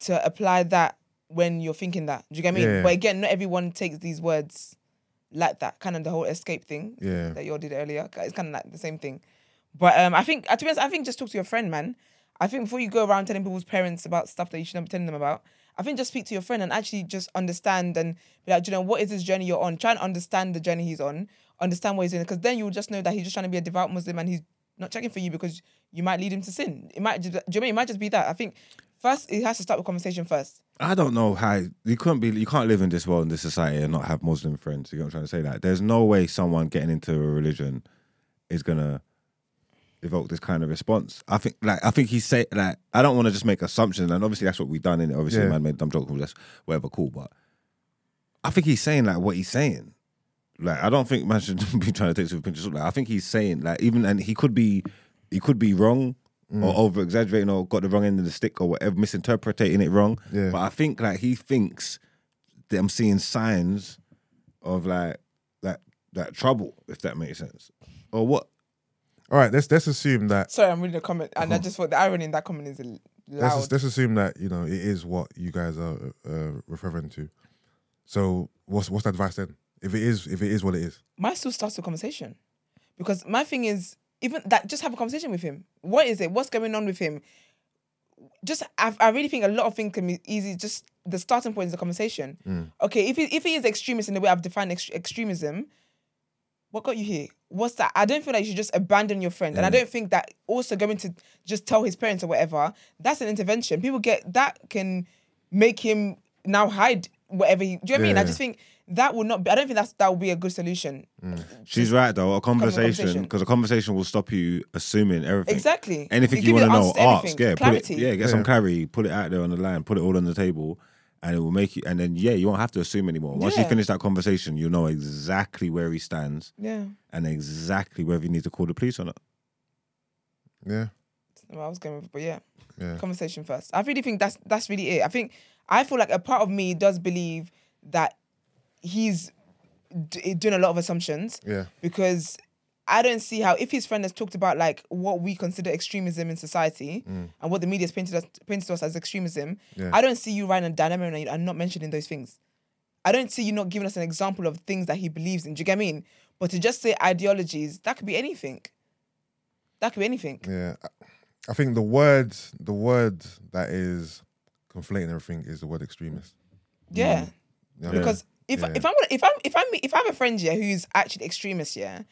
Speaker 1: to apply that when you're thinking that. Do you get me?
Speaker 3: Yeah.
Speaker 1: But again, not everyone takes these words like that. Kind of the whole escape thing
Speaker 3: Yeah.
Speaker 1: that you all did earlier. It's kind of like the same thing. But um, I think, uh, to be honest, I think just talk to your friend, man. I think before you go around telling people's parents about stuff that you shouldn't be telling them about, I think just speak to your friend and actually just understand and be like, "Do you know, what is this journey you're on? Try and understand the journey he's on, understand what he's in, because then you'll just know that he's just trying to be a devout Muslim and he's not checking for you because you might lead him to sin. It might, just, do you know, what I mean? it might just be that. I think first it has to start with conversation first.
Speaker 2: I don't know how you couldn't be you can't live in this world in this society and not have Muslim friends. You know what I'm trying to say? Like there's no way someone getting into a religion is gonna evoke this kind of response. I think like I think he said like I don't wanna just make assumptions and obviously that's what we've done in it. Obviously
Speaker 3: Yeah.
Speaker 2: man made dumb joke that's whatever cool, but I think he's saying like what he's saying. Like I don't think man should be trying to take it with a pinch of salt. Like I think he's saying like even and he could be he could be wrong or over exaggerating or got the wrong end of the stick or whatever, misinterpreting it wrong.
Speaker 3: Yeah.
Speaker 2: But I think like he thinks that I'm seeing signs of like that that trouble, if that makes sense. Or what?
Speaker 3: All right, let's let's assume that
Speaker 1: Sorry, I'm reading a comment and I just thought the irony in that comment is l-
Speaker 3: let's
Speaker 1: loud.
Speaker 3: let's assume that you know it is what you guys are uh, referring to. So what's what's the advice then? If it is if it is what it is,
Speaker 1: Mine still starts with conversation. Because my thing is, even that, just have a conversation with him. What is it? What's going on with him? Just, I, I really think a lot of things can be easy. Just the starting point is the conversation. Okay, if he, if he is extremist in the way I've defined ex- extremism, what got you here? What's that? I don't feel like you should just abandon your friend. And I don't think that also going to just tell his parents or whatever, that's an intervention. People get that can make him now hide whatever he do you know what I mean? I
Speaker 3: Yeah.
Speaker 1: just think that would not be I don't think that's that would be a good solution.
Speaker 2: She's right though. A conversation,
Speaker 1: conversation.
Speaker 2: because a conversation will stop you assuming everything.
Speaker 1: Exactly.
Speaker 2: Anything
Speaker 1: It give
Speaker 2: you want
Speaker 1: you
Speaker 2: to
Speaker 1: the
Speaker 2: know,
Speaker 1: answer to
Speaker 2: ask.
Speaker 1: everything.
Speaker 2: Yeah, put it,
Speaker 1: Clarity.
Speaker 2: yeah, get some
Speaker 3: Yeah.
Speaker 2: clarity. Put it out there on the line. Put it all on the table, and it will make you. And then yeah, you won't have to assume anymore. Once you
Speaker 1: Yeah.
Speaker 2: finish that conversation, you'll know exactly where he stands
Speaker 1: Yeah.
Speaker 2: and exactly whether you need to call the police or not.
Speaker 3: Yeah.
Speaker 1: That's not where I was going with, but yeah.
Speaker 3: Yeah.
Speaker 1: Conversation first. I really think that's that's really it. I think I feel like a part of me does believe that he's d- doing a lot of assumptions.
Speaker 3: Yeah.
Speaker 1: because I don't see how if his friend has talked about like what we consider extremism in society and what the media has painted us painted to us as extremism,
Speaker 3: Yeah.
Speaker 1: I don't see you writing a dilemma and, and not mentioning those things. I don't see you not giving us an example of things that he believes in. Do you get what I mean? But to just say ideologies, that could be anything. That could be anything.
Speaker 3: Yeah. I- I think the word the word that is conflating everything is the word extremist.
Speaker 1: Yeah.
Speaker 3: You know what I mean?
Speaker 1: Because if
Speaker 3: Yeah.
Speaker 1: if I'm gonna- if I'm if I'm if I have a friend here who's actually extremist, yeah,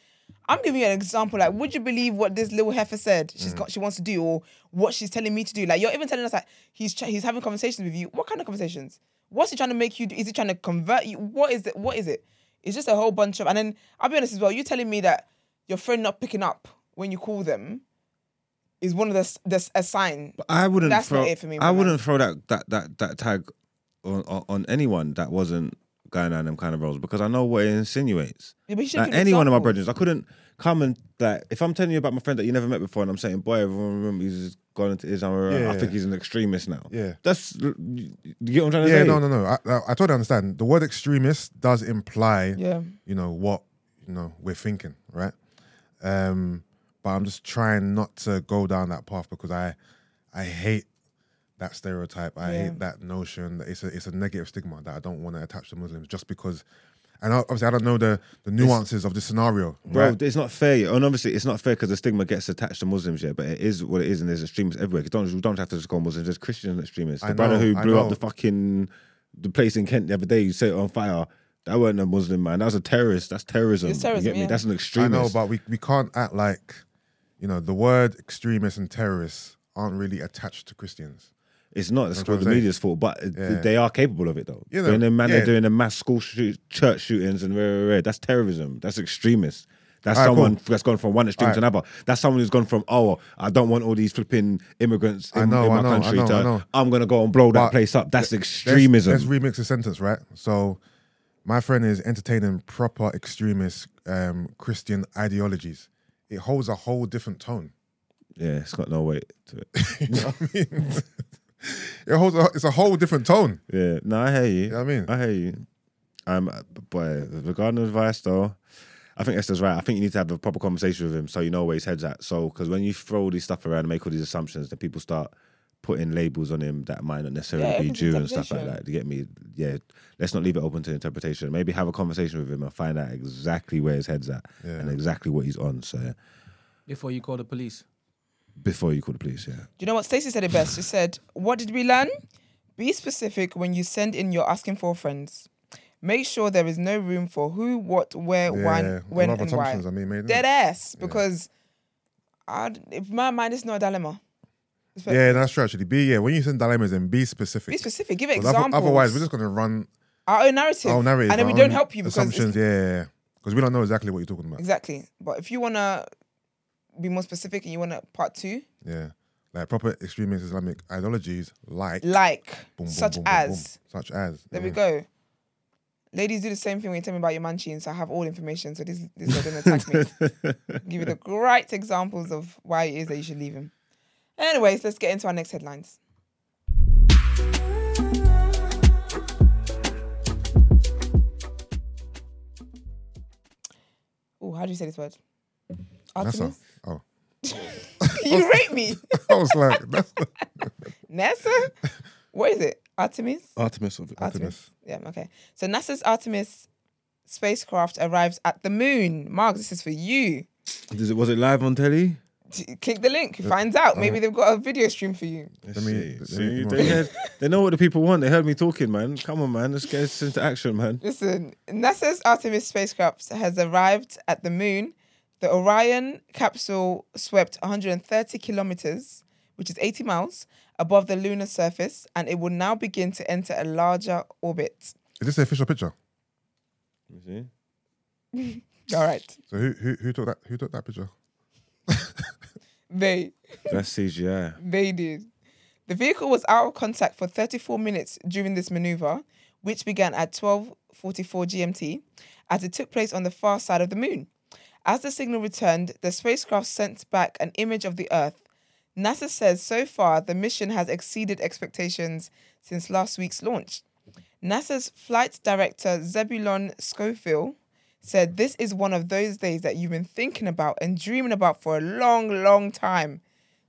Speaker 1: I'm giving you an example. Like, would you believe what this little heifer said? She's
Speaker 2: Mm.
Speaker 1: got she wants to do, or what she's telling me to do. Like, you're even telling us that he's tr- he's having conversations with you. What kind of conversations? What's he trying to make you do? Is he trying to convert you? What is it? What is it? It's just a whole bunch of. And then I'll be honest as well. You telling me that your friend not picking up when you call them is one of the s- the s- a sign.
Speaker 2: I wouldn't.
Speaker 1: That's
Speaker 2: throw,
Speaker 1: not it for me,
Speaker 2: I
Speaker 1: my man.
Speaker 2: wouldn't throw that that that that tag on, on, on anyone that wasn't going down them kind of roles because I know what it insinuates.
Speaker 1: Yeah, but you should
Speaker 2: Like
Speaker 1: give an
Speaker 2: any one of my
Speaker 1: example.
Speaker 2: brothers, I couldn't come and like if I'm telling you about my friend that you never met before, and I'm saying, boy, everyone remember he's gone into Islam. I
Speaker 3: Yeah.
Speaker 2: think he's an extremist now.
Speaker 3: Yeah.
Speaker 2: that's you get what I'm trying to
Speaker 3: Yeah,
Speaker 2: say.
Speaker 3: no, no, no. I, I, I totally understand. The word extremist does imply,
Speaker 1: Yeah.
Speaker 3: you know, what you know we're thinking, right? Um, but I'm just trying not to go down that path because I, I hate that stereotype. I
Speaker 1: Yeah.
Speaker 3: hate that notion. That it's a it's a negative stigma that I don't want to attach to Muslims just because. And I- obviously, I don't know the the nuances of the scenario,
Speaker 2: Bro,
Speaker 3: right?
Speaker 2: it's not fair. yeah. And obviously, it's not fair because the stigma gets attached to Muslims, yeah. But it is what it is, and there's extremists everywhere. You don't, you don't have to just call Muslims, there's Christian extremists. The
Speaker 3: I
Speaker 2: brother
Speaker 3: know,
Speaker 2: who
Speaker 3: I
Speaker 2: blew up
Speaker 3: know.
Speaker 2: the fucking the place in Kent the other day, you set it on fire. That wasn't a Muslim man. That was a terrorist. That's terrorism.
Speaker 1: It's terrorism,
Speaker 2: you get me?
Speaker 1: yeah.
Speaker 2: That's an
Speaker 3: I
Speaker 2: extremist.
Speaker 3: know, but we, we can't act like, you know, the word extremist and terrorists aren't really attached to Christians.
Speaker 2: It's not. That's
Speaker 3: That's
Speaker 2: what
Speaker 3: what
Speaker 2: the
Speaker 3: I'm saying.
Speaker 2: media's fault. But
Speaker 3: Yeah.
Speaker 2: they are capable of it, though.
Speaker 3: Yeah,
Speaker 2: Yeah,
Speaker 3: no,
Speaker 2: doing the man,
Speaker 3: yeah.
Speaker 2: they're doing the mass school shoot, church shootings and rare, rare, rare. That's terrorism. That's extremist. That's
Speaker 3: Alright,
Speaker 2: someone
Speaker 3: cool.
Speaker 2: that's gone from one extreme
Speaker 3: Alright.
Speaker 2: to another. That's someone who's gone from oh, I don't want all these flipping immigrants in,
Speaker 3: I know,
Speaker 2: in my
Speaker 3: I know, I
Speaker 2: country
Speaker 3: know, I know.
Speaker 2: to I'm gonna go and blow that
Speaker 3: But
Speaker 2: place up. That's
Speaker 3: Let's-
Speaker 2: extremism.
Speaker 3: Let's, remix the sentence, right? So, my friend is entertaining proper extremist um, Christian ideologies. It holds a whole different tone.
Speaker 2: yeah, it's got no weight to it.
Speaker 3: You know what I mean? it holds a, it's a whole different tone.
Speaker 2: Yeah, no, I hear you.
Speaker 3: You know what I mean?
Speaker 2: I hear you. Um, but regarding advice though, I think Esther's right. I think you need to have a proper conversation with him so you know where his head's at. So, because when you throw all this stuff around and make all these assumptions, then people start putting labels on him that might not necessarily
Speaker 1: Yeah,
Speaker 2: be
Speaker 1: open to
Speaker 2: due and stuff like
Speaker 1: interpretation.
Speaker 2: that. You get me? Yeah, let's not leave it open to interpretation. Maybe have a conversation with him and find out exactly where his head's at
Speaker 3: Yeah.
Speaker 2: and exactly what he's on. So,
Speaker 4: Before you call the police.
Speaker 2: before you call the police, yeah.
Speaker 1: Do you know what Stacey said it best? She said, What did we learn? Be specific when you send in your asking for friends. Make sure there is no room for who, what, where,
Speaker 3: Yeah,
Speaker 1: when,
Speaker 3: a
Speaker 1: when,
Speaker 3: lot of
Speaker 1: and why.
Speaker 3: assumptions are being made, innit?
Speaker 1: Dead ass, because I'd, if my mind is not a dilemma.
Speaker 3: Yeah, that's true. Actually, be yeah. When you send dilemmas, and be specific.
Speaker 1: Be specific. Give it
Speaker 3: 'Cause other-
Speaker 1: examples.
Speaker 3: Otherwise, we're just gonna run
Speaker 1: our own narrative.
Speaker 3: our narrative,
Speaker 1: and then we
Speaker 3: our
Speaker 1: don't
Speaker 3: own
Speaker 1: help you because it's-
Speaker 3: assumptions. Yeah, yeah, yeah. Because we don't know exactly what you're talking about.
Speaker 1: exactly. But if you wanna be more specific and you wanna part two,
Speaker 3: Yeah. Like proper extremist Islamic ideologies, like
Speaker 1: like
Speaker 3: boom, boom,
Speaker 1: such
Speaker 3: boom, boom,
Speaker 1: as.
Speaker 3: boom, such as.
Speaker 1: There we go. Ladies do the same thing when you tell me about your munchies. I have all information, so this this is gonna attack me. Give you the great examples of why it is that you should leave him. Anyways, let's get into our next headlines. Oh, how do you say this word?
Speaker 3: That's a,
Speaker 1: Artemis?
Speaker 3: oh,
Speaker 1: you rate me,
Speaker 3: I was like, that's
Speaker 1: NASA? What is it? Artemis?
Speaker 2: Artemis of
Speaker 1: Artemis. Yeah, okay. So NASA's Artemis spacecraft arrives at the moon. Mark, this is for you.
Speaker 2: Was it live on telly?
Speaker 1: T- Click the link. Finds out. Maybe they've got a video stream for you.
Speaker 2: Let's
Speaker 3: Let me-
Speaker 2: see.
Speaker 3: let
Speaker 2: See,
Speaker 3: me-
Speaker 2: they, heard, they know what the people want. They heard me talking, man. Come on, man. Let's get this into action, man.
Speaker 1: Listen, NASA's Artemis spacecraft has arrived at the moon. The Orion capsule swept 130 kilometers, which is 80 miles, above the lunar surface, and it will now begin to enter a larger orbit.
Speaker 3: Is this the official picture?
Speaker 2: You see?
Speaker 1: All right.
Speaker 3: So who who, who took that who took that picture?
Speaker 1: They
Speaker 2: That's CGI.
Speaker 1: They did. The vehicle was out of contact for 34 minutes during this maneuver, which began at 12:44 GMT, as it took place on the far side of the moon. As the signal returned, the spacecraft sent back an image of the Earth. NASA says so far the mission has exceeded expectations since last week's launch. NASA's flight director Zebulon Schofield said this is one of those days that you've been thinking about and dreaming about for a long, long time.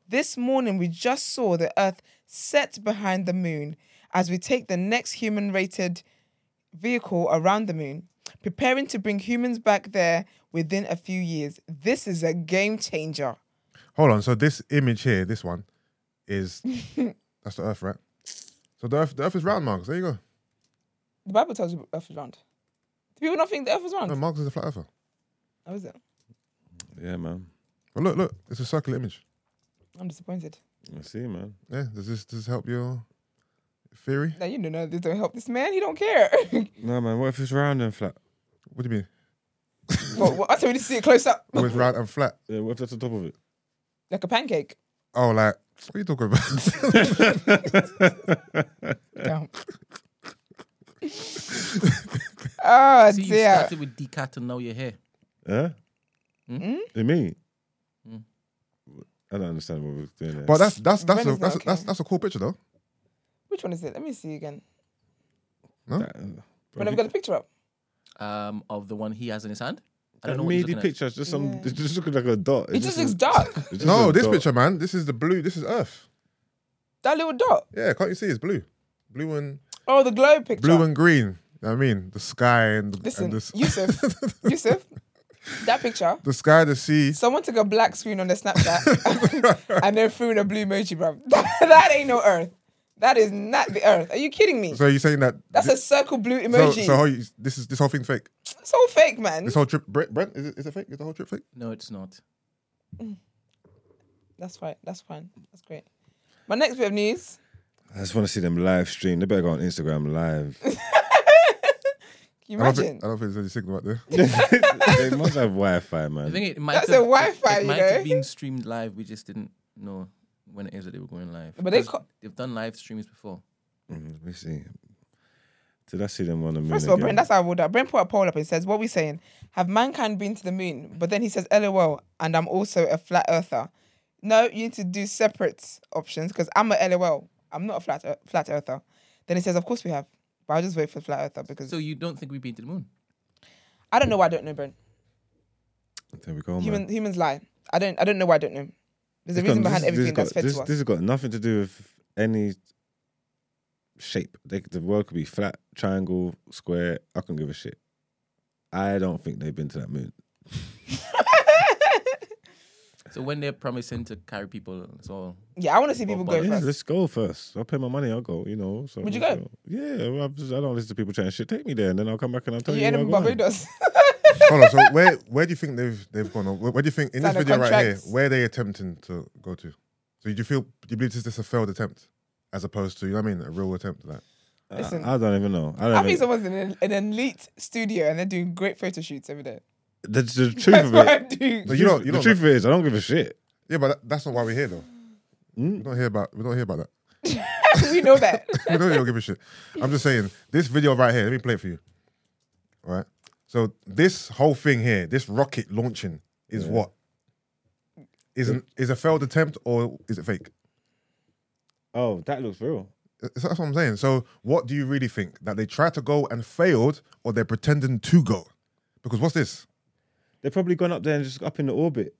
Speaker 1: This morning, we just saw the Earth set behind the moon as we take the next human rated vehicle around the moon, preparing to bring humans back there within a few years. This is a game changer.
Speaker 3: Hold on. So this image here, this one, is that's the Earth, right? So the Earth, the Earth is round, Marcus. There you go.
Speaker 1: The Bible tells you the Earth is round. Do people not think the Earth is
Speaker 3: No,
Speaker 1: round?
Speaker 3: Marcus is a flat Earther.
Speaker 1: How is it?
Speaker 2: Yeah, man.
Speaker 3: But look, look, it's a circular image.
Speaker 1: I'm disappointed.
Speaker 2: I see, man.
Speaker 3: Yeah. Does this does this help your theory?
Speaker 1: Now you don't know this don't help this man. He don't care.
Speaker 2: No, man. What if it's round and flat?
Speaker 3: What do you mean?
Speaker 1: well, well, I told you to see it close up,
Speaker 3: Oh, it's round and flat.
Speaker 2: Yeah, what if that's on top of it?
Speaker 1: like a pancake.
Speaker 3: Oh, like what are you talking about?
Speaker 1: Damn. oh
Speaker 4: See, you
Speaker 1: dear.
Speaker 4: started with decat and now you're here.
Speaker 2: Huh? Hmm.
Speaker 4: Hmm?
Speaker 2: You mean?
Speaker 4: Mm.
Speaker 2: I don't understand what we're doing there.
Speaker 3: but that's that's that's
Speaker 1: Ren
Speaker 3: a,
Speaker 1: is not
Speaker 3: that's,
Speaker 1: okay.
Speaker 3: that's that's a cool picture though.
Speaker 1: Which one is it? Let me see again.
Speaker 2: that, uh,
Speaker 1: When I've got the picture up.
Speaker 4: Um, of the one he has in his hand. I
Speaker 2: that
Speaker 4: don't know what you're
Speaker 2: meaty
Speaker 4: looking at.
Speaker 2: picture. It's just some.
Speaker 1: Yeah.
Speaker 2: It's just looking like a dot.
Speaker 1: It
Speaker 2: It's
Speaker 1: just
Speaker 2: a-
Speaker 1: looks dark.
Speaker 2: it's just
Speaker 3: No,
Speaker 2: a
Speaker 3: this
Speaker 2: dot.
Speaker 3: picture, man. This is the blue. This is Earth.
Speaker 1: That little dot.
Speaker 3: Yeah, can't you see? It's blue, blue and
Speaker 1: Oh, the globe picture.
Speaker 3: blue and green. You know what I mean, the sky and, the-
Speaker 1: Listen,
Speaker 3: and this,
Speaker 1: Yusuf, Yusuf, that picture.
Speaker 3: the sky, the sea.
Speaker 1: Someone took a black screen on their Snapchat and then threw in a blue emoji, bro. that ain't no Earth. That is not the Earth. Are you kidding me?
Speaker 3: So you're saying that
Speaker 1: That's a circle blue
Speaker 3: so,
Speaker 1: emoji.
Speaker 3: so how you, this is this whole thing fake?
Speaker 1: it's all fake, man.
Speaker 3: This whole trip, Brent, Brent is, it, is it fake? Is the whole trip fake?
Speaker 4: No, it's not.
Speaker 1: That's right. That's fine. That's great. My next bit of news.
Speaker 2: I just want to see them live stream. They better go on Instagram live.
Speaker 1: Can you
Speaker 3: I don't,
Speaker 1: imagine?
Speaker 3: think, I don't think there's any signal out there.
Speaker 2: they must have Wi-Fi,
Speaker 4: I
Speaker 2: man.
Speaker 4: think it might
Speaker 1: That's
Speaker 4: have,
Speaker 1: a Wi-Fi,
Speaker 4: It, it
Speaker 1: you
Speaker 4: might
Speaker 1: know?
Speaker 4: have been streamed live. We just didn't know when it is that they were going live.
Speaker 1: But they
Speaker 4: 'Cause
Speaker 1: co-
Speaker 4: they've done live streams before.
Speaker 2: Mm, let me see. Did I see them on the moon?
Speaker 1: First of all,
Speaker 2: again?
Speaker 1: Brent, that's how I would. Brent put a poll up and says, "What we saying? Have mankind been to the moon?" But then he says, "LOL," and I'm also a flat earther. No, you need to do separate options because I'm a LOL. I'm not a flat ear- flat earther. Then he says, "Of course we have," but I'll just wait for flat earther because
Speaker 4: So you don't think we've been to the moon?
Speaker 1: I don't know why I don't know, Brent.
Speaker 2: Oh there we go, man.
Speaker 1: Human, humans lie. I don't. I don't know why I don't know. There's a
Speaker 2: This
Speaker 1: reason
Speaker 2: got-
Speaker 1: behind
Speaker 2: this- this
Speaker 1: everything that's
Speaker 2: got-
Speaker 1: fed
Speaker 2: this,
Speaker 1: to us.
Speaker 2: This has got nothing to do with any shape. They, the world could be flat, triangle, square. I couldn't give a shit. I don't think they've been to that moon.
Speaker 4: So when they're promising to carry people, it's all
Speaker 1: yeah, I want to see people go
Speaker 4: Yeah,
Speaker 2: Yeah,
Speaker 1: first.
Speaker 2: let's go first. I'll pay my money. I'll go. You know. So
Speaker 1: Would you
Speaker 2: let's
Speaker 1: go?
Speaker 2: Yeah, well, I'm just- I don't listen to people trying shit. Take me there, and then I'll come back and I'll tell
Speaker 1: You
Speaker 2: you.
Speaker 1: end up in
Speaker 2: where I'm going.
Speaker 1: Barbados.
Speaker 3: Hold on. So where where do you think they've they've gone? Or Where, where do you think in this
Speaker 1: Sign a
Speaker 3: video right here?
Speaker 1: contract.
Speaker 3: Where are they attempting to go to? So do you feel do you believe this is a failed attempt as opposed to you know what I mean a real attempt at that?
Speaker 2: I-
Speaker 1: Listen.
Speaker 2: I, don't even know. I don't.
Speaker 1: I
Speaker 2: even-
Speaker 1: think someone's in an, an elite studio and they're doing great photo shoots every day.
Speaker 2: the, the truth
Speaker 1: That's
Speaker 2: of
Speaker 1: what I
Speaker 2: it.
Speaker 1: do.
Speaker 3: No, you don't.
Speaker 2: the
Speaker 3: You don't.
Speaker 2: truth is, I don't give a shit.
Speaker 3: Yeah, but that, that's not why we're here though. We
Speaker 2: Mm?
Speaker 3: don't hear about we don't hear about that.
Speaker 1: we know that.
Speaker 3: we don't even give a shit. I'm just saying this video right here. Let me play it for you. All right. So this whole thing here, this rocket launching, is what is an, is a failed attempt or is it fake?
Speaker 2: Oh, that looks real.
Speaker 3: That's that's what I'm saying. So what do you really think that they tried to go and failed, or they're pretending to go? Because what's this?
Speaker 2: They've probably gone up there and just up in the orbit.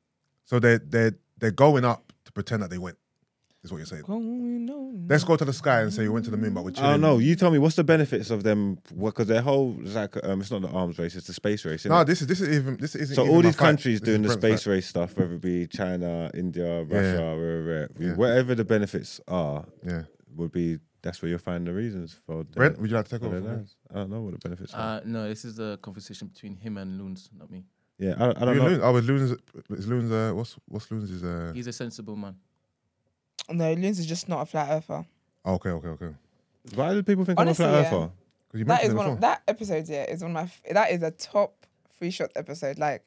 Speaker 3: So they are they are they're going up to pretend that they went. is what you're saying.
Speaker 1: Going on.
Speaker 3: Let's go to the sky and say you went to the moon, but we're chilling.
Speaker 2: Oh no! You tell me what's the benefits of them? Because their whole it's like um, it's not the arms race; it's the space race. innit?
Speaker 3: No, this is this is even this isn't.
Speaker 2: so
Speaker 3: even
Speaker 2: all
Speaker 3: my
Speaker 2: these
Speaker 3: fight.
Speaker 2: countries
Speaker 3: This
Speaker 2: doing the
Speaker 3: is Brent's
Speaker 2: space race stuff, whether it be China, India, Russia, wherever,
Speaker 3: Yeah.
Speaker 2: wherever the benefits are,
Speaker 3: fight. Yeah,
Speaker 2: would be that's where you'll find the reasons for. their-
Speaker 3: Brent, would you like to take
Speaker 2: for
Speaker 3: over?
Speaker 2: their lives. I don't know what the benefits are.
Speaker 4: Uh, no, this is a conversation between him and Loons, not me.
Speaker 2: Yeah, I, I don't
Speaker 3: You
Speaker 2: know.
Speaker 3: Loon- oh, with Loons, is Loons, uh, what's what's Loons is uh,
Speaker 4: He's a sensible man.
Speaker 1: No, Lindsay's just not a flat earther.
Speaker 3: oh, okay, okay, okay.
Speaker 2: Why do people think
Speaker 1: Honestly,
Speaker 2: I'm a flat
Speaker 1: yeah.
Speaker 2: earther?
Speaker 3: Because you
Speaker 1: That
Speaker 3: mentioned
Speaker 1: is
Speaker 3: it
Speaker 1: one
Speaker 3: before.
Speaker 1: of that episode. Yeah, is one of my. f- That is a top free shot episode. Like,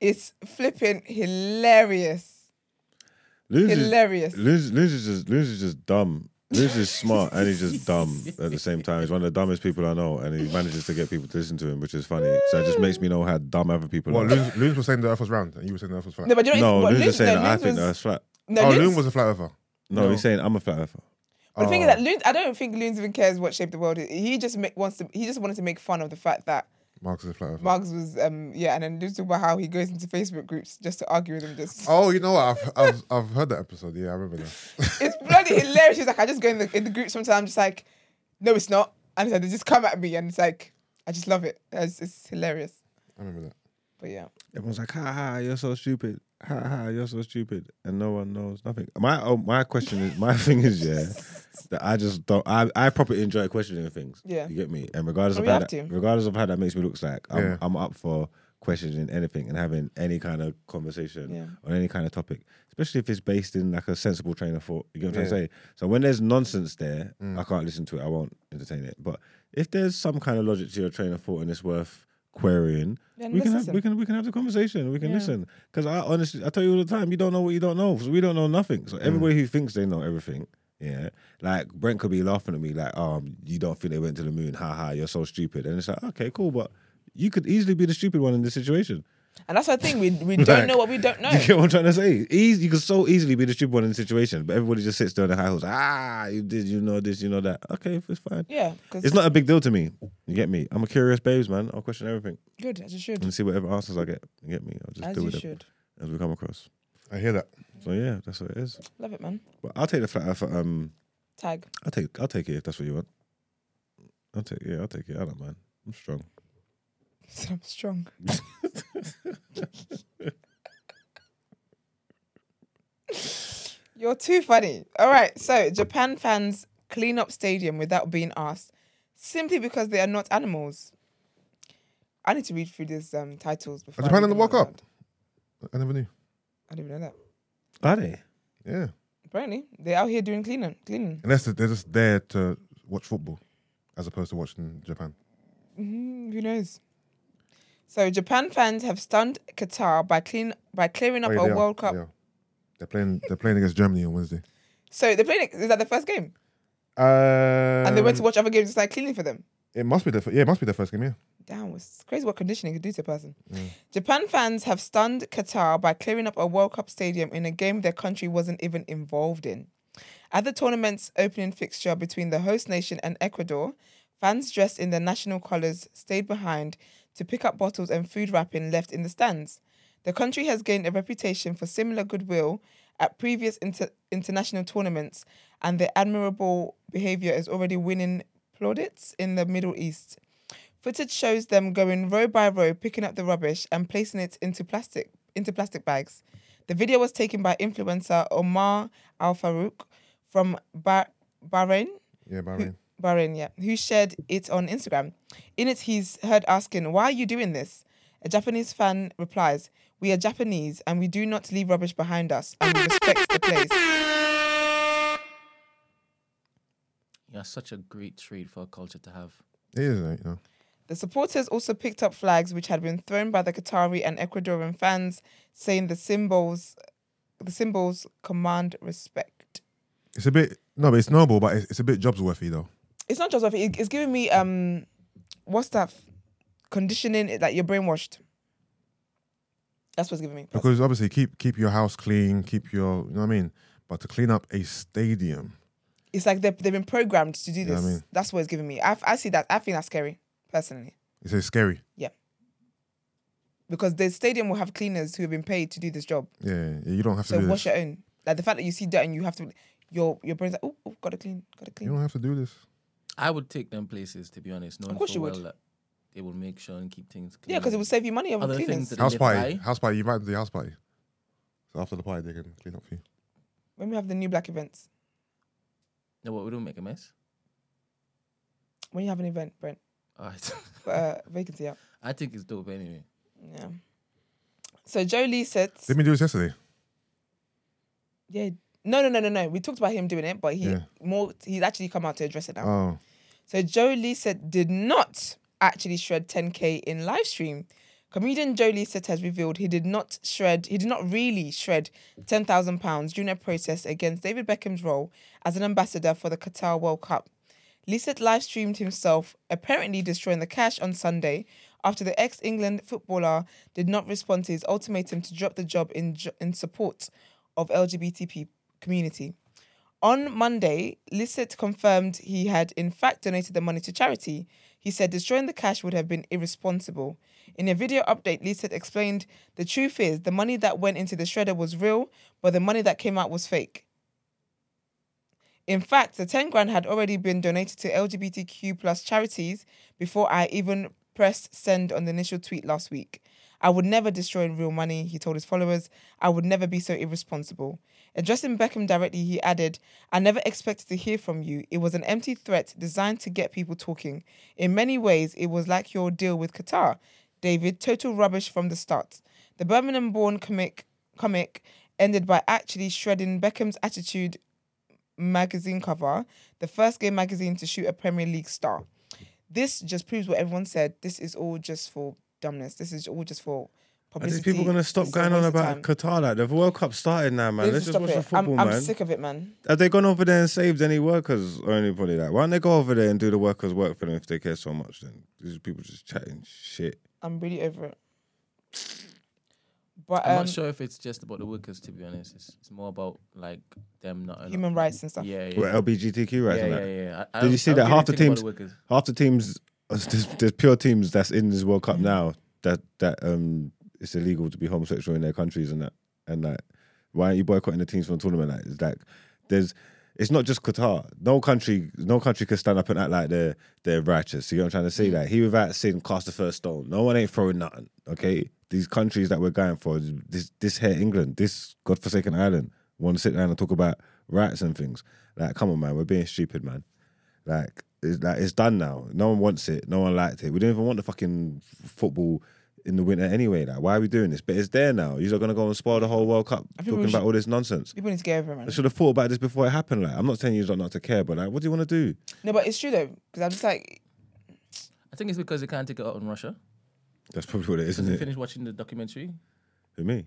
Speaker 1: it's flipping hilarious.
Speaker 2: Lose is,
Speaker 1: Hilarious.
Speaker 2: Lose, Lose is just Lose is just dumb. Lose is smart and he's just dumb at the same time. He's one of the dumbest people I know, and he manages to get people to listen to him, which is funny. So it just makes me know how dumb other people
Speaker 3: What
Speaker 2: are.
Speaker 3: Loons, Loons was saying the Earth was round, and you were saying the Earth was flat.
Speaker 1: No, but you know
Speaker 2: no,
Speaker 1: what,
Speaker 2: Lose is
Speaker 1: Loons-
Speaker 2: saying
Speaker 1: no,
Speaker 2: that I
Speaker 1: Loons
Speaker 2: think
Speaker 1: was-
Speaker 2: that's flat.
Speaker 1: No,
Speaker 3: oh,
Speaker 1: Loons-
Speaker 3: Loon was a flat earther.
Speaker 2: No, he's saying I'm a flat earther.
Speaker 1: But the thing is
Speaker 3: Oh.
Speaker 1: that Loons, I don't think Loons even cares what shape the world is. He just ma- wants to. He just wanted to make fun of the fact that
Speaker 3: Marcus is a flat earther.
Speaker 1: Muggs was, um, yeah, and then Loons talk about how he goes into Facebook groups just to argue with them. Just
Speaker 3: Oh, you know what? I've, I've I've heard that episode. Yeah, I remember that.
Speaker 1: it's bloody hilarious. He's like, I just go in the in the group sometimes, just like, no, it's not, and so they just come at me, and it's like, I just love it. It's, it's hilarious.
Speaker 3: I remember that.
Speaker 1: But yeah,
Speaker 2: Everyone's like, ha ha, you're so stupid. Ha ha, you're so stupid, and no one knows nothing. My oh, my question is, my thing is, yeah, that I just don't. I I properly enjoy questioning things.
Speaker 1: Yeah.
Speaker 2: you get me. And regardless
Speaker 1: Oh,
Speaker 2: of
Speaker 1: you
Speaker 2: how
Speaker 1: have
Speaker 2: that,
Speaker 1: to.
Speaker 2: regardless of how that makes me look like, I'm
Speaker 3: Yeah.
Speaker 2: I'm up for questioning anything and having any kind of conversation
Speaker 1: Yeah.
Speaker 2: on any kind of topic, especially if it's based in like a sensible train of thought. You get what I'm saying? So when there's nonsense there, I can't listen to it. I won't entertain it. But if there's some kind of logic to your train of thought and it's worth querying,
Speaker 1: Then
Speaker 2: we
Speaker 1: let's
Speaker 2: can have
Speaker 1: listen.
Speaker 2: we can we can have the conversation. We can
Speaker 1: Yeah.
Speaker 2: listen. Because I honestly, I tell you all the time, you don't know what you don't know. So we don't know nothing. So everybody who thinks they know everything, yeah, like Brent could be laughing at me, like, oh, you don't think they went to the moon? Ha ha, you're so stupid. And it's like, okay, cool, but you could easily be the stupid one in this situation.
Speaker 1: and that's the thing. We we don't know what we don't know.
Speaker 2: You get what I'm trying to say? Easy, you could so easily be the stupid one in the situation, but everybody just sits there in the high horse. Ah, you did, you know this, you know that. Okay, it's fine.
Speaker 1: Yeah, because
Speaker 2: It's not a big deal to me. You get me? I'm a curious babes, man. I'll question everything
Speaker 1: good as you should,
Speaker 2: and see whatever answers I get. You get me? I'll just
Speaker 1: as
Speaker 2: deal
Speaker 1: you
Speaker 2: with it
Speaker 1: should.
Speaker 2: as we come across.
Speaker 3: I hear that.
Speaker 2: So yeah, that's what it is.
Speaker 1: Love it, man.
Speaker 2: But I'll take the flat earth. Um,
Speaker 1: Tag.
Speaker 2: I'll take I'll take it if that's what you want. I'll take yeah, I'll take it. I don't mind. I'm strong.
Speaker 1: Said I'm strong. You're too funny. All right, so Japan fans clean up stadium without being asked, simply because they are not animals. I need to read through these um, titles before. I
Speaker 3: Japan
Speaker 1: read
Speaker 3: in the
Speaker 1: them
Speaker 3: World
Speaker 1: out
Speaker 3: Cup?
Speaker 1: loud.
Speaker 3: I never knew.
Speaker 1: I didn't even know that.
Speaker 2: Are they?
Speaker 3: Yeah,
Speaker 1: Apparently, they're out here doing cleaning. Cleaning.
Speaker 3: unless they're just there to watch football, as opposed to watching Japan.
Speaker 1: Mm, who knows? So Japan fans have stunned Qatar by clean by clearing up
Speaker 3: Oh, yeah, they
Speaker 1: a
Speaker 3: are.
Speaker 1: World Cup.
Speaker 3: They are. They're playing. They're playing against Germany on Wednesday.
Speaker 1: So they're playing. Is that the first game?
Speaker 3: Uh,
Speaker 1: and they went to watch other games and started cleaning for them.
Speaker 3: It must be the fir- yeah. It must be their first game. Yeah.
Speaker 1: Damn, it's crazy what conditioning could do to a person. Japan fans have stunned Qatar by clearing up a World Cup stadium in a game their country wasn't even involved in. At the tournament's opening fixture between the host nation and Ecuador, fans dressed in their national colours stayed behind to pick up bottles and food wrapping left in the stands. The country has gained a reputation for similar goodwill at previous inter- international tournaments, and their admirable behaviour is already winning plaudits in the Middle East. Footage shows them going row by row, picking up the rubbish and placing it into plastic into plastic bags. The video was taken by influencer Omar Al Farouk from ba- Bahrain.
Speaker 3: Yeah,
Speaker 1: Hmm.
Speaker 3: Bahrain.
Speaker 1: Bahrain, yeah, who shared it on Instagram. In it, he's heard asking, "Why are you doing this?" A Japanese fan replies, "We are Japanese, and we do not leave rubbish behind us, and we respect the place."
Speaker 4: Yeah, such a great trade for a culture to have.
Speaker 3: It is, eh, you know.
Speaker 1: The supporters also picked up flags which had been thrown by the Qatari and Ecuadorian fans, saying the symbols the symbols command respect.
Speaker 3: It's a bit no, but it's noble, but it's, it's a bit jobs worthy though.
Speaker 1: It's not just of it, it's giving me um what's that f- conditioning it like you're brainwashed. That's what's giving me. That's-
Speaker 3: Because obviously, keep keep your house clean, keep your you know what I mean. But to clean up a stadium,
Speaker 1: It's like they've, they've been programmed to do
Speaker 3: know
Speaker 1: this.
Speaker 3: what I mean?
Speaker 1: That's what it's giving me. I, I see that. I think that's scary, personally.
Speaker 3: it's a scary.
Speaker 1: Because the stadium will have cleaners who have been paid to do this job.
Speaker 3: Yeah, yeah, you don't have to
Speaker 1: So
Speaker 3: do
Speaker 1: wash
Speaker 3: this.
Speaker 1: your own. Like the fact that you see dirt and you have to. your your brain's like, oh, gotta clean, gotta
Speaker 3: You
Speaker 1: clean.
Speaker 3: don't have to do this.
Speaker 4: I would take them places to be honest. Knowing
Speaker 1: course
Speaker 4: full
Speaker 1: you
Speaker 4: well
Speaker 1: would.
Speaker 4: that they will make sure and keep things clean.
Speaker 1: Yeah, because it would save you money over
Speaker 4: Other
Speaker 1: cleaning.
Speaker 4: things that-
Speaker 3: House
Speaker 4: live
Speaker 3: party.
Speaker 4: by.
Speaker 3: House party. You invite them to the house party. So after the party, they can clean up for you.
Speaker 1: When we have the new black events,
Speaker 4: No, what we don't make a mess.
Speaker 1: when you have an event, Brent,
Speaker 4: All right.
Speaker 1: put a vacancy up.
Speaker 4: I think it's dope anyway.
Speaker 1: Yeah. So Jolie said,
Speaker 3: Didn't we do this yesterday?
Speaker 1: yeah. No, no, no, no, no. We talked about him doing it, but he
Speaker 3: Yeah.
Speaker 1: more he's actually come out to address it now.
Speaker 3: Oh,
Speaker 1: So Joe Lisa did not actually shred 10k in live stream. Comedian Joe Lisa has revealed he did not shred, he did not really shred £10,000 during a protest against David Beckham's role as an ambassador for the Qatar World Cup. Lisset live streamed himself, apparently destroying the cash on Sunday after the ex England footballer did not respond to his ultimatum to drop the job in, ju- in support of LGBT pe- community. On Monday, Lisset confirmed he had in fact donated the money to charity. He said destroying the cash would have been irresponsible. In a video update, Lisset explained the truth is the money that went into the shredder was real, but the money that came out was fake. In fact, the 10 grand had already been donated to LGBTQ plus charities before I even pressed send on the initial tweet last week. I would never destroy real money, he told his followers. I would never be so irresponsible. Addressing Beckham directly, he added, I never expected to hear from you. It was an empty threat designed to get people talking. In many ways, it was like your deal with Qatar. David, total rubbish from the start. The Birmingham born comic, comic ended by actually shredding Beckham's attitude magazine cover, the first gay magazine to shoot a Premier League star. This just proves what everyone said. This is all just for dumbness. This is all just for
Speaker 2: Are these
Speaker 1: publicity.
Speaker 2: people gonna stop
Speaker 1: This is a
Speaker 2: going on
Speaker 1: waste of time.
Speaker 2: about Qatar? Like the World Cup started now, man.
Speaker 1: Please
Speaker 2: Let's just
Speaker 1: stop
Speaker 2: watch
Speaker 1: it.
Speaker 2: the football,
Speaker 1: I'm,
Speaker 2: man.
Speaker 1: I'm sick of it, man.
Speaker 2: Have they gone over there and saved any workers or anybody? Like, why don't they go over there and do the workers' work for them if they care so much? Then these people just chatting shit.
Speaker 1: I'm really over it. But
Speaker 4: I'm
Speaker 1: um,
Speaker 4: not sure if it's just about the workers to be honest. It's, it's more about like them not
Speaker 1: human rights and stuff.
Speaker 4: Yeah, yeah.
Speaker 2: With LGBTQ rights
Speaker 4: yeah,
Speaker 2: and
Speaker 4: yeah,
Speaker 2: that.
Speaker 4: yeah. I- I
Speaker 2: Did you
Speaker 4: don't-
Speaker 2: see
Speaker 4: I
Speaker 2: that
Speaker 4: don't really
Speaker 2: half the
Speaker 4: think about
Speaker 2: teams-
Speaker 4: workers.
Speaker 2: Half the teams, there's, there's pure teams that's in this World Cup now that that um it's illegal to be homosexual in their countries and that and like why aren't you boycotting the teams from the tournament? Like, it's like there's it's not just Qatar. No country, no country can stand up and act like they're they're righteous. You know what I'm trying to
Speaker 4: Mm.
Speaker 2: say? Like he without sin cast the first stone. No one ain't throwing nothing. Okay, these countries that we're going for, this this here England, this godforsaken island, want to sit down and talk about rights and things. Like, come on, man, we're being stupid, man. Like it's like it's done now. No one wants it. No one liked it. We don't even want the fucking football in the winter anyway. Like, why are we doing this? But it's there now. You're gonna go and spoil the whole World Cup
Speaker 1: think we
Speaker 2: talking about
Speaker 1: should-
Speaker 2: all this nonsense.
Speaker 1: People need to get over it, man.
Speaker 2: I should have thought about this before it happened. Like, I'm not saying you don't not to care, but like, what do you want to do?
Speaker 1: No, but it's true though, because I'm just like,
Speaker 4: I think it's because they can't take it out on Russia.
Speaker 2: That's probably what it is,
Speaker 4: Because they
Speaker 2: isn't it?
Speaker 4: finished watching the documentary.
Speaker 2: For me,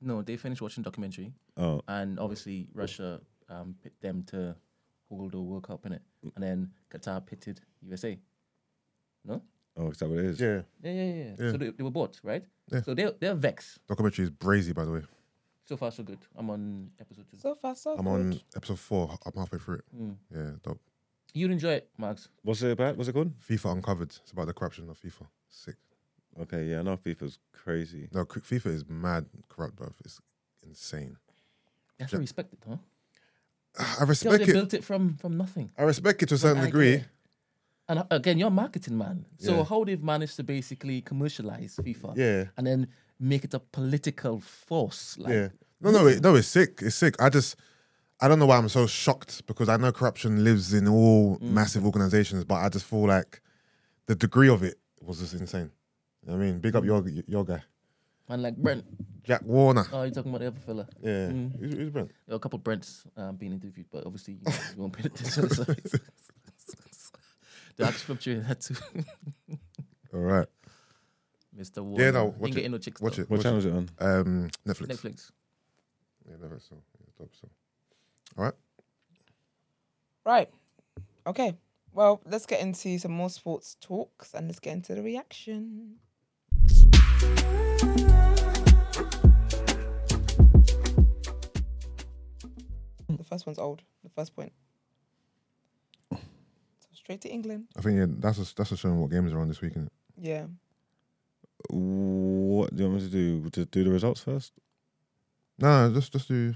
Speaker 4: No, they finished watching documentary,
Speaker 2: oh,
Speaker 4: and obviously Russia um, pit them to hold the World Cup in it, and then Qatar pitted USA. No,
Speaker 2: oh, is that what it is?
Speaker 3: yeah.
Speaker 4: yeah, yeah, yeah. So they, they were bought, right?
Speaker 3: Yeah.
Speaker 4: So they're they're vexed.
Speaker 3: Documentary is brazy, by the way.
Speaker 4: So far, so good. I'm on episode two. Hmm.
Speaker 1: so far, so
Speaker 3: I'm
Speaker 1: Oh, good.
Speaker 3: on episode four. I'm halfway through it. Yeah, dope.
Speaker 4: You'd enjoy it, Max.
Speaker 2: What's it about? What's it called?
Speaker 3: FIFA Uncovered. It's about the corruption of FIFA. Sick.
Speaker 2: Okay, yeah, I know FIFA's crazy.
Speaker 3: No, cr- FIFA is mad corrupt, bro. It's insane.
Speaker 4: You have to respect it, huh?
Speaker 3: I
Speaker 4: Yo, they
Speaker 3: respect it.
Speaker 4: built it from from nothing.
Speaker 3: I respect it to a certain
Speaker 4: I
Speaker 3: degree.
Speaker 4: get And uh, again, you're a marketing man. So
Speaker 3: Yeah.
Speaker 4: how they've managed to basically commercialize FIFA,
Speaker 3: Yeah.
Speaker 4: and then make it a political force. Like,
Speaker 3: Yeah. No, no, it, no. It's sick. It's sick. I just, I don't know why I'm so shocked because I know corruption lives in all massive organizations, but I just feel like the degree of it was just insane. You know what I mean, big up your your guy,
Speaker 4: man, like Brent.
Speaker 3: Jack Warner.
Speaker 4: Oh, you're talking about the other fella.
Speaker 3: Yeah, who's, who's Brent?
Speaker 4: There were a couple of Brents um, being interviewed, but obviously you, know, you won't pay attention. So the axe fluctuated that too.
Speaker 3: All right,
Speaker 4: Mr. Warner.
Speaker 3: no,
Speaker 4: He
Speaker 3: watch
Speaker 4: ain't
Speaker 3: it,
Speaker 4: getting no chicks.
Speaker 3: watch
Speaker 4: though.
Speaker 3: it.
Speaker 2: What
Speaker 3: Watch
Speaker 2: channel is it on?
Speaker 3: it. Um, Netflix.
Speaker 4: Netflix.
Speaker 3: Yeah, Netflix. So, yeah, dope, so.
Speaker 1: Right. Okay. Well, let's get into some more sports talks and let's get into the reaction. The first one's old. The first point. So straight to England.
Speaker 3: I think yeah, that's us that's us showing what games are on this weekend.
Speaker 1: Yeah.
Speaker 2: What do you want me to do? To do the results first?
Speaker 3: No, just just do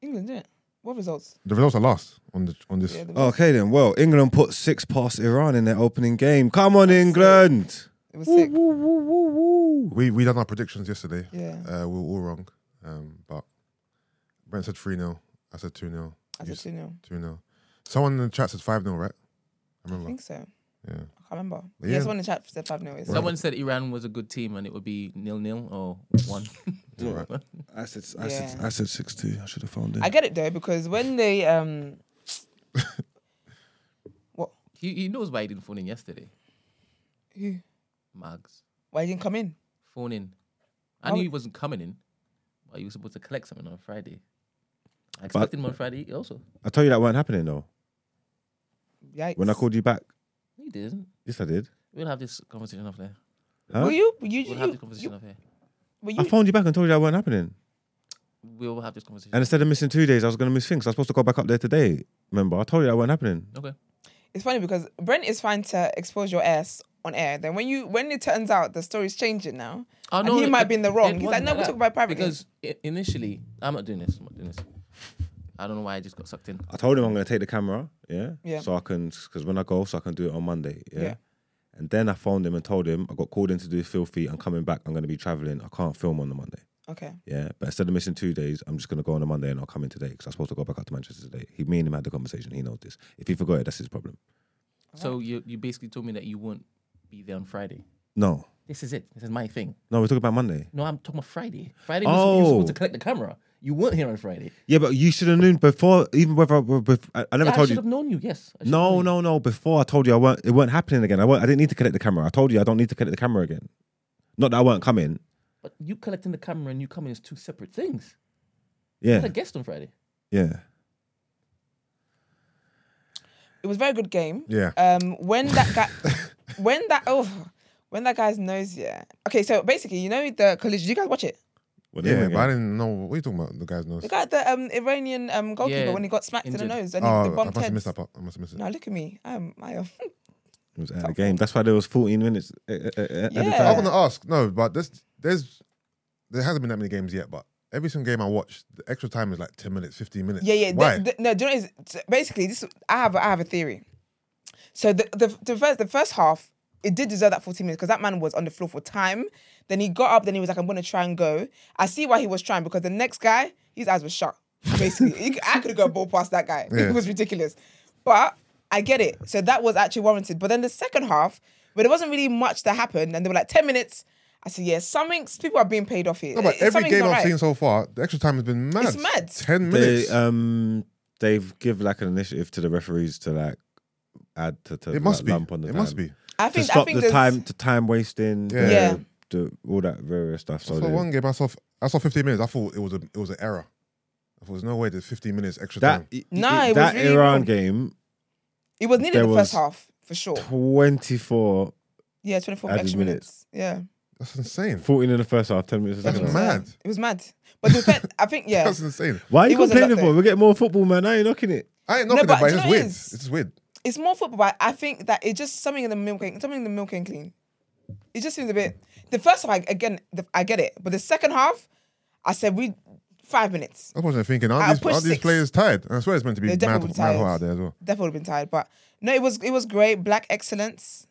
Speaker 1: England, didn't it? What results?
Speaker 3: The results are last on the on this.
Speaker 1: Yeah, the-
Speaker 2: Okay then. Well, England put six past Iran in their opening game. Come on, England!
Speaker 1: it was sick.
Speaker 3: We we done our predictions yesterday.
Speaker 1: Yeah.
Speaker 3: Uh, we were all wrong. Um, but Brent said three 0 I said two 0
Speaker 1: I said 2 0.
Speaker 3: Two 0 Someone in the chat said five 0 right? I
Speaker 1: I
Speaker 3: remember.
Speaker 1: think so. I
Speaker 3: yeah.
Speaker 1: can't remember.
Speaker 3: Yeah.
Speaker 1: Yeah, someone in the chat said 5 0.
Speaker 4: Someone said Iran was a good team and it would be nil nil or one.
Speaker 3: Alright.
Speaker 2: I said, I said,
Speaker 1: Yeah.
Speaker 2: I said six two. I should have found it.
Speaker 1: I get it though, because when they. um
Speaker 4: he, he knows why he didn't phone in yesterday.
Speaker 1: Who?
Speaker 4: Mags.
Speaker 1: Why didn't come in?
Speaker 4: Phone in. I
Speaker 1: How-
Speaker 4: knew he wasn't coming in, but he was supposed to collect something on Friday. I expected him on Friday also.
Speaker 2: I told you that weren't happening though.
Speaker 1: Yikes.
Speaker 2: When I called you back,
Speaker 4: He didn't.
Speaker 2: yes, I did.
Speaker 4: We'll have this conversation off there.
Speaker 2: Huh?
Speaker 1: Were you? You, you,
Speaker 4: We'll have
Speaker 1: you,
Speaker 4: this conversation off here.
Speaker 1: were
Speaker 2: I
Speaker 1: you
Speaker 2: phoned you back and told you that weren't happening.
Speaker 4: We'll have this conversation.
Speaker 2: And instead of missing two days, I was gonna miss things. I was supposed to go back up there today. Remember, I told you that weren't happening.
Speaker 4: okay.
Speaker 1: It's funny because Brent is fine to expose your ass on air. Then when you when it turns out the story's changing now,
Speaker 4: Oh,
Speaker 1: and he
Speaker 4: it-
Speaker 1: might be in the wrong.
Speaker 4: it
Speaker 1: He's like,
Speaker 4: wasn't
Speaker 1: no, we
Speaker 4: that.
Speaker 1: talk about private
Speaker 4: Because i- initially, I'm not doing this. I'm not doing this. I don't know why I just got sucked in.
Speaker 2: I told him I'm gonna take the camera, yeah,
Speaker 1: Yeah.
Speaker 2: so I can because when I go, so I can do it on Monday, yeah?
Speaker 1: Yeah.
Speaker 2: And then I phoned him and told him I got called in to do filthy. I'm coming back. I'm gonna be traveling. I can't film on the Monday,
Speaker 1: Okay,
Speaker 2: yeah. But instead of missing two days, I'm just gonna go on a Monday and I'll come in today because I'm supposed to go back up to Manchester today. He, me and him had the conversation. He knows this. If he forgot it, that's his problem.
Speaker 4: So you you basically told me that you won't be there on Friday.
Speaker 2: No,
Speaker 4: This is it. This is my thing.
Speaker 2: no, we're talking about Monday.
Speaker 4: No, I'm talking about Friday. Friday was you were
Speaker 2: Oh.
Speaker 4: supposed to collect the camera. You weren't here on Friday.
Speaker 2: Yeah, but you should have known before. Even whether bef- I, I never
Speaker 4: I
Speaker 2: told
Speaker 4: should
Speaker 2: you.
Speaker 4: have known you. Yes. I should have
Speaker 2: No,
Speaker 4: known you.
Speaker 2: no, no. Before I told you I weren't. It weren't happening again. I, weren't, I didn't need to collect the camera. I told you I don't need to collect the camera again. Not that I weren't coming.
Speaker 4: But you collecting the camera and you coming is two separate things. I
Speaker 2: Yeah,
Speaker 4: had a guest on Friday.
Speaker 2: yeah.
Speaker 1: it was a very good game.
Speaker 3: Yeah.
Speaker 1: Um, when that guy, when that oh, when that guy's nose, yeah. Okay, so basically, you know the collision. You guys watch it.
Speaker 2: Well,
Speaker 3: Yeah,
Speaker 2: anyway,
Speaker 3: but I didn't know what are you talking about. The guy's nose.
Speaker 1: The guy, the um Iranian um goalkeeper,
Speaker 4: Yeah,
Speaker 1: when he got smacked in
Speaker 4: injured.
Speaker 1: the nose and he the
Speaker 3: Oh, I must
Speaker 1: bumped
Speaker 3: have missed
Speaker 1: heads.
Speaker 3: that part. I must have missed it.
Speaker 1: Now look at me. I am. I am.
Speaker 2: It was out of the game. That's why there was 14 minutes uh, uh, uh, at the
Speaker 1: Yeah.
Speaker 2: time.
Speaker 3: I want to ask. No, but this, there's there hasn't been that many games yet. But every single game I watch, the extra time is like ten minutes, fifteen minutes.
Speaker 1: Yeah, yeah. the-
Speaker 3: Why?
Speaker 1: the- no, do you know? what it is? basically, this I have. I have a theory. So the the, the first the first half, it did deserve that 14 minutes because that man was on the floor for time. Then he got up. Then he was like, "I'm gonna try and go." I see why he was trying because the next guy, his eyes were shut. Basically, He- I could have got a ball past that guy.
Speaker 3: Yeah.
Speaker 1: It was ridiculous, but I get it. So that was actually warranted. But then the second half, where there wasn't really much that happened, and they were like 10 minutes. I said, "Yeah, something. People are being paid off here.
Speaker 3: no, but every
Speaker 1: Something's
Speaker 3: game
Speaker 1: not
Speaker 3: I've
Speaker 1: right."
Speaker 3: seen so far, the extra time has been mad.
Speaker 1: It's mad.
Speaker 3: Ten
Speaker 2: They,
Speaker 3: minutes.
Speaker 2: um, they've give like an initiative to the referees to like add to, to
Speaker 3: it must
Speaker 2: like,
Speaker 3: be.
Speaker 2: lump on the
Speaker 3: It
Speaker 2: time.
Speaker 3: must be.
Speaker 1: I
Speaker 2: to
Speaker 1: think I
Speaker 2: stop
Speaker 1: think
Speaker 2: the
Speaker 1: there's-
Speaker 2: time to time wasting.
Speaker 3: Yeah.
Speaker 2: the-
Speaker 1: Yeah.
Speaker 2: the- all that various stuff. So
Speaker 3: So
Speaker 2: they-
Speaker 3: one game I saw, I saw fifteen minutes. I thought it was a, it was an error. I thought there's no way there's fifteen minutes extra
Speaker 2: that
Speaker 3: time.
Speaker 1: Nah, it was
Speaker 2: that
Speaker 1: really
Speaker 2: Iran
Speaker 1: wrong.
Speaker 2: game,
Speaker 1: It was needed
Speaker 2: There
Speaker 1: in the first
Speaker 2: was
Speaker 1: half for sure.
Speaker 2: 24,
Speaker 1: Yeah, 24
Speaker 2: added
Speaker 1: extra minutes. Yeah.
Speaker 3: That's insane.
Speaker 2: 14 in the first half, 10 minutes. in the
Speaker 3: That's
Speaker 2: second half.
Speaker 3: mad.
Speaker 1: Yeah. It was mad. But the fact, I think, yeah.
Speaker 3: That's insane.
Speaker 2: Why are
Speaker 1: It
Speaker 2: you
Speaker 1: was a lot
Speaker 2: complaining for?
Speaker 1: there.
Speaker 2: We get more football, man. I ain't knocking it.
Speaker 3: I ain't
Speaker 1: No,
Speaker 3: knocking
Speaker 1: but
Speaker 3: it, but
Speaker 1: do
Speaker 3: it's
Speaker 1: you
Speaker 3: just
Speaker 1: know
Speaker 3: weird.
Speaker 1: what it is?
Speaker 3: It's just weird.
Speaker 1: It's more football, but I think that it's just something in the milk and something in the milk and clean. It just seems a bit. The first half, I, again, the, I get it. But the second half, I said, we, five minutes.
Speaker 3: I wasn't thinking.
Speaker 1: I'll
Speaker 3: Aren't these,
Speaker 1: push
Speaker 3: aren't these
Speaker 1: six.
Speaker 3: players tired? And I swear it's meant to be
Speaker 1: They're
Speaker 3: mad,
Speaker 1: definitely
Speaker 3: mad hot
Speaker 1: tired.
Speaker 3: out there as well.
Speaker 1: Definitely would have been tired. But no, it was it was great. Black excellence.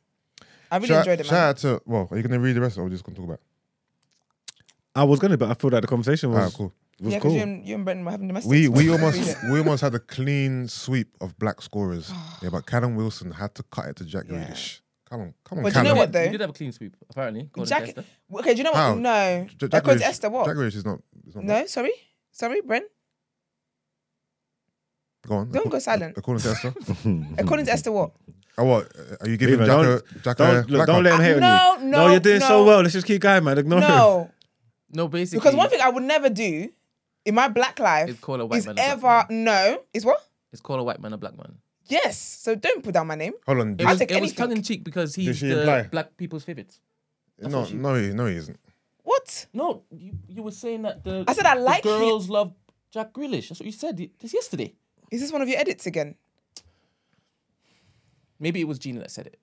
Speaker 1: I really
Speaker 3: Shout,
Speaker 1: enjoyed it,
Speaker 3: shout
Speaker 1: man.
Speaker 3: out to. Well, are you gonna read the rest? Or are we just gonna talk about? it?
Speaker 2: I was going to, but I feel like the conversation was,
Speaker 3: Alright, cool.
Speaker 2: was
Speaker 1: yeah, because
Speaker 2: cool.
Speaker 1: you, and, you and Brendan were having domestics.
Speaker 3: We we
Speaker 1: Read
Speaker 3: almost
Speaker 1: it.
Speaker 3: we almost had a clean sweep of black scorers. Yeah, but Callum Wilson had to cut it to Jack
Speaker 1: Yeah.
Speaker 3: Grealish. Come on, come on,
Speaker 1: But you
Speaker 3: Callum.
Speaker 1: know what,
Speaker 4: We
Speaker 1: though?
Speaker 4: did have a clean sweep, apparently. according to
Speaker 1: Jack,
Speaker 4: Esther.
Speaker 1: okay, do you know what?
Speaker 3: How?
Speaker 1: No.
Speaker 3: J- Jack
Speaker 1: Because
Speaker 3: Grealish-
Speaker 1: Esther, what?
Speaker 3: Jack Grealish is not. Is not
Speaker 1: no, sorry. Sorry, Brent.
Speaker 3: go on.
Speaker 1: Don't go silent.
Speaker 3: According to Esther.
Speaker 1: According to Esther, what?
Speaker 3: oh, what? Are you giving
Speaker 2: Leave it.
Speaker 3: Jack a, Jack a
Speaker 2: Don't,
Speaker 3: black
Speaker 2: look, don't
Speaker 3: card?
Speaker 2: let him hate
Speaker 1: No,
Speaker 2: on you.
Speaker 1: no,
Speaker 2: you're doing so
Speaker 1: no.
Speaker 2: well. Let's just keep going, man. Ignore him.
Speaker 1: No.
Speaker 4: No, basically.
Speaker 1: Because one thing I would never do in my black life
Speaker 4: Is call a white
Speaker 1: is
Speaker 4: man a black
Speaker 1: ever
Speaker 4: man.
Speaker 1: no is what?
Speaker 4: It's called a white man, a black man.
Speaker 1: Yes. So don't put down my name.
Speaker 3: Hold on.
Speaker 4: It
Speaker 3: did-
Speaker 1: I'll
Speaker 4: was,
Speaker 1: take
Speaker 4: it was
Speaker 1: anything.
Speaker 4: tongue in cheek because he's
Speaker 3: she
Speaker 4: the
Speaker 3: imply?
Speaker 4: black people's favorite.
Speaker 3: no, no, he, no, he isn't.
Speaker 1: What?
Speaker 4: No, you, you were saying that the
Speaker 1: I said I
Speaker 4: the
Speaker 1: like him.
Speaker 4: girls love Jack Grealish. That's what you said y- this yesterday.
Speaker 1: Is this one of your edits again?
Speaker 4: Maybe it was Gina that said it.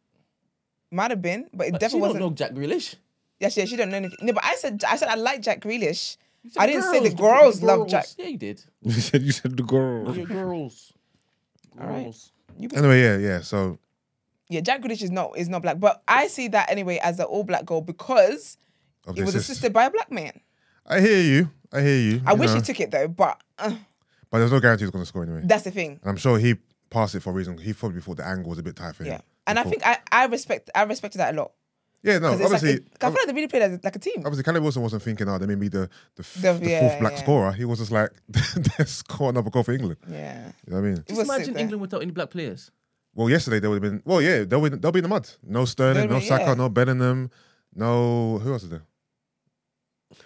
Speaker 1: Might have been, but it
Speaker 4: But
Speaker 1: definitely
Speaker 4: she
Speaker 1: wasn't.
Speaker 4: don't know Jack Grealish.
Speaker 1: Yes, yes, you don't know anything. No, but I said I said I like Jack Grealish. I didn't say the girls love Jack.
Speaker 4: Yeah, you did.
Speaker 2: you said you said the girl.
Speaker 4: Your girls.
Speaker 1: All right.
Speaker 4: Girls.
Speaker 1: You can,
Speaker 3: Anyway, yeah, yeah. So
Speaker 1: yeah, Jack Goodrich is not is not black, but I see that anyway as an all black girl because
Speaker 3: of
Speaker 1: he
Speaker 3: this
Speaker 1: was
Speaker 3: is-
Speaker 1: assisted by a black man.
Speaker 3: I hear you. I hear you.
Speaker 1: I
Speaker 3: you
Speaker 1: wish
Speaker 3: know.
Speaker 1: he took it though, but uh,
Speaker 3: but there's no guarantee he's gonna score anyway.
Speaker 1: that's the thing.
Speaker 3: And I'm sure he passed it for a reason. He probably thought the angle was a bit tight for him.
Speaker 1: Yeah, and I
Speaker 3: He
Speaker 1: think
Speaker 3: thought-
Speaker 1: I, I respect I respected that a lot.
Speaker 3: yeah, no,
Speaker 1: 'Cause it's like
Speaker 3: Oh, obviously,
Speaker 1: a- I feel like they really played as like a team.
Speaker 3: obviously, Callum Wilson wasn't thinking, oh, they made me the the, f-
Speaker 1: The-
Speaker 3: the
Speaker 1: yeah,
Speaker 3: fourth black
Speaker 1: yeah.
Speaker 3: scorer. He was just like, let's score another goal for England.
Speaker 1: Yeah,
Speaker 3: You know what I mean?
Speaker 1: It
Speaker 4: Just
Speaker 1: was sick
Speaker 4: imagine
Speaker 1: there.
Speaker 4: England without any black players.
Speaker 3: Well, yesterday they would have been. Well, yeah, they'll be they'll be in the mud. No Sterling,
Speaker 1: They'll
Speaker 3: no
Speaker 1: be-
Speaker 3: Saka,
Speaker 1: yeah.
Speaker 3: no Bellingham, no who else is there?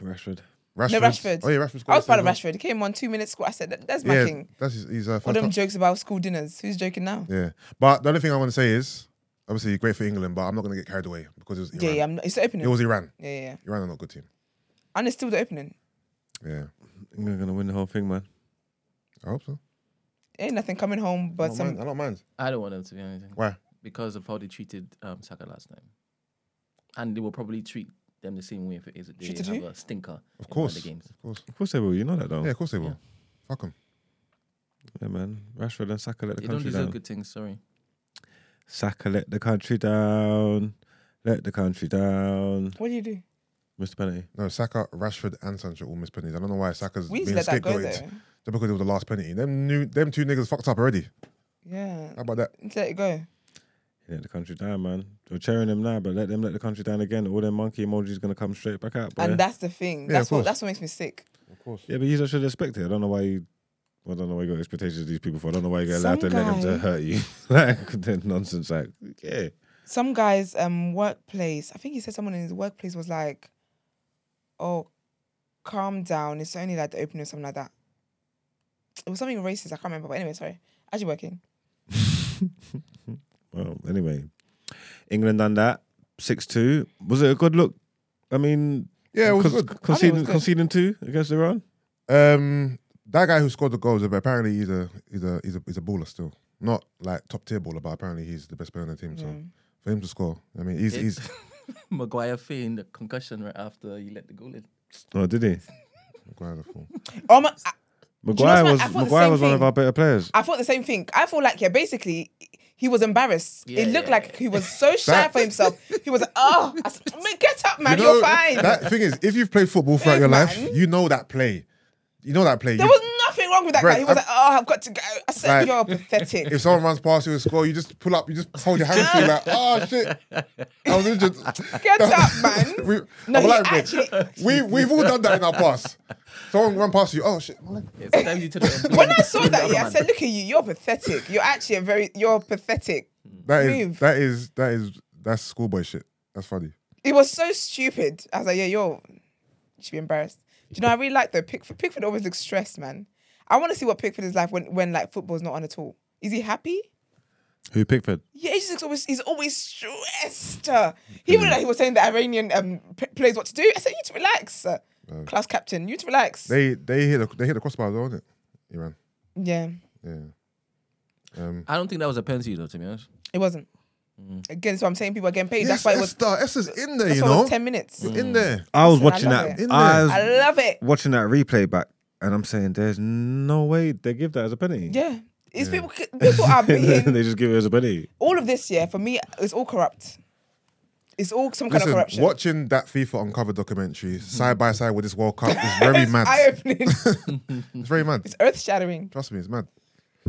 Speaker 2: Rashford.
Speaker 3: Rashford.
Speaker 1: Rashford.
Speaker 3: Oh yeah, Rashford.
Speaker 1: I
Speaker 3: scored
Speaker 1: was proud of
Speaker 3: yesterday as
Speaker 1: Rashford. He came on two minutes score. I said that, that's
Speaker 3: well.
Speaker 1: my
Speaker 3: Yeah,
Speaker 1: king.
Speaker 3: that's his, he's uh,
Speaker 1: All
Speaker 3: first
Speaker 1: them
Speaker 3: up.
Speaker 1: jokes about school dinners. Who's joking now?
Speaker 3: Yeah, but the only thing I want to say is obviously great for England, but I'm not going to get carried away because it was Iran.
Speaker 1: Yeah, yeah. I'm not, it's the opening.
Speaker 3: It was Iran.
Speaker 1: yeah, yeah, yeah.
Speaker 3: Iran are not a good team.
Speaker 1: And it's still the opening.
Speaker 3: Yeah,
Speaker 2: England gonna win the whole thing, man.
Speaker 3: I hope so.
Speaker 1: Ain't nothing coming home
Speaker 3: I
Speaker 1: but
Speaker 3: don't,
Speaker 1: some.
Speaker 3: mind. I don't mind.
Speaker 4: I don't want them to be anything.
Speaker 3: Why?
Speaker 4: Because of how they treated um, Saka last time. And they will probably treat them the same way if it is that they
Speaker 1: Treated
Speaker 4: have
Speaker 1: who?
Speaker 4: a stinker
Speaker 3: Of
Speaker 4: in one of
Speaker 3: course.
Speaker 4: the games.
Speaker 3: Of course.
Speaker 2: Of course they will. You know that, though.
Speaker 3: Yeah,
Speaker 2: Yeah,
Speaker 3: of course they will.
Speaker 4: Yeah.
Speaker 3: Fuck them.
Speaker 2: man. Rashford and Saka let the
Speaker 4: They don't
Speaker 2: country
Speaker 4: deserve
Speaker 2: down.
Speaker 4: good things, sorry.
Speaker 2: Saka let the country down. Let the country down.
Speaker 1: What do you do?
Speaker 2: Missed the penalty.
Speaker 3: No, Saka, Rashford, and Sancho all missed penalties. I don't know why Saka's
Speaker 1: We
Speaker 3: being
Speaker 1: just let that go
Speaker 3: scapegoated.
Speaker 1: though.
Speaker 3: Just because it was the last penalty. Them new, them two niggas fucked up already.
Speaker 1: Yeah,
Speaker 3: How about that?
Speaker 1: just let it go.
Speaker 2: He let the country down, man. We're cheering them now, but let them let the country down again. All them monkey emojis gonna come straight back out, boy.
Speaker 1: And that's the thing.
Speaker 3: Yeah,
Speaker 1: That's
Speaker 3: of
Speaker 1: what
Speaker 3: course.
Speaker 1: that's what makes me sick.
Speaker 3: Of course.
Speaker 2: yeah, but you should expect it. I don't know why you. I don't know why you got expectations of these people for. I don't know why you get allowed to
Speaker 1: Some
Speaker 2: let them
Speaker 1: guy-
Speaker 2: to hurt you. like they're nonsense. Like yeah,
Speaker 1: Some guys, um, workplace. I think he said someone in his workplace was like, "Oh, calm down. It's only like the opening or something like that." It was something racist. I can't remember. But anyway, sorry. Actually working.
Speaker 2: Well, anyway, England done that six two. Was it a good look? I mean,
Speaker 3: Yeah, it was
Speaker 2: con-
Speaker 3: good.
Speaker 2: conceding
Speaker 1: good.
Speaker 2: conceding two against Iran.
Speaker 3: Um, that guy who scored the goals, but apparently he's a he's a he's a he's a baller still. Not like top tier baller, but apparently he's the best player on the team. So
Speaker 1: Mm.
Speaker 3: for him to score, I mean, he's
Speaker 4: Did-
Speaker 3: he's
Speaker 4: Maguire feigned a concussion right after he let the goal in.
Speaker 2: Oh, did he?
Speaker 3: Maguire the fool.
Speaker 1: Oh my! I,
Speaker 2: Maguire
Speaker 1: what? I
Speaker 2: was
Speaker 1: thought the
Speaker 2: Maguire
Speaker 1: same
Speaker 2: was one of
Speaker 1: thing.
Speaker 2: our better players.
Speaker 1: I thought the same thing. I feel like yeah, basically he was embarrassed.
Speaker 4: Yeah,
Speaker 1: it looked
Speaker 4: yeah,
Speaker 1: like
Speaker 4: yeah.
Speaker 1: he was so shy
Speaker 3: That-
Speaker 1: for himself. He was like, "Oh, I said, "Man, get up, man. You are fine."
Speaker 3: That thing is, if you've played football throughout
Speaker 1: Big
Speaker 3: your
Speaker 1: man.
Speaker 3: life, you know that play. You know that play.
Speaker 1: There
Speaker 3: You-
Speaker 1: was nothing wrong with that
Speaker 3: Brett,
Speaker 1: guy. He was
Speaker 3: I'm-
Speaker 1: like, "Oh, I've got to go." I said,
Speaker 3: Like-
Speaker 1: "You're pathetic."
Speaker 3: if someone runs past you and score, you just pull up, you just hold your hand and like, oh shit, I was injured.
Speaker 1: Get up, man.
Speaker 3: We,
Speaker 1: No,
Speaker 3: I'm
Speaker 1: he
Speaker 3: like, mate,
Speaker 1: actually.
Speaker 3: we we've all done that in our past. Someone run past you, oh shit, my leg.
Speaker 4: Yeah, sometimes you tell them-
Speaker 1: When I saw that, yeah, I
Speaker 4: man.
Speaker 1: said, "Look at you. You're pathetic. You're actually a very. You're pathetic."
Speaker 3: that
Speaker 1: Move.
Speaker 3: is that is that is that's schoolboy shit. That's funny.
Speaker 1: It was so stupid. I was like, "Yeah, you're. You should be embarrassed." Do you know? I really like though. Pickford. Pickford always looks stressed, man. I want to see what Pickford is like when when like football's not on at all. Is he happy?
Speaker 2: Who Pickford?
Speaker 1: Yeah, he just looks always, he's always stressed. He even like he was saying the Iranian um, p- players what to do. I said, you to relax. uh, Class captain, you to relax.
Speaker 3: Oh. They they hit the, they hit the crossbar though, didn't it? Iran.
Speaker 1: yeah,
Speaker 3: Yeah. Um,
Speaker 4: I don't think that was a penalty though, to be honest.
Speaker 1: it wasn't. Again, so I'm saying people are getting paid. that's
Speaker 3: Mm. yes,
Speaker 1: why it was,
Speaker 3: Esther, Esther's in there,
Speaker 1: that's
Speaker 3: you
Speaker 1: why it
Speaker 3: know.
Speaker 1: was Mm. 10 minutes.
Speaker 3: It's in there.
Speaker 2: I was
Speaker 1: Listen, I
Speaker 2: watching
Speaker 1: love
Speaker 2: that.
Speaker 3: it.
Speaker 2: I was
Speaker 1: I love it.
Speaker 2: watching that replay back, and I'm saying, there's no way they give that as a penalty.
Speaker 1: Yeah. It's people, people are being,
Speaker 2: they just give it as a penalty.
Speaker 1: all of this, yeah, for me, it's all corrupt. It's all some kind
Speaker 3: Listen,
Speaker 1: of corruption. Mm.
Speaker 3: watching that FIFA Uncovered documentary side by side with this World Cup is very
Speaker 1: Eye
Speaker 3: mad.
Speaker 1: opening.
Speaker 3: It's very mad.
Speaker 1: it's earth shattering.
Speaker 3: Trust me, it's mad.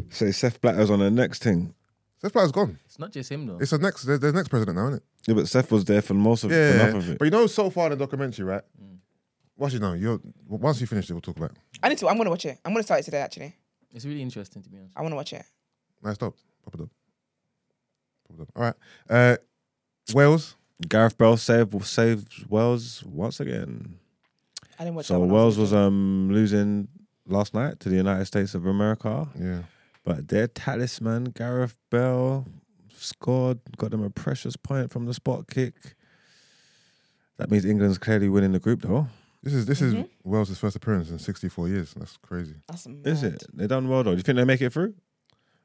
Speaker 2: So Seth Blatter's on the next thing.
Speaker 3: Seth Blatter's gone.
Speaker 4: It's not just him though.
Speaker 3: It's the next. There's the next president now, isn't it?
Speaker 2: Yeah, but Seth was there for most of it, for
Speaker 3: Yeah.
Speaker 2: enough of it.
Speaker 3: But you know, so far in the documentary, right?
Speaker 1: Mm.
Speaker 3: Watch it now. You're once you finish it, we'll talk about. it.
Speaker 1: I need to, I'm going to watch it. I'm going to start it today, actually.
Speaker 4: It's really interesting to be honest.
Speaker 1: I want to watch it.
Speaker 3: Nice stop. Pop it up. Pop it up. All right. Uh, Wales.
Speaker 2: Gareth Bell saved saves Wells once again.
Speaker 1: I didn't watch
Speaker 2: so
Speaker 1: that one. I
Speaker 2: Wells
Speaker 1: watching-
Speaker 2: was um losing last night to the United States of America,
Speaker 3: Yeah.
Speaker 2: but their talisman Gareth Bell scored, got them a precious point from the spot kick. That means England's clearly winning the group, though.
Speaker 3: This is this is Wales' first appearance in 64 years. That's crazy.
Speaker 1: That's
Speaker 2: Is
Speaker 1: mad.
Speaker 2: it? They done well though. Do you think they make it through?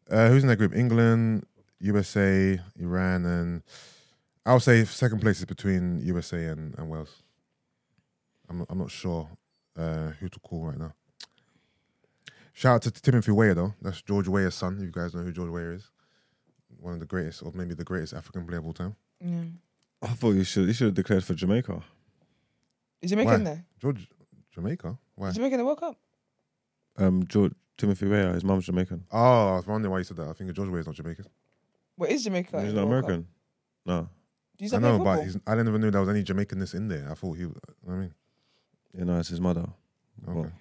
Speaker 3: Uh, who's in that group? England, USA, Iran, and I'll say second place is between USA and, and Wales. I'm not, I'm not sure uh, who to call right now. Shout out to Timothy Weah though. That's George Weah's son. If you guys know who George Weah is, one of the greatest, or maybe the greatest African player of all time.
Speaker 1: Yeah.
Speaker 2: I thought you should you should have declared for Jamaica.
Speaker 1: Is Jamaica in
Speaker 3: Why?
Speaker 1: there?
Speaker 3: George Jamaica. Why?
Speaker 1: Is Jamaica in the World Cup?
Speaker 2: Um, George, Timothy Weah, his mum's Jamaican.
Speaker 3: Oh, I was wondering why you said that. I think George Weah is not Jamaican.
Speaker 1: What is Jamaica?
Speaker 2: he's
Speaker 1: in
Speaker 2: not
Speaker 1: the World Cup?
Speaker 2: American. No,
Speaker 1: Do you
Speaker 3: I
Speaker 1: still play
Speaker 3: know,
Speaker 1: football?
Speaker 3: but he's, I never knew there was any Jamaicanness in there. I thought he. was- I mean,
Speaker 2: you know, it's his mother.
Speaker 3: okay.
Speaker 2: Well,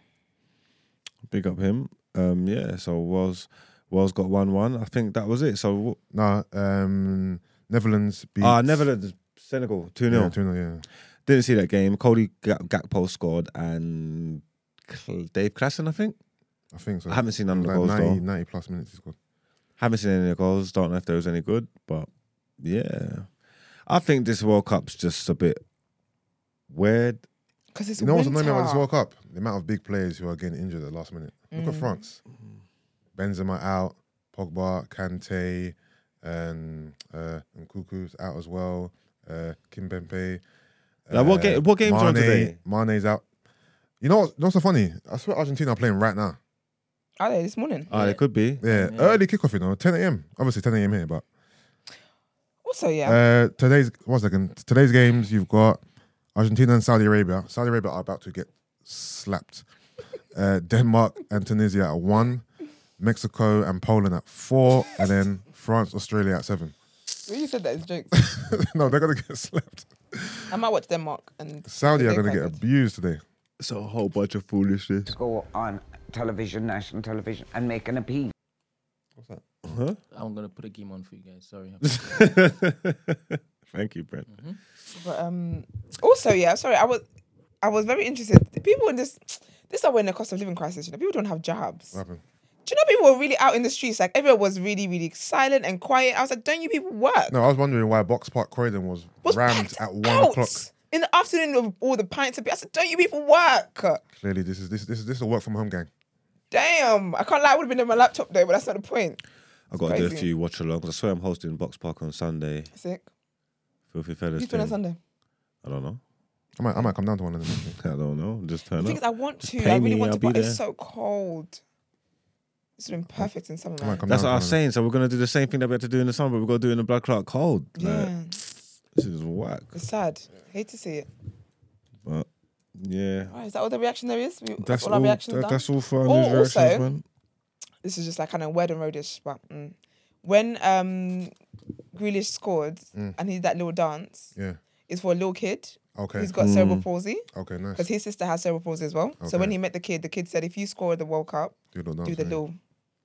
Speaker 2: Big up him. Um, yeah. So Wales, Wales got one one. I think that was it. So
Speaker 3: Nah, um, Netherlands beat.
Speaker 2: ah, Netherlands, Senegal, two 0
Speaker 3: Yeah, 2-0, yeah.
Speaker 2: Didn't see that game. Cody Ga- Gakpo scored and Cl- Dave Klassen, I think.
Speaker 3: I think so.
Speaker 2: I haven't seen none of the
Speaker 3: like
Speaker 2: goals
Speaker 3: 90,
Speaker 2: though.
Speaker 3: 90 plus minutes he scored.
Speaker 2: Haven't seen any of the goals. Don't know if there was any good, but yeah, I think this World Cup's just a bit weird.
Speaker 1: Because it's
Speaker 3: you know what's
Speaker 1: winter.
Speaker 3: annoying me about this World Cup? The amount of big players who are getting injured at the last minute. Look at France. Benzema out, Pogba, Kante, and uh, and Kuku's out as well. Uh, Kim Pempe.
Speaker 2: Like, what ga- what game's on today?
Speaker 3: Mane's out. You know what's not so funny? I swear Argentina are playing right now.
Speaker 1: Are they this morning?
Speaker 2: Ah, it could be.
Speaker 3: Yeah,
Speaker 4: Yeah.
Speaker 3: early kickoff, you know, 10 a.m. Obviously 10 a.m. here, but
Speaker 1: Also, yeah.
Speaker 3: Uh, today's one second. Today's games you've got Argentina and Saudi Arabia. Saudi Arabia are about to get slapped. Uh, Denmark and Tunisia at one, Mexico and Poland at four, and then France Australia at seven.
Speaker 1: Well, you said that as jokes.
Speaker 3: no, they're gonna get slapped.
Speaker 1: I might watch Denmark and
Speaker 3: Saudi
Speaker 1: They're
Speaker 3: are gonna
Speaker 1: quite
Speaker 3: get
Speaker 1: good.
Speaker 3: abused today.
Speaker 2: It's a whole bunch of foolishness.
Speaker 6: go on television, national television, and make an appeal.
Speaker 4: I'm gonna put a game on for you guys. Sorry.
Speaker 2: Thank you, Brent.
Speaker 1: But um, also yeah, sorry, I was I was very interested. The people in this this are when the cost of living crisis. You know, people don't have jobs.
Speaker 3: What happened?
Speaker 1: Do you know people were really out in the streets? Like everyone was really really silent and quiet. I was like, don't you people work?
Speaker 3: No, I was wondering why Box Park Croydon was,
Speaker 1: was
Speaker 3: rammed
Speaker 1: packed
Speaker 3: at one
Speaker 1: out
Speaker 3: o'clock.
Speaker 1: in the afternoon with all the pints of beer. I said, don't you people work?
Speaker 3: Clearly, this is this this is this is a work from home gang.
Speaker 1: Damn, I can't lie. I would have been on my laptop though, but that's not the point.
Speaker 2: I've got to do a
Speaker 1: Crazy.
Speaker 2: few watch alongs. I swear I'm hosting Box Park on Sunday.
Speaker 1: Sick.
Speaker 2: Filthy Fellas.
Speaker 1: Who's doing on
Speaker 2: thing.
Speaker 1: Sunday?
Speaker 2: I don't know.
Speaker 3: I might I might come down to one of them.
Speaker 2: I don't know. Just
Speaker 1: The
Speaker 2: turn
Speaker 1: thing is,
Speaker 2: up.
Speaker 1: I want to.
Speaker 2: pay
Speaker 1: I really
Speaker 2: me,
Speaker 1: want
Speaker 2: I'll
Speaker 1: to,
Speaker 2: be
Speaker 1: but
Speaker 2: there.
Speaker 1: it's so cold. It's been perfect in summer.
Speaker 3: I might
Speaker 1: man.
Speaker 3: come
Speaker 2: That's what
Speaker 3: down to
Speaker 2: I
Speaker 3: one
Speaker 2: was
Speaker 3: of them.
Speaker 2: saying. So we're gonna do the same thing that we had to do in the summer, but we're gonna do it in the blood clot cold. Like,
Speaker 1: Yeah,
Speaker 2: this is whack.
Speaker 1: it's sad. Hate to see it.
Speaker 2: But yeah.
Speaker 1: Right, Oh, is that all the reaction there is? We,
Speaker 2: That's
Speaker 1: all our
Speaker 2: all,
Speaker 1: reactions
Speaker 2: that-
Speaker 1: done?
Speaker 2: that's all for our
Speaker 1: Oh,
Speaker 2: news reactions,
Speaker 1: also-
Speaker 2: man.
Speaker 1: This is just like kind of word and roadish, but mm. when um Grealish scored
Speaker 3: Mm.
Speaker 1: and he did that little dance,
Speaker 3: Yeah.
Speaker 1: it's for a little kid
Speaker 3: Okay.
Speaker 1: who's got
Speaker 2: Mm.
Speaker 1: cerebral palsy
Speaker 3: Okay.
Speaker 1: because
Speaker 3: Nice.
Speaker 1: his sister has cerebral palsy as well. So when
Speaker 3: Okay.
Speaker 1: he met the kid, the kid said, "If you score at the World Cup,
Speaker 3: Do the, dance,
Speaker 1: do the
Speaker 3: yeah.
Speaker 1: little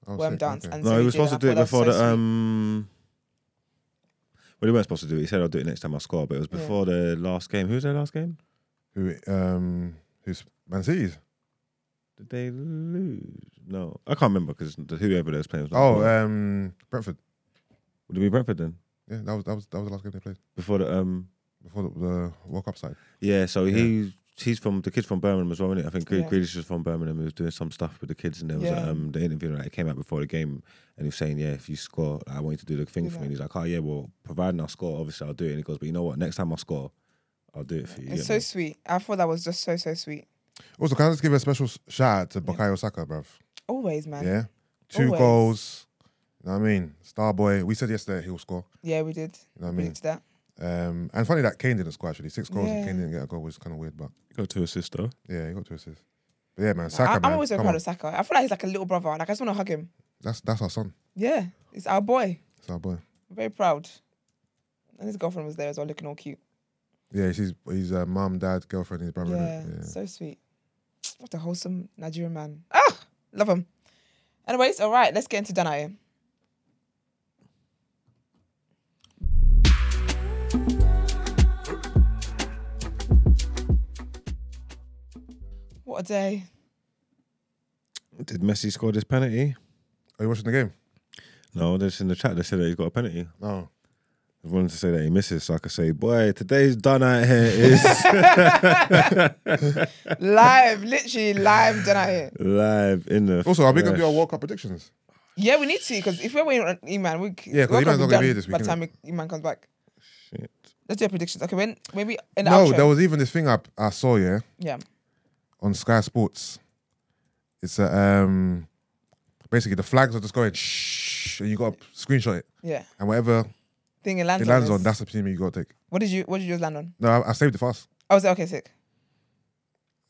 Speaker 3: Oh,
Speaker 1: worm
Speaker 3: sick,
Speaker 1: dance."
Speaker 3: okay.
Speaker 1: And so
Speaker 2: No, he was
Speaker 1: did, and
Speaker 2: supposed to
Speaker 1: I
Speaker 2: do it
Speaker 1: thought that was
Speaker 2: before
Speaker 1: so
Speaker 2: the
Speaker 1: sweet.
Speaker 2: um well, he weren't supposed to do it. He said, I'll do it next time I score, but it was before the last game. Who was their last game?
Speaker 3: Who um who's Man City's?
Speaker 2: Did they lose? No. I can't remember because whoever they was playing was not
Speaker 3: Oh,
Speaker 2: good.
Speaker 1: uh,
Speaker 3: um, Brentford.
Speaker 2: Would it be Brentford then?
Speaker 3: Yeah, that was that was that was the last game they played
Speaker 2: Before the um
Speaker 3: before the, the World Cup side.
Speaker 2: Yeah, so he he's from the kid's from Birmingham as well, isn't it? I think Gre-
Speaker 1: Yeah.
Speaker 2: Grealish was from Birmingham. He was doing some stuff with the kids, and there was
Speaker 1: Yeah.
Speaker 2: um the interview that came out before the game, and he was saying, "Yeah, if you score, I want you to do the thing
Speaker 1: Do
Speaker 2: for
Speaker 1: that.
Speaker 2: me." And he's like, "Oh yeah, well, providing I score, obviously I'll do it." And he goes, "But you know what? Next time I score, I'll do it for you." you
Speaker 1: It's
Speaker 2: get
Speaker 1: so
Speaker 2: me?
Speaker 1: sweet. I thought that was just so so sweet.
Speaker 3: Also, can I just give a special s- shout out to Bakayo Saka, bruv?
Speaker 1: Always, man. Yeah,
Speaker 3: Yeah, two
Speaker 1: Always.
Speaker 3: goals. You know what I mean? Star boy. We said yesterday he'll score.
Speaker 1: we did.
Speaker 3: You know what I
Speaker 1: we
Speaker 3: mean?
Speaker 1: did that.
Speaker 3: Um, and funny that Kane didn't score actually. Six goals and
Speaker 1: Yeah.
Speaker 3: Kane didn't get a goal was kind of weird, but
Speaker 2: got two assists though.
Speaker 3: yeah, he got two assists. But yeah, man,
Speaker 1: I,
Speaker 3: Saka,
Speaker 1: I'm
Speaker 3: man,
Speaker 1: always so
Speaker 3: come
Speaker 1: proud
Speaker 3: on.
Speaker 1: of Saka. I feel like he's like a little brother. Like I just want to hug him.
Speaker 3: That's that's our son.
Speaker 1: Yeah, it's our boy.
Speaker 3: That's our boy.
Speaker 1: I'm very proud. And his girlfriend was there as well, looking all cute.
Speaker 3: Yeah, he's his he's uh, mom, dad, girlfriend, his brother.
Speaker 1: Yeah,
Speaker 3: innit? yeah.
Speaker 1: so sweet. What a wholesome Nigerian man. Ah, love him. Anyways, all right, let's get into eh? Danae. What a day.
Speaker 2: Did Messi score this penalty?
Speaker 3: Are you watching the game? Oh.
Speaker 2: No, this in the chat. They said that he's got a penalty.
Speaker 3: No.
Speaker 2: I wanted to say that he misses, so I could say, "Boy, today's done out here is
Speaker 1: Live, literally live eh? Danae.
Speaker 2: live in the."
Speaker 3: Also, are we gonna do
Speaker 2: flesh."
Speaker 3: our World Cup predictions?
Speaker 1: Yeah, we need to, because if we're waiting on Iman, we c-
Speaker 3: Yeah, 'cause
Speaker 1: we're
Speaker 3: Iman's not gonna be
Speaker 1: done
Speaker 3: here this
Speaker 1: By
Speaker 3: week,
Speaker 1: the time Iman comes back.
Speaker 2: Shit.
Speaker 1: Let's do our predictions. Okay, when maybe in the
Speaker 3: no,
Speaker 1: outro.
Speaker 3: there was even this thing I, I saw, yeah,
Speaker 1: yeah.
Speaker 3: on Sky Sports. It's a, um, basically the flags are just going shh, and you got to screenshot it,
Speaker 1: Yeah.
Speaker 3: and whatever
Speaker 1: Thing it lands,
Speaker 3: it lands
Speaker 1: on,
Speaker 3: on,
Speaker 1: is-
Speaker 3: that's the team you got to take.
Speaker 1: what did you what did yours land on?
Speaker 3: No, I, I saved it fast.
Speaker 1: Oh, was it okay? Sick.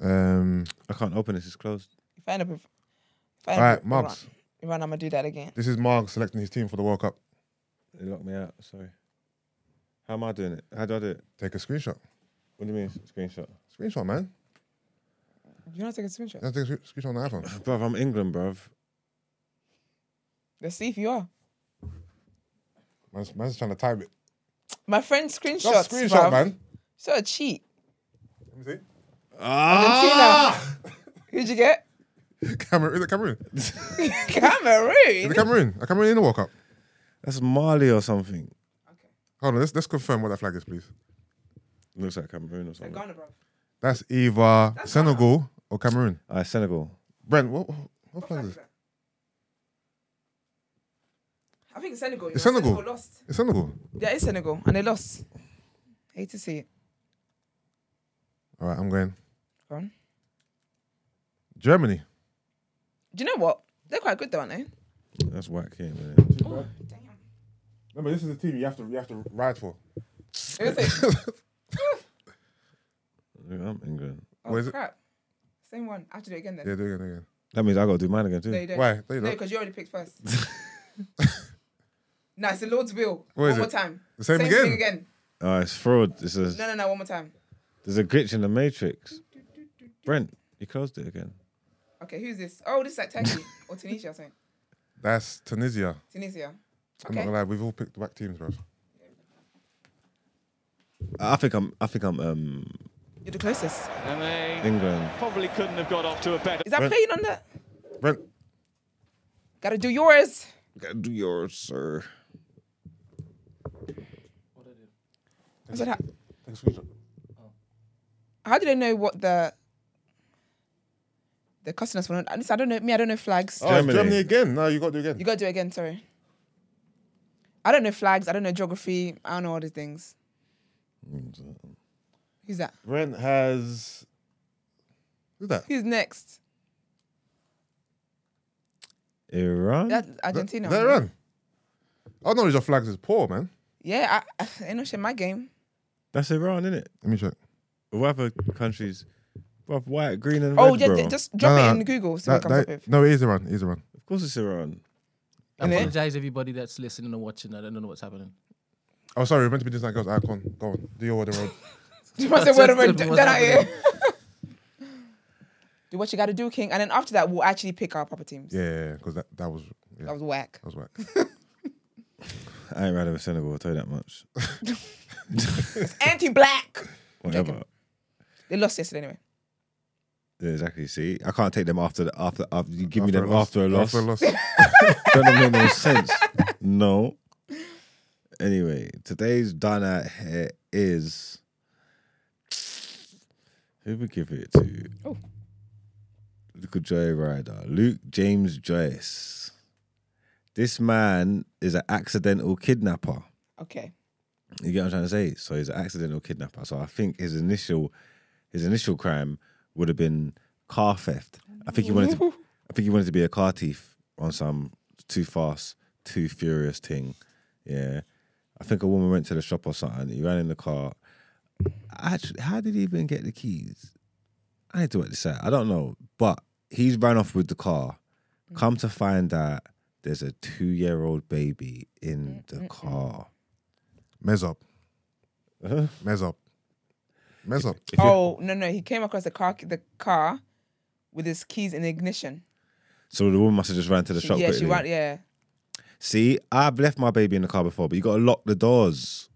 Speaker 3: Um,
Speaker 2: I can't open this. It's closed.
Speaker 1: If I end up, with, if I
Speaker 3: all
Speaker 1: end
Speaker 3: right,
Speaker 1: up with Iran-
Speaker 3: Marks.
Speaker 1: Iran, I'm gonna do that again.
Speaker 3: This is Marg selecting his team for the World Cup.
Speaker 2: They locked me out. Sorry. How am I doing it? How do I do it?
Speaker 3: Take a screenshot.
Speaker 2: What do you mean screenshot?
Speaker 3: Screenshot, man.
Speaker 1: You want to take a screenshot?
Speaker 3: You have to take a screenshot on the iPhone.
Speaker 2: Bruv, I'm England, bruv.
Speaker 1: Let's see if you are.
Speaker 3: Man's, man's trying to time it.
Speaker 1: My friend screenshots.
Speaker 3: Just screenshot,
Speaker 1: bruv.
Speaker 3: man.
Speaker 1: So a cheat.
Speaker 3: Let me
Speaker 1: Ah! Who'd you get?
Speaker 3: see. Cameroon. Is it Cameroon? Is
Speaker 1: Cameroon.
Speaker 3: it Cameroon? Are Cameroon in the World Cup?
Speaker 2: That's Mali or something.
Speaker 3: Hold on, let's, let's confirm what that flag is, please.
Speaker 2: Looks like Cameroon or something.
Speaker 1: Ghana, bro.
Speaker 3: That's either Senegal or Cameroon.
Speaker 2: All right, Senegal.
Speaker 3: Brent, what, what, what flag is it?
Speaker 1: I think Senegal. you
Speaker 3: It's
Speaker 1: know,
Speaker 3: Senegal.
Speaker 1: lost.
Speaker 3: It's Senegal.
Speaker 1: Yeah, it's Senegal, and they lost. Hate to see it.
Speaker 3: All right, I'm going.
Speaker 1: Go on.
Speaker 3: Germany.
Speaker 1: Do you know what? They're quite good, though, aren't they?
Speaker 2: That's whack here, man.
Speaker 3: Remember, this is a team you have to you have to ride for.
Speaker 1: Is it?
Speaker 2: Look, I'm England.
Speaker 1: Oh,
Speaker 3: What is it?
Speaker 1: crap. Same one. I have to do it again then.
Speaker 3: Yeah, do it again, do it again.
Speaker 2: That means I gotta do mine again
Speaker 1: No,
Speaker 2: too.
Speaker 1: you don't.
Speaker 3: Why? No,
Speaker 1: No,
Speaker 3: you don't.
Speaker 1: because you already picked first. no, it's the Lord's will.
Speaker 3: What is
Speaker 1: one more
Speaker 3: it?
Speaker 1: time.
Speaker 3: The same
Speaker 1: thing
Speaker 3: again?
Speaker 1: again.
Speaker 2: Oh, it's fraud. It's a,
Speaker 1: No, no, no. One more time.
Speaker 2: there's a glitch in the matrix. Brent, you closed it again.
Speaker 1: Okay, who's this? Oh, this is like Turkey or Tunisia or something.
Speaker 3: That's Tunisia.
Speaker 1: Tunisia.
Speaker 3: I'm not
Speaker 1: Okay.
Speaker 3: gonna lie, we've all picked whack teams, bro.
Speaker 2: I think I'm. I think I'm. Um,
Speaker 1: You're the closest.
Speaker 7: And they
Speaker 2: England.
Speaker 7: probably couldn't have got off to a better.
Speaker 1: Is that playing on that?
Speaker 3: Brent,
Speaker 1: Gotta do yours.
Speaker 2: Gotta do yours, sir.
Speaker 1: I said, how,
Speaker 3: take a screenshot.
Speaker 1: how do they know what the the customers want? At least I don't know. Me, I don't know flags.
Speaker 3: Oh, Germany.
Speaker 2: Germany.
Speaker 3: Germany again. No, you got to do it
Speaker 1: You
Speaker 3: again.
Speaker 1: gotta do it again. Sorry. I don't know flags. I don't know geography. I don't know all these things.
Speaker 3: Mm,
Speaker 1: Who's that?
Speaker 3: Brent has. Who's that?
Speaker 1: Who's next?
Speaker 2: Iran.
Speaker 1: That's Argentina.
Speaker 3: Is Mm. that Iran? Our knowledge of flags is poor, man.
Speaker 1: Yeah, I, ain't no shit in my game.
Speaker 2: That's Iran, isn't it?
Speaker 3: Let me check.
Speaker 2: What other countries? Bruv, white, green, and
Speaker 1: Oh,
Speaker 2: red,
Speaker 1: yeah,
Speaker 2: bro.
Speaker 1: yeah, just drop
Speaker 3: Nah,
Speaker 1: it in Google. See
Speaker 3: That-
Speaker 1: what it comes
Speaker 3: that-
Speaker 1: up with.
Speaker 3: no, it is Iran. It is Iran.
Speaker 2: Of course, it's Iran.
Speaker 4: I
Speaker 1: Innit?
Speaker 4: apologize, everybody that's listening and watching. I don't know what's happening.
Speaker 3: Oh, sorry, we're meant to be doing that girls icon. Go on, do your word road.
Speaker 1: You must say, wait a minute,
Speaker 4: What's
Speaker 1: then I
Speaker 4: happening?
Speaker 1: Do what you gotta do, King. And then after that, we'll actually pick our proper teams.
Speaker 3: Yeah, because that that was yeah,
Speaker 1: That was whack.
Speaker 3: that was whack.
Speaker 2: I ain't rather Senegal. I'll tell you that much.
Speaker 1: Anti black.
Speaker 2: Whatever.
Speaker 1: They lost yesterday anyway.
Speaker 2: Yeah, exactly. See, I can't take them after the after after you give me
Speaker 3: After a
Speaker 2: them
Speaker 3: loss-
Speaker 2: after a loss.
Speaker 3: After a loss.
Speaker 2: Doesn't make no sense. No. Anyway, today's done out here is who we give it to?
Speaker 1: Oh.
Speaker 2: Look at Joy Rider. Luke James Joyce. This man is an accidental kidnapper.
Speaker 1: Okay.
Speaker 2: You get what I'm trying to say? So he's an accidental kidnapper. So I think his initial his initial crime would have been car theft. I think he wanted to I think he wanted to be a car thief on some too fast, too furious thing. Yeah. I think a woman went to the shop or something. He ran in the car. Actually, how did he even get the keys? I need to work this out. I don't know. But he's ran off with the car. Come to find out there's a two year old baby in the car.
Speaker 3: Mez up. Mez up. Mez
Speaker 2: Uh-huh.
Speaker 3: up.
Speaker 2: If you-
Speaker 1: oh no no, he came across the car the car with his keys in the ignition.
Speaker 2: So the woman must have just ran to the
Speaker 1: She-
Speaker 2: shop.
Speaker 1: yeah,
Speaker 2: quickly.
Speaker 1: she ran. Yeah.
Speaker 2: See, I've left my baby in the car before, but you got to lock the doors.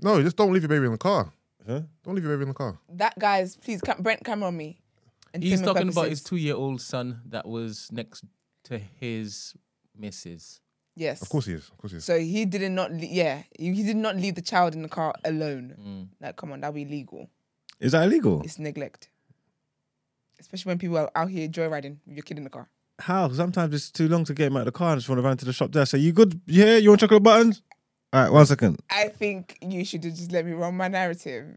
Speaker 3: No, just don't leave your baby in the car.
Speaker 2: Huh?
Speaker 3: Don't leave your baby in the car.
Speaker 1: That guy's please cam- Brent camera on me.
Speaker 4: He's
Speaker 1: Entertainment
Speaker 4: talking about
Speaker 1: purposes.
Speaker 4: his two-year-old son that was next to his missus.
Speaker 1: Yes.
Speaker 3: Of course he is. Of course he is.
Speaker 1: So he did not. Le- yeah, he, he did not leave the child in the car alone.
Speaker 4: Mm.
Speaker 1: Like, come on, that'd be illegal.
Speaker 2: Is that illegal?
Speaker 1: It's neglect, especially when people are out here joyriding with your kid in the car.
Speaker 2: How? Sometimes it's too long to get him out of the car. I just want to run to the shop there. I say, you good? Yeah, you want chocolate buttons? All right, one second.
Speaker 1: I think you should just let me run my narrative,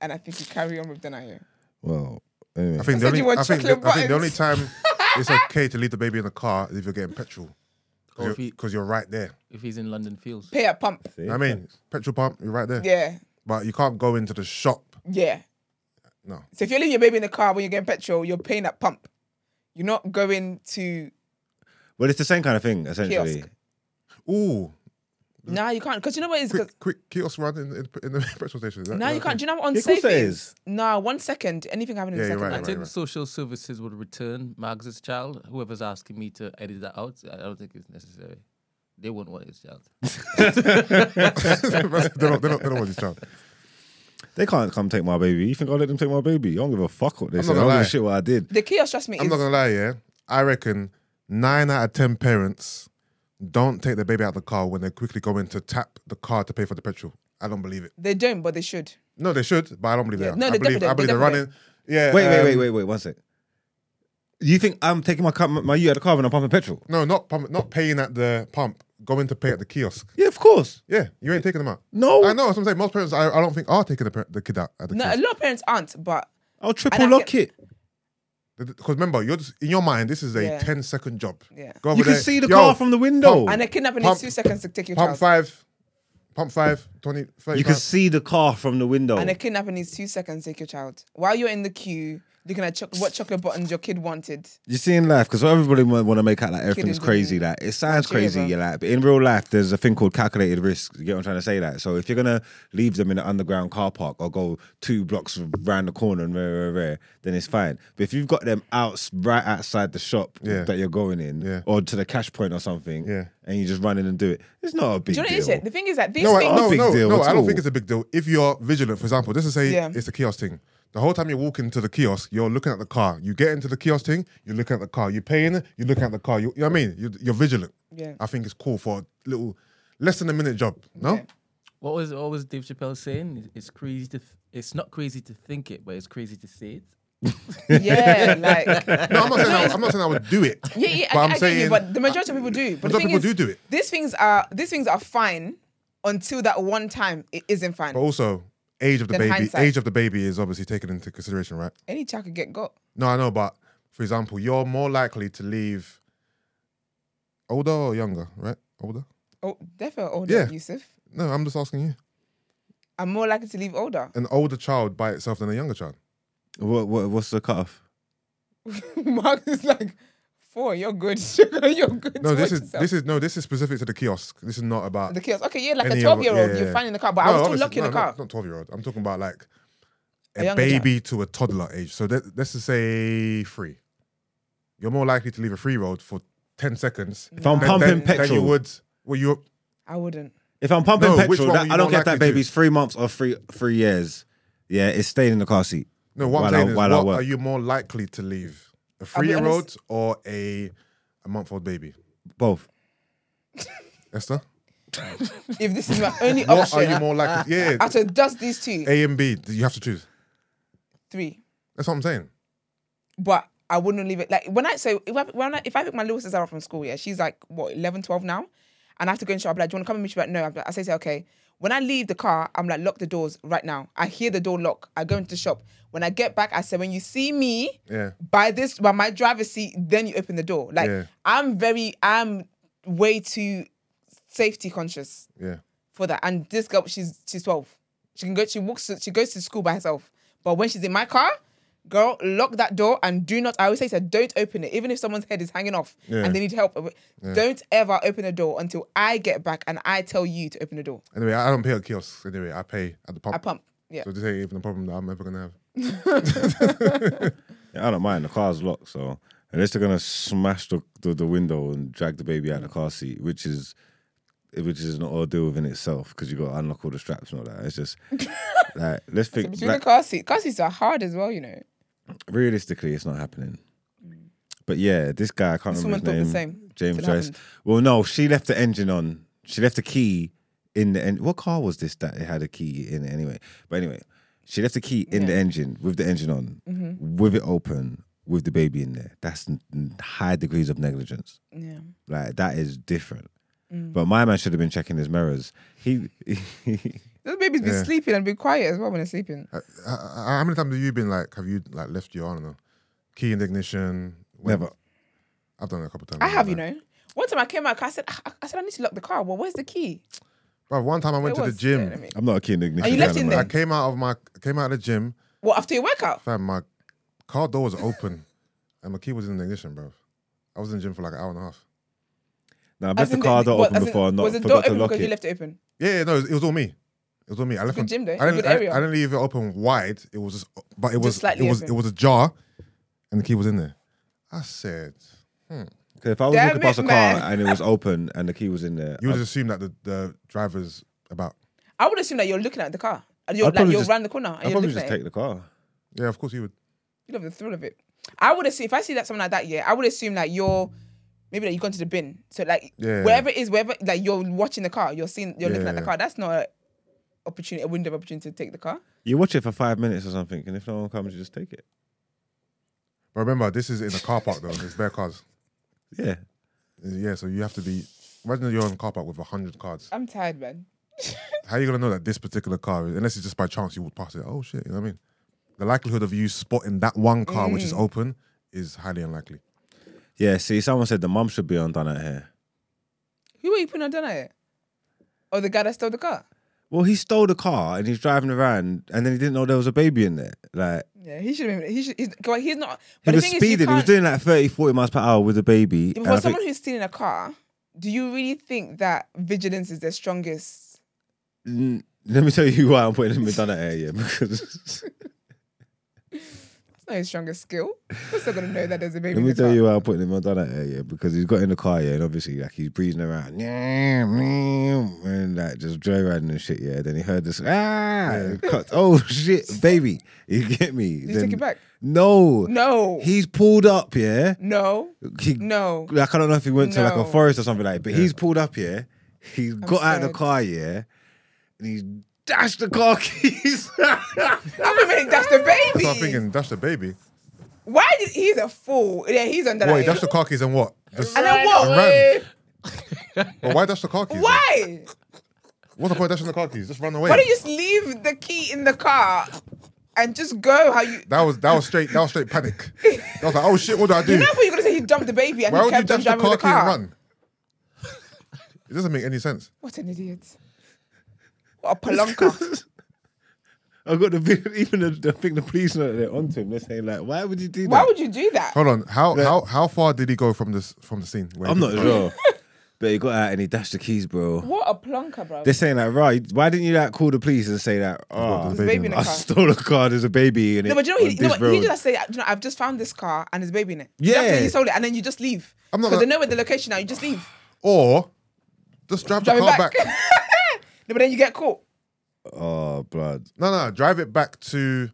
Speaker 1: and I think you carry on with Denaya.
Speaker 2: Well, Anyway,
Speaker 3: I
Speaker 1: said
Speaker 3: think the only
Speaker 1: you want
Speaker 3: I think the,
Speaker 1: chocolate
Speaker 3: I think the only
Speaker 1: buttons.
Speaker 3: time it's okay to leave the baby in the car is if you're getting petrol
Speaker 4: Or if, he,
Speaker 3: because you're, right there.
Speaker 4: if he's in London Fields.
Speaker 1: Pay at pump.
Speaker 2: see?
Speaker 3: I mean, petrol pump, you're right there.
Speaker 1: Yeah,
Speaker 3: But you can't go into the shop.
Speaker 1: yeah.
Speaker 3: No.
Speaker 1: So if you leave your baby in the car when you're getting petrol, you're paying at pump. You're not going to.
Speaker 2: Well, it's the same kind of thing, essentially.
Speaker 1: Kiosk.
Speaker 3: Ooh,
Speaker 1: Nah, you can't. Because you know what it is? 'Cause-
Speaker 3: quick, quick kiosk run in, in, in the petrol station. Is that-
Speaker 1: No,
Speaker 3: is
Speaker 1: you
Speaker 3: that a
Speaker 1: can't. Do
Speaker 3: thing?
Speaker 1: you know what on
Speaker 2: Yeah, of course there
Speaker 1: savings? Nah, one second. Anything happening in
Speaker 3: Yeah,
Speaker 1: a
Speaker 3: you're
Speaker 1: second.
Speaker 3: right,
Speaker 4: I
Speaker 1: like,
Speaker 4: think
Speaker 3: right.
Speaker 4: social services would return Marx's child. Whoever's asking me to edit that out, I don't think it's necessary. They won't want his child.
Speaker 3: they don't, they don't, they don't want this child.
Speaker 2: They can't come take my baby. You think I'll let them take my baby? I don't give a fuck what they
Speaker 3: I'm
Speaker 2: say.
Speaker 3: not
Speaker 2: I don't
Speaker 3: gonna
Speaker 2: give a
Speaker 3: lie.
Speaker 2: shit what I did.
Speaker 1: The kiosk, trust me,
Speaker 3: I'm
Speaker 1: is
Speaker 3: not gonna lie, yeah. I reckon nine out of ten parents don't take their baby out of the car when they quickly go in to tap the car to pay for the petrol. I don't believe it.
Speaker 1: they don't, but they should.
Speaker 3: No, they should, but I don't believe
Speaker 1: Yeah,
Speaker 3: that.
Speaker 1: no,
Speaker 3: I
Speaker 1: they
Speaker 3: believe,
Speaker 1: definitely-
Speaker 3: I believe
Speaker 1: they
Speaker 3: they're running. Yeah.
Speaker 2: Wait, wait,
Speaker 3: um,
Speaker 2: wait, wait, wait. One sec. You think I'm taking my car, my you at the car when I'm pumping petrol?
Speaker 3: No, not pump, not paying at the pump. Going to pay at the kiosk.
Speaker 2: Yeah, of course.
Speaker 3: Yeah, you ain't taking them out.
Speaker 2: No,
Speaker 3: I know. That's what I'm saying. Most parents, I, I don't think, are taking the, par- the kid out at the
Speaker 1: No, a
Speaker 3: kiosk.
Speaker 1: lot of parents aren't, but
Speaker 2: I'll triple
Speaker 1: And I
Speaker 2: lock
Speaker 1: can-
Speaker 2: it.
Speaker 3: Because remember, you're just, in your mind, this is a
Speaker 1: Yeah.
Speaker 3: 10 second job.
Speaker 1: Yeah.
Speaker 3: Go over
Speaker 2: You can
Speaker 3: there,
Speaker 2: see the
Speaker 3: yo,
Speaker 2: car from the window.
Speaker 1: and a kidnapping
Speaker 3: Pump-
Speaker 1: is two seconds to take your
Speaker 3: Pump
Speaker 1: child.
Speaker 3: five, pump five, 20, 30
Speaker 2: You can
Speaker 3: pounds.
Speaker 2: see the car from the window.
Speaker 1: And a kidnapping is two seconds to take your child. While you're in the queue, looking at choc what chocolate buttons your kid wanted.
Speaker 2: You see in life, because everybody want to make out like everything's
Speaker 1: Kidding,
Speaker 2: crazy.
Speaker 1: didn't
Speaker 2: Like it sounds
Speaker 1: Nigeria.
Speaker 2: crazy, yeah. Like, but in real life, there's a thing called calculated risk. You get what I'm trying to say? Like, so if you're gonna leave them in an underground car park or go two blocks round the corner and rare, rare, rare, then it's fine. But if you've got them out right outside the shop
Speaker 3: Yeah.
Speaker 2: that you're going in,
Speaker 3: Yeah.
Speaker 2: or to the cash point or something,
Speaker 3: Yeah.
Speaker 2: and you just run in and do it, it's not a big
Speaker 1: Do you know what it
Speaker 2: deal.
Speaker 1: is? yeah? The thing is that these
Speaker 3: No, I,
Speaker 1: things.
Speaker 3: no,
Speaker 2: big
Speaker 3: no,
Speaker 2: deal
Speaker 3: no.
Speaker 2: at
Speaker 3: I
Speaker 2: all.
Speaker 3: don't think it's a big deal. If you're vigilant, for example, this is say
Speaker 1: Yeah.
Speaker 3: it's the kiosk thing. The whole time you're walking to the kiosk, you're looking at the car. You get into the kiosk thing, you're looking at the car. You're paying, you're looking at the car. You, you know what I mean? You're, you're vigilant.
Speaker 1: Yeah.
Speaker 3: I think it's cool for a little less than a minute job. No,
Speaker 4: What was what was Dave Chappelle saying? It's crazy to th- it's not crazy to think it, but it's crazy to say it.
Speaker 1: Yeah, like.
Speaker 3: no. I'm not saying I, I'm not saying I would do it.
Speaker 1: Yeah, yeah,
Speaker 3: But
Speaker 1: I,
Speaker 3: I'm
Speaker 1: I get you,
Speaker 3: saying-
Speaker 1: but the majority of people do. But the
Speaker 3: Majority
Speaker 1: thing
Speaker 3: of
Speaker 1: is,
Speaker 3: people do do it.
Speaker 1: These things are these things are fine until that one time it isn't fine.
Speaker 3: But also, age of the
Speaker 1: Then
Speaker 3: baby.
Speaker 1: hindsight.
Speaker 3: Age of the baby is obviously taken into consideration, right?
Speaker 1: Any child could get got.
Speaker 3: No, I know, but for example, you're more likely to leave older or younger, right? Older.
Speaker 1: Oh, definitely older,
Speaker 3: Yeah.
Speaker 1: Yusuf.
Speaker 3: No, I'm just asking you.
Speaker 1: I'm more likely to leave older.
Speaker 3: An older child by itself than a younger child.
Speaker 2: What, what what's the cutoff?
Speaker 1: Mark is like, four, you're good. Sugar, you're good.
Speaker 3: No, this is this is no, this is specific to the kiosk. This is not about
Speaker 1: the kiosk. Okay, yeah, like a
Speaker 3: Any
Speaker 1: twelve
Speaker 3: other-
Speaker 1: year old,
Speaker 3: yeah,
Speaker 1: you're
Speaker 3: yeah.
Speaker 1: fine in the car, but
Speaker 3: No,
Speaker 1: I was still
Speaker 3: obviously-
Speaker 1: lucky in
Speaker 3: no,
Speaker 1: the car.
Speaker 3: Not, not twelve year old. I'm talking about like
Speaker 1: A
Speaker 3: a,
Speaker 1: younger
Speaker 3: baby to a toddler age. So let, let's just say three. You're more likely to leave a three year old for ten seconds.
Speaker 2: If I'm
Speaker 1: Nah.
Speaker 2: pumping
Speaker 3: than,
Speaker 2: petrol,
Speaker 3: than you would. Well, you
Speaker 1: I wouldn't.
Speaker 2: If I'm pumping
Speaker 3: No, which
Speaker 2: petrol,
Speaker 3: one
Speaker 2: that-
Speaker 3: were you
Speaker 2: I don't
Speaker 3: more
Speaker 2: care if that
Speaker 3: likely to?
Speaker 2: baby's three months or three three years. Yeah, it's staying in the car seat.
Speaker 3: no. What
Speaker 2: while
Speaker 3: I'm saying
Speaker 2: I,
Speaker 3: is,
Speaker 2: while I
Speaker 3: what
Speaker 2: work.
Speaker 3: are you more likely to leave? A
Speaker 1: I'll
Speaker 3: three
Speaker 1: be
Speaker 3: year old
Speaker 1: honest-
Speaker 3: or a a month old baby?
Speaker 2: Both.
Speaker 3: Esther,
Speaker 1: If this is my only
Speaker 3: what are you
Speaker 1: option,
Speaker 3: more likely? Yeah,
Speaker 1: I should just these two,
Speaker 3: A and B. You have to choose.
Speaker 1: three.
Speaker 3: That's what I'm saying.
Speaker 1: But I wouldn't leave it. Like when I so if I, when I, if I pick my little sister up from school, yeah, she's like what 11, 12 now, and I have to go and show. I'll be like, do you want to come and meet you? Like, no. I'm like, I say, to her, okay. When I leave the car, I'm like, lock the doors right now. I hear the door lock. I go into the shop. When I get back, I say, when you see me,
Speaker 3: Yeah.
Speaker 1: by this by my driver's seat, then you open the door. Like
Speaker 3: Yeah.
Speaker 1: I'm very I'm way too safety conscious
Speaker 3: Yeah.
Speaker 1: for that. And this girl, she's she's twelve. She can go. She walks. to- she goes to school by herself. But when she's in my car, girl, lock that door and do not. I always say to her, don't open it, even if someone's head is hanging off
Speaker 3: Yeah.
Speaker 1: and they need help. Don't ever open the door until I get back and I tell you to open the door.
Speaker 3: Anyway, I don't pay at kiosks. Anyway, I pay at the pump.
Speaker 1: I pump. Yeah.
Speaker 3: So this ain't even a problem that I'm ever gonna have.
Speaker 2: Yeah, I don't mind. The car's locked, so unless they're gonna smash the, the, the window and drag the baby out the car seat, which is which is an ordeal within itself because you got to unlock all the straps and all that. It's just like let's
Speaker 1: So
Speaker 2: think.
Speaker 1: between
Speaker 2: Like,
Speaker 1: the car seat, car seats are hard as well, you know.
Speaker 2: realistically, it's not happening. But yeah, this guy I can't
Speaker 1: This
Speaker 2: remember
Speaker 1: woman
Speaker 2: his
Speaker 1: thought the
Speaker 2: name.
Speaker 1: same
Speaker 2: James
Speaker 1: till it
Speaker 2: Joyce.
Speaker 1: happened.
Speaker 2: Well, no, she left the engine on. She left the key in the engine. What car was this that it had a key in it anyway? But anyway, she left the key in the engine with the engine on,
Speaker 1: Mm-hmm.
Speaker 2: with it open, with the baby in there. That's n- n- high degrees of negligence.
Speaker 1: Yeah. Mm.
Speaker 2: Like that is different. But my man should have been checking his mirrors. He,
Speaker 1: This babies be
Speaker 3: Yeah.
Speaker 1: sleeping and be quiet as well when they're sleeping.
Speaker 3: Uh, uh, How many times have you been like? Have you like left your I don't know, key in the ignition? Went-
Speaker 2: Never.
Speaker 3: I've done it a couple times.
Speaker 1: I have, you
Speaker 3: like-
Speaker 1: know. One time I came out, I said, I, I said I need to lock the car. Well, where's the key?
Speaker 3: Bro, one time I went
Speaker 1: Where
Speaker 3: to the
Speaker 1: was-
Speaker 3: gym.
Speaker 1: let me-
Speaker 2: I'm not a keen ignition.
Speaker 1: Are Oh, you left
Speaker 2: kind of
Speaker 1: in
Speaker 2: man.
Speaker 3: I
Speaker 1: there?
Speaker 3: came out of my came out of the gym.
Speaker 1: Well, after your workout.
Speaker 3: Fam, my car door was open, and my key was in the ignition, bro. I was in the gym for like an hour and a half.
Speaker 2: No, I've
Speaker 1: As
Speaker 2: left the
Speaker 1: in
Speaker 2: car door
Speaker 1: what,
Speaker 2: open
Speaker 1: as in-
Speaker 2: before and not
Speaker 1: Was the door
Speaker 2: forgot to
Speaker 1: open
Speaker 2: lock
Speaker 1: because you
Speaker 2: it.
Speaker 1: left it open?
Speaker 3: Yeah, yeah, no, it was, it was all me. It was all me. I left
Speaker 1: Good
Speaker 3: on-
Speaker 1: gym though.
Speaker 3: I didn't,
Speaker 1: Good
Speaker 3: I-
Speaker 1: area.
Speaker 3: I, didn't leave it open wide. It was just, but it was it
Speaker 1: slightly
Speaker 3: was
Speaker 1: open.
Speaker 3: it was ajar, and the key was in there. I said,
Speaker 2: 'Cause If I was
Speaker 1: Damn
Speaker 2: walking past
Speaker 1: it,
Speaker 2: a car
Speaker 1: man.
Speaker 2: and it was open and the key was in there,
Speaker 3: you
Speaker 2: I'd-
Speaker 3: would assume that the, the driver's about.
Speaker 1: I would assume that you're looking at the car. And you're,
Speaker 2: I'd
Speaker 1: like,
Speaker 2: probably
Speaker 1: you're
Speaker 2: just-
Speaker 1: around the corner and
Speaker 2: I'd
Speaker 1: you're
Speaker 2: probably
Speaker 1: looking
Speaker 2: just
Speaker 1: at it.
Speaker 2: take the car.
Speaker 3: Yeah, of course you would.
Speaker 1: You love the thrill of it. I would assume if I see that someone like that, yeah, I would assume like you're maybe that you've gone to the bin. So like
Speaker 3: Yeah.
Speaker 1: wherever it is, wherever like you're watching the car, you're seeing you're looking at the
Speaker 3: Yeah.
Speaker 1: car. That's not a opportunity a window of opportunity to take the car.
Speaker 2: You watch it for five minutes or something, and if no one comes, you just take it.
Speaker 3: But remember, this is in a car park though. There's bare cars.
Speaker 2: Yeah.
Speaker 3: Yeah, so you have to be. Imagine you're in a car park with hundred cards.
Speaker 1: I'm tired, man.
Speaker 3: How you gonna know that this particular car, is, unless it's just by chance you would pass it? Oh shit, you know what I mean? The likelihood of you spotting that one car which is
Speaker 1: Mm.
Speaker 3: open is highly unlikely.
Speaker 2: Yeah, see, someone said the mum should be on done out here.
Speaker 1: Who are you putting on dinner at? Oh, the guy that stole the car.
Speaker 2: Well, he stole the car and he's driving around, and then he didn't know there was a baby in there. Like,
Speaker 1: Yeah, he should have been. He should. He's, well, he's not.
Speaker 2: he
Speaker 1: But the
Speaker 2: was
Speaker 1: thing is, you
Speaker 2: speeding. He was
Speaker 1: can't-
Speaker 2: doing like 30, 40 miles per hour with a baby.
Speaker 1: Yeah,
Speaker 2: and
Speaker 1: but
Speaker 2: I
Speaker 1: for
Speaker 2: think-
Speaker 1: someone who's stealing a car, do you really think that vigilance is their strongest?
Speaker 2: Mm, let me tell you why I'm putting him in done out here. Yeah, because
Speaker 1: It's not his strongest skill. We're still gonna know that there's a baby.
Speaker 2: let
Speaker 1: in
Speaker 2: me
Speaker 1: the
Speaker 2: tell
Speaker 1: car.
Speaker 3: uh,
Speaker 2: you why I'm putting him on done out here. Yeah, because he's got in the car. Yeah, and obviously like he's breezing around, and like just joyriding and shit. Yeah, then he heard this. Ah, and cut, oh shit, baby, you get me?
Speaker 1: Did you take it back?
Speaker 2: No,
Speaker 1: No.
Speaker 2: He's pulled up. Yeah,
Speaker 1: no.
Speaker 2: he
Speaker 1: No.
Speaker 2: like I don't know if he went to like
Speaker 1: No.
Speaker 2: a forest or something like. that, But he's pulled up here. He's got out of the
Speaker 1: scared.
Speaker 2: car. Yeah, and he's dashed the car keys.
Speaker 1: I'm not meaning that's the baby.
Speaker 3: So I'm thinking, that's the baby.
Speaker 1: Why did he's a fool? Yeah, he's under
Speaker 3: Wait,
Speaker 1: that.
Speaker 3: that's the car keys and what? Just,
Speaker 1: and then what?
Speaker 3: and ran. But why dash the car keys?
Speaker 1: Why?
Speaker 3: then? What's the point of dashing the car keys? Just run away.
Speaker 1: Why don't you just leave the key in the car and just go? How you?
Speaker 3: that was that was straight that was straight panic. I was like, oh shit, what do I do?
Speaker 1: You know, I thought you were gonna say he dumped the baby and
Speaker 3: why
Speaker 1: he
Speaker 3: would you
Speaker 1: kept on
Speaker 3: dash the
Speaker 1: driving
Speaker 3: car
Speaker 1: the
Speaker 3: key and
Speaker 1: car.
Speaker 3: run? It doesn't make any sense.
Speaker 1: What an idiot! What a palonka!
Speaker 2: I got the video. Even the, I think the police know that they're onto him. They're saying like, "Why would you do that?"
Speaker 1: Why would you do that?
Speaker 3: Hold on, how how how far did he go from this from the scene? where he
Speaker 2: I'm not
Speaker 3: did-
Speaker 2: sure. but he got out and he dashed the keys, bro.
Speaker 1: What a plonker, bro!
Speaker 2: They're saying like, right, why didn't you like call the police and say that? Oh,
Speaker 3: there's a
Speaker 1: There's a baby in the
Speaker 2: I
Speaker 1: car.
Speaker 2: stole a car. There's a baby in it.
Speaker 1: No, but you know,
Speaker 2: on
Speaker 1: he, no,
Speaker 2: this
Speaker 1: but he
Speaker 2: road."
Speaker 1: just say, you know, I've just found this car and there's a baby in it. You don't have to say
Speaker 2: Yeah.
Speaker 1: he sold it, and then you just leave.
Speaker 3: I'm not
Speaker 1: because they
Speaker 3: gonna-
Speaker 1: know where the location now. You just leave.
Speaker 3: Or just drive,
Speaker 1: Drive
Speaker 3: the
Speaker 1: it
Speaker 3: car
Speaker 1: back.
Speaker 3: back.
Speaker 1: No, but then you get caught.
Speaker 2: Oh, blood.
Speaker 3: No, no, drive it back to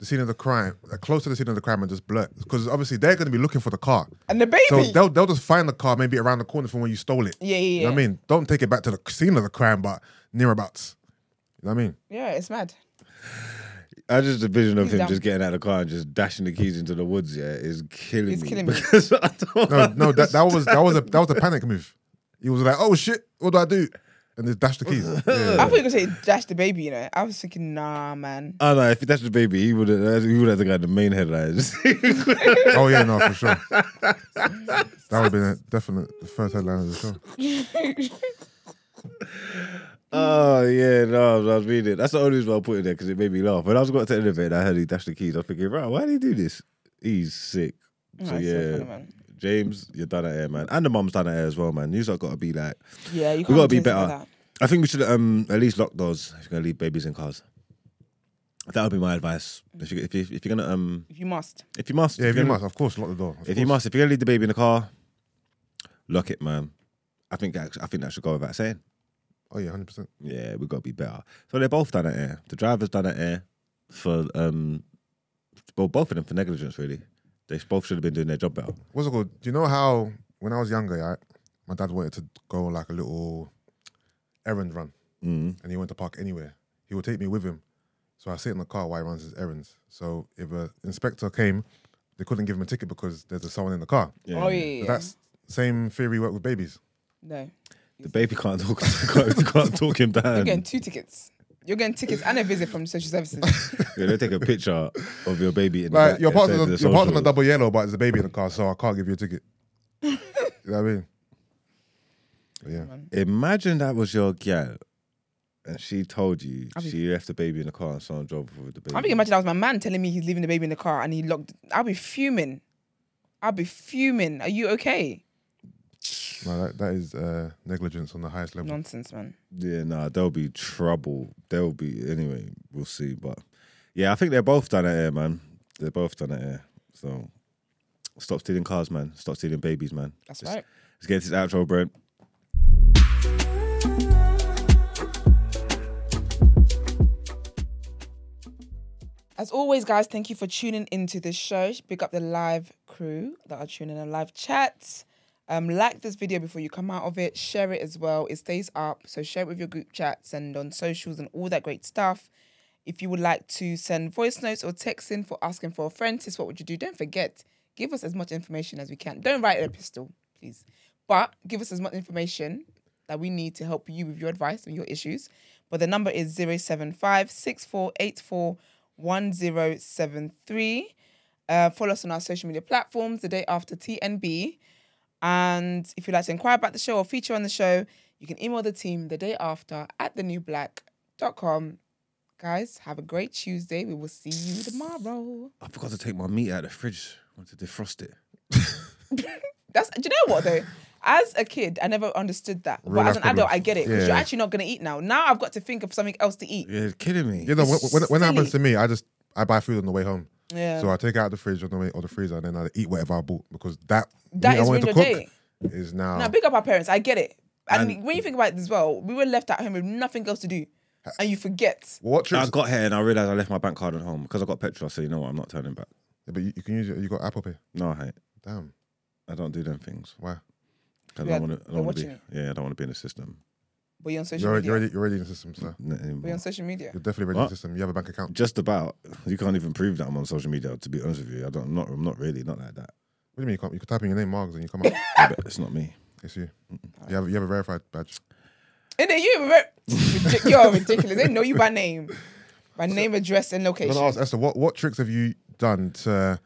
Speaker 3: the scene of the crime, uh, close to the scene of the crime, and just blurt. Because obviously they're going to be looking for the car.
Speaker 1: And the baby.
Speaker 3: So they'll they'll just find the car maybe around the corner from where you stole it.
Speaker 1: Yeah, yeah,
Speaker 3: You know what I
Speaker 1: yeah.
Speaker 3: mean? Don't take it back to the scene of the crime, but nearabouts. You know what I mean?
Speaker 1: yeah, it's mad.
Speaker 2: I just the vision of
Speaker 1: He's
Speaker 2: him
Speaker 1: down.
Speaker 2: just getting out of the car and just dashing the keys into the woods. Yeah, is killing
Speaker 1: It's
Speaker 2: me.
Speaker 1: killing me.
Speaker 2: Because I don't
Speaker 3: No, no, that, that was that was a that was a panic move. He was like, "Oh shit, what do I do?" And just dash the keys.
Speaker 1: I
Speaker 3: Yeah.
Speaker 1: thought you were gonna say dash the baby. You know, I was thinking, nah, man.
Speaker 2: Oh no! If that's the baby, he would have. He would have got the main headlines.
Speaker 3: Oh yeah, no, for sure. That would have been a definite the first headline of the show.
Speaker 2: oh yeah, no, I was reading. it. That's the only reason why I put it there because it made me laugh. When I was got to the end of it, and I heard he dashed the keys. I was thinking, right, why did he do this? He's sick. So
Speaker 1: it's so
Speaker 2: yeah,
Speaker 1: funny, man.
Speaker 2: James, you're done at air, man, and the mum's done at air as well, man. You lot got to be like,
Speaker 1: Yeah, you
Speaker 2: we
Speaker 1: can't
Speaker 2: got to be
Speaker 1: do something
Speaker 2: better.
Speaker 1: like
Speaker 2: I think we should um at least lock doors if you're gonna leave babies in cars. That would be my advice. If you if, you, if you're gonna um
Speaker 1: that. You must.
Speaker 2: if you must
Speaker 3: Yeah, if
Speaker 2: you're
Speaker 3: you
Speaker 2: gonna-
Speaker 3: must, of course, lock the door. of
Speaker 2: If you
Speaker 3: course.
Speaker 2: must, if you're gonna leave the baby in the car, lock it, man. I think that, I think that should go without saying.
Speaker 3: oh yeah, hundred percent.
Speaker 2: Yeah, we gotta be better. So they're both done at air. The driver's done at air for um, well, both of them for negligence really. They both should have been doing their job better.
Speaker 3: What's it called? Do you know how when I was younger, yeah, my dad wanted to go on, like a little errand run,
Speaker 2: Mm.
Speaker 3: and he went to park anywhere. He would take me with him, so I sit in the car while he runs his errands. So if an inspector came, they couldn't give him a ticket because there's someone in the car.
Speaker 2: Yeah.
Speaker 1: Oh yeah, yeah, yeah.
Speaker 3: That's same theory work with babies.
Speaker 1: no.
Speaker 2: The baby can't talk. Can't, can't talk him
Speaker 1: You're getting
Speaker 2: down.
Speaker 1: two tickets. You're getting tickets and a visit from social services.
Speaker 2: Yeah, they take a picture of your baby in the
Speaker 3: Like
Speaker 2: back
Speaker 3: your
Speaker 2: and
Speaker 3: partner's,
Speaker 2: send
Speaker 3: on,
Speaker 2: it to
Speaker 3: your partner's
Speaker 2: social.
Speaker 3: on a double yellow, but there's a baby in the car, so I can't give you a ticket. you know what I mean? But yeah.
Speaker 2: Imagine that was your girl, and she told you
Speaker 1: be-
Speaker 2: she left the baby in the car and someone drove off with the baby.
Speaker 1: I think imagine that was my man telling me he's leaving the baby in the car and he locked. I'll be fuming. I'll be fuming. Are you okay?
Speaker 3: No, that, that is uh, negligence on the highest level.
Speaker 1: Nonsense, man.
Speaker 2: Yeah, nah, there'll be trouble. There'll be anyway. We'll see, but yeah, I think they're both done at air, man. They're both done at air. So stop stealing cars, man. Stop stealing babies, man.
Speaker 1: That's
Speaker 2: Just-
Speaker 1: right.
Speaker 2: Let's get to the outro, Brent.
Speaker 1: As always, guys, thank you for tuning into this show. Pick up the live crew that are tuning in live chats. Um, like this video before you come out of it. Share it as well. It stays up, so share it with your group chats and on socials and all that great stuff. If you would like to send voice notes or text in for asking for a friend, sis, what would you do? Don't forget, give us as much information as we can. Don't write a pistol, please, but give us as much information that we need to help you with your advice and your issues. But the number is 075 6484 1073. Uh, follow us on our social media platforms the day after TNB. And if you'd like to inquire about the show or feature on the show, you can email the team the day after at thenewblack.com. Guys, have a great Tuesday. We will see you tomorrow.
Speaker 2: I forgot to take my meat out of the fridge. I want to defrost it.
Speaker 1: That's do you know what though? As a kid, I never understood that.
Speaker 3: Real
Speaker 1: but as
Speaker 3: life
Speaker 1: an adult,
Speaker 3: problems.
Speaker 1: I get it because
Speaker 3: Yeah.
Speaker 1: you're actually not gonna eat now. Now I've got to think of something else to eat.
Speaker 2: You're kidding me.
Speaker 3: You know, when,
Speaker 1: It's
Speaker 3: when, when that happens to
Speaker 1: silly.
Speaker 3: me, I just I buy food on the way home.
Speaker 1: Yeah.
Speaker 3: So I take it out the fridge on the way or the freezer, and then I eat whatever I bought because that
Speaker 1: That
Speaker 3: meat I
Speaker 1: is
Speaker 3: wanted
Speaker 1: ruined
Speaker 3: to
Speaker 1: your
Speaker 3: cook Ah.
Speaker 1: day.
Speaker 3: is now.
Speaker 1: Now, big up our parents. I get it. And, when you think about it as well, we were left at home with nothing else to do, and you forget.
Speaker 3: what
Speaker 2: I
Speaker 3: trips?
Speaker 2: got here and I realized I left my bank card at home because I got petrol. So you know what? I'm not turning back.
Speaker 3: Yeah, but you, you can use it. You got Apple Pay.
Speaker 2: No, I ain't.
Speaker 3: Damn.
Speaker 2: I don't do them things.
Speaker 3: Why?
Speaker 2: 'Cause
Speaker 1: Yeah,
Speaker 2: I don't want to. I
Speaker 1: they're
Speaker 2: don't want to
Speaker 1: watching
Speaker 2: be. Yeah, I don't want to be in the system.
Speaker 1: But you're on social
Speaker 3: You're already,
Speaker 1: media.
Speaker 3: you're already you're already in the system, sir.
Speaker 2: n- anymore.
Speaker 1: We're on social media.
Speaker 3: You're definitely already in
Speaker 2: What?
Speaker 3: the system. You have a bank account.
Speaker 2: Just about. You can't even prove that I'm on social media. To be honest with you, I don't. I'm not. I'm not really. Not like that.
Speaker 3: What do you mean you can't? You can type in your name, Margs, and you come up.
Speaker 2: I bet it's not me.
Speaker 3: it's you. You have you have a verified badge.
Speaker 1: And then you, ridic- you're ridiculous. They know you by name, by name, address, and
Speaker 3: I'm
Speaker 1: location.
Speaker 3: gonna ask Esther, what, what tricks have you done to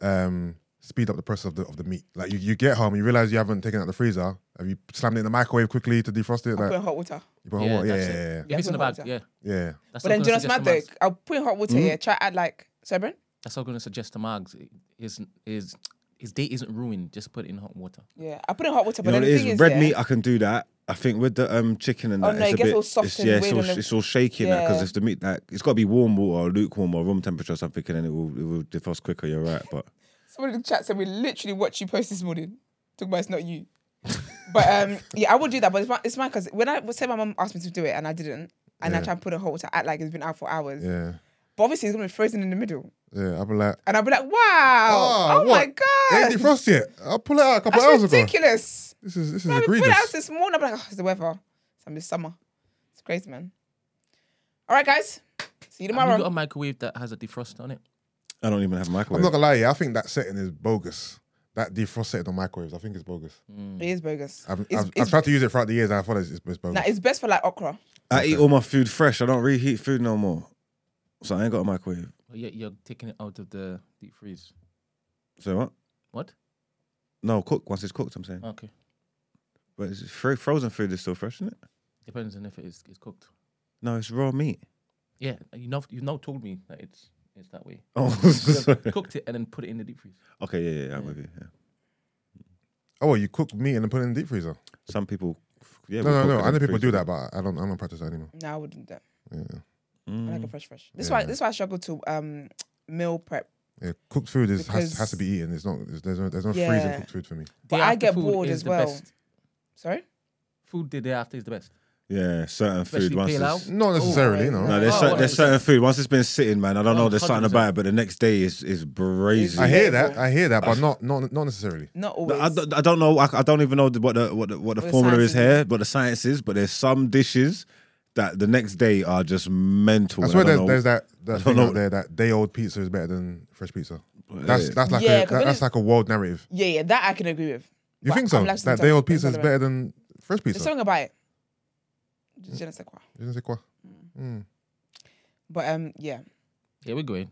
Speaker 3: um, speed up the process of the of the meat? Like you, you get home, you realize you haven't taken it out the freezer. Have you slammed it in the microwave quickly to defrost it?
Speaker 1: I'll put
Speaker 3: Like
Speaker 1: in hot water.
Speaker 3: you put yeah, Oh, yeah,
Speaker 4: that's
Speaker 3: yeah,
Speaker 4: it.
Speaker 3: yeah,
Speaker 4: If it's in the bag,
Speaker 1: Yeah.
Speaker 4: yeah.
Speaker 3: yeah.
Speaker 4: That's
Speaker 1: But
Speaker 4: what
Speaker 1: then
Speaker 4: I'm
Speaker 1: do you know
Speaker 4: gonna
Speaker 1: what's mad
Speaker 4: suggest
Speaker 1: though?
Speaker 4: to Mags.
Speaker 1: I'll put in hot
Speaker 2: Mm-hmm.
Speaker 1: water here. Try add like Sebrin.
Speaker 4: That's what I'm going to suggest to Mags. His, his, his date isn't ruined. Just put it in hot water.
Speaker 1: Yeah, I put in hot water.
Speaker 2: You
Speaker 1: But
Speaker 2: know
Speaker 1: then
Speaker 2: what
Speaker 1: the
Speaker 2: it
Speaker 1: thing
Speaker 2: is?
Speaker 1: is,
Speaker 2: Red
Speaker 1: yeah,
Speaker 2: meat, I can do that. I think with the um chicken and
Speaker 1: Oh,
Speaker 2: that,
Speaker 1: no,
Speaker 2: it's
Speaker 1: it
Speaker 2: a
Speaker 1: gets
Speaker 2: bit,
Speaker 1: all soft
Speaker 2: it's,
Speaker 1: and
Speaker 2: yeah, it's
Speaker 1: weird
Speaker 2: all,
Speaker 1: on the-
Speaker 2: it's all shaky yeah. because
Speaker 1: Yeah.
Speaker 2: if the meat like it's got to be warm water or lukewarm or room temperature or something, and then it will it will defrost quicker. You're right, but
Speaker 1: Someone in the chat said we literally watched you post this morning. Talk about it's not you. but um, yeah, I would do that. But it's my it's my because when I say my mum asked me to do it and I didn't, and I
Speaker 3: Yeah.
Speaker 1: tried to put in hot water, act like it's been out for hours.
Speaker 3: Yeah,
Speaker 1: But obviously it's gonna be frozen in the middle,
Speaker 3: yeah. I'll be like, "Ah,
Speaker 1: and I'll be like, wow,
Speaker 2: Ah,
Speaker 1: oh, my
Speaker 3: It
Speaker 1: god,
Speaker 3: ain't defrosted yet. I'll pull it out a couple
Speaker 1: that's
Speaker 3: hours ago.
Speaker 1: ridiculous.
Speaker 3: This is this is
Speaker 1: I put it out
Speaker 3: egregious.
Speaker 1: this morning. I'm like, oh, it's the weather. It's gonna be summer. It's crazy, man. All right, guys. See you
Speaker 4: Have you
Speaker 1: tomorrow.
Speaker 4: got a microwave that has a defroster on it?
Speaker 2: I don't even have a
Speaker 3: I'm
Speaker 2: microwave.
Speaker 3: not gonna lie, yeah. I think that setting is bogus. That defrost setting on microwaves, I think it's bogus.
Speaker 2: Mm.
Speaker 1: It is bogus.
Speaker 3: I've,
Speaker 1: it's,
Speaker 3: I've,
Speaker 1: it's,
Speaker 3: I've tried to use it throughout the years, and I thought it's, it's bogus.
Speaker 1: nah, it's best for like okra.
Speaker 2: I eat all my food fresh. I don't reheat food no more, so I ain't got a microwave.
Speaker 4: But yet you're taking it out of the deep freeze.
Speaker 2: So what?
Speaker 4: What?
Speaker 2: No, cook once it's cooked. I'm saying,
Speaker 4: Okay.
Speaker 2: but it's fro- frozen food is still fresh, isn't it?
Speaker 4: Depends on if it is, is cooked.
Speaker 2: No, it's raw meat.
Speaker 4: Yeah, you know, you've now told me that it's it's that way.
Speaker 2: Oh,
Speaker 4: You have
Speaker 2: sorry.
Speaker 4: cooked it and then put it in the deep freeze.
Speaker 2: okay, yeah, yeah, yeah, I'm with you. Yeah.
Speaker 3: oh, well, you cook meat and then put it in the deep freezer.
Speaker 2: Some people, yeah,
Speaker 3: No,
Speaker 2: will
Speaker 3: no,
Speaker 2: cook
Speaker 3: no.
Speaker 2: it
Speaker 3: I
Speaker 2: in
Speaker 3: know
Speaker 2: the
Speaker 3: people do
Speaker 2: freezer.
Speaker 3: that, but I don't. I don't practice that anymore.
Speaker 1: No, I wouldn't do that.
Speaker 3: Yeah, Mm.
Speaker 1: I like a fresh, fresh. This is why this is why I struggle to um meal prep.
Speaker 3: yeah. Cooked food is has,
Speaker 1: Because-
Speaker 3: has to be eaten. It's not. It's, there's no. There's no
Speaker 1: Yeah.
Speaker 3: freezing cooked food for me.
Speaker 1: But
Speaker 4: Day
Speaker 1: I
Speaker 4: after
Speaker 1: get
Speaker 4: food
Speaker 1: bored
Speaker 4: is
Speaker 1: as
Speaker 4: the
Speaker 1: well.
Speaker 4: best.
Speaker 1: Sorry.
Speaker 4: Food the day after is the best.
Speaker 2: Yeah, certain
Speaker 4: Especially
Speaker 2: food once
Speaker 4: pilau.
Speaker 2: it's-
Speaker 3: Not necessarily.
Speaker 1: no.
Speaker 3: no.
Speaker 2: No, there's,
Speaker 4: Oh,
Speaker 2: cer-
Speaker 4: well,
Speaker 2: there's
Speaker 4: it's-
Speaker 2: certain food. Once it's been sitting, man, I don't know. There's something
Speaker 4: 100%.
Speaker 2: about it, but the next day is is brazy.
Speaker 3: I hear that.
Speaker 1: Painful.
Speaker 3: I hear that, but not not not necessarily.
Speaker 1: Not
Speaker 2: No,
Speaker 1: always.
Speaker 2: I, don't- I don't know. I, I don't even know the- what the what the, what the
Speaker 1: What the
Speaker 2: formula
Speaker 1: science
Speaker 2: is
Speaker 1: is.
Speaker 2: here, what the science is. But there's some dishes that the next day are just mental.
Speaker 3: I
Speaker 2: and
Speaker 3: swear
Speaker 2: don't
Speaker 3: there's, there's that, that
Speaker 2: don't
Speaker 3: thing
Speaker 2: know.
Speaker 3: out there that day old pizza is better than fresh pizza. That's that's like
Speaker 1: Yeah,
Speaker 3: a
Speaker 1: 'cause
Speaker 3: that,
Speaker 1: when
Speaker 3: that's
Speaker 1: it-
Speaker 3: like a world narrative.
Speaker 1: yeah, yeah, that I can agree with.
Speaker 3: You
Speaker 1: But
Speaker 3: think so?
Speaker 1: I'm like,
Speaker 3: That day old pizza is
Speaker 1: sometimes-
Speaker 3: better than fresh
Speaker 1: There's
Speaker 3: pizza.
Speaker 1: something about it. Je ne sais quoi. um,
Speaker 3: Je ne sais quoi.
Speaker 8: But um, yeah.
Speaker 1: Mm. Here we're going.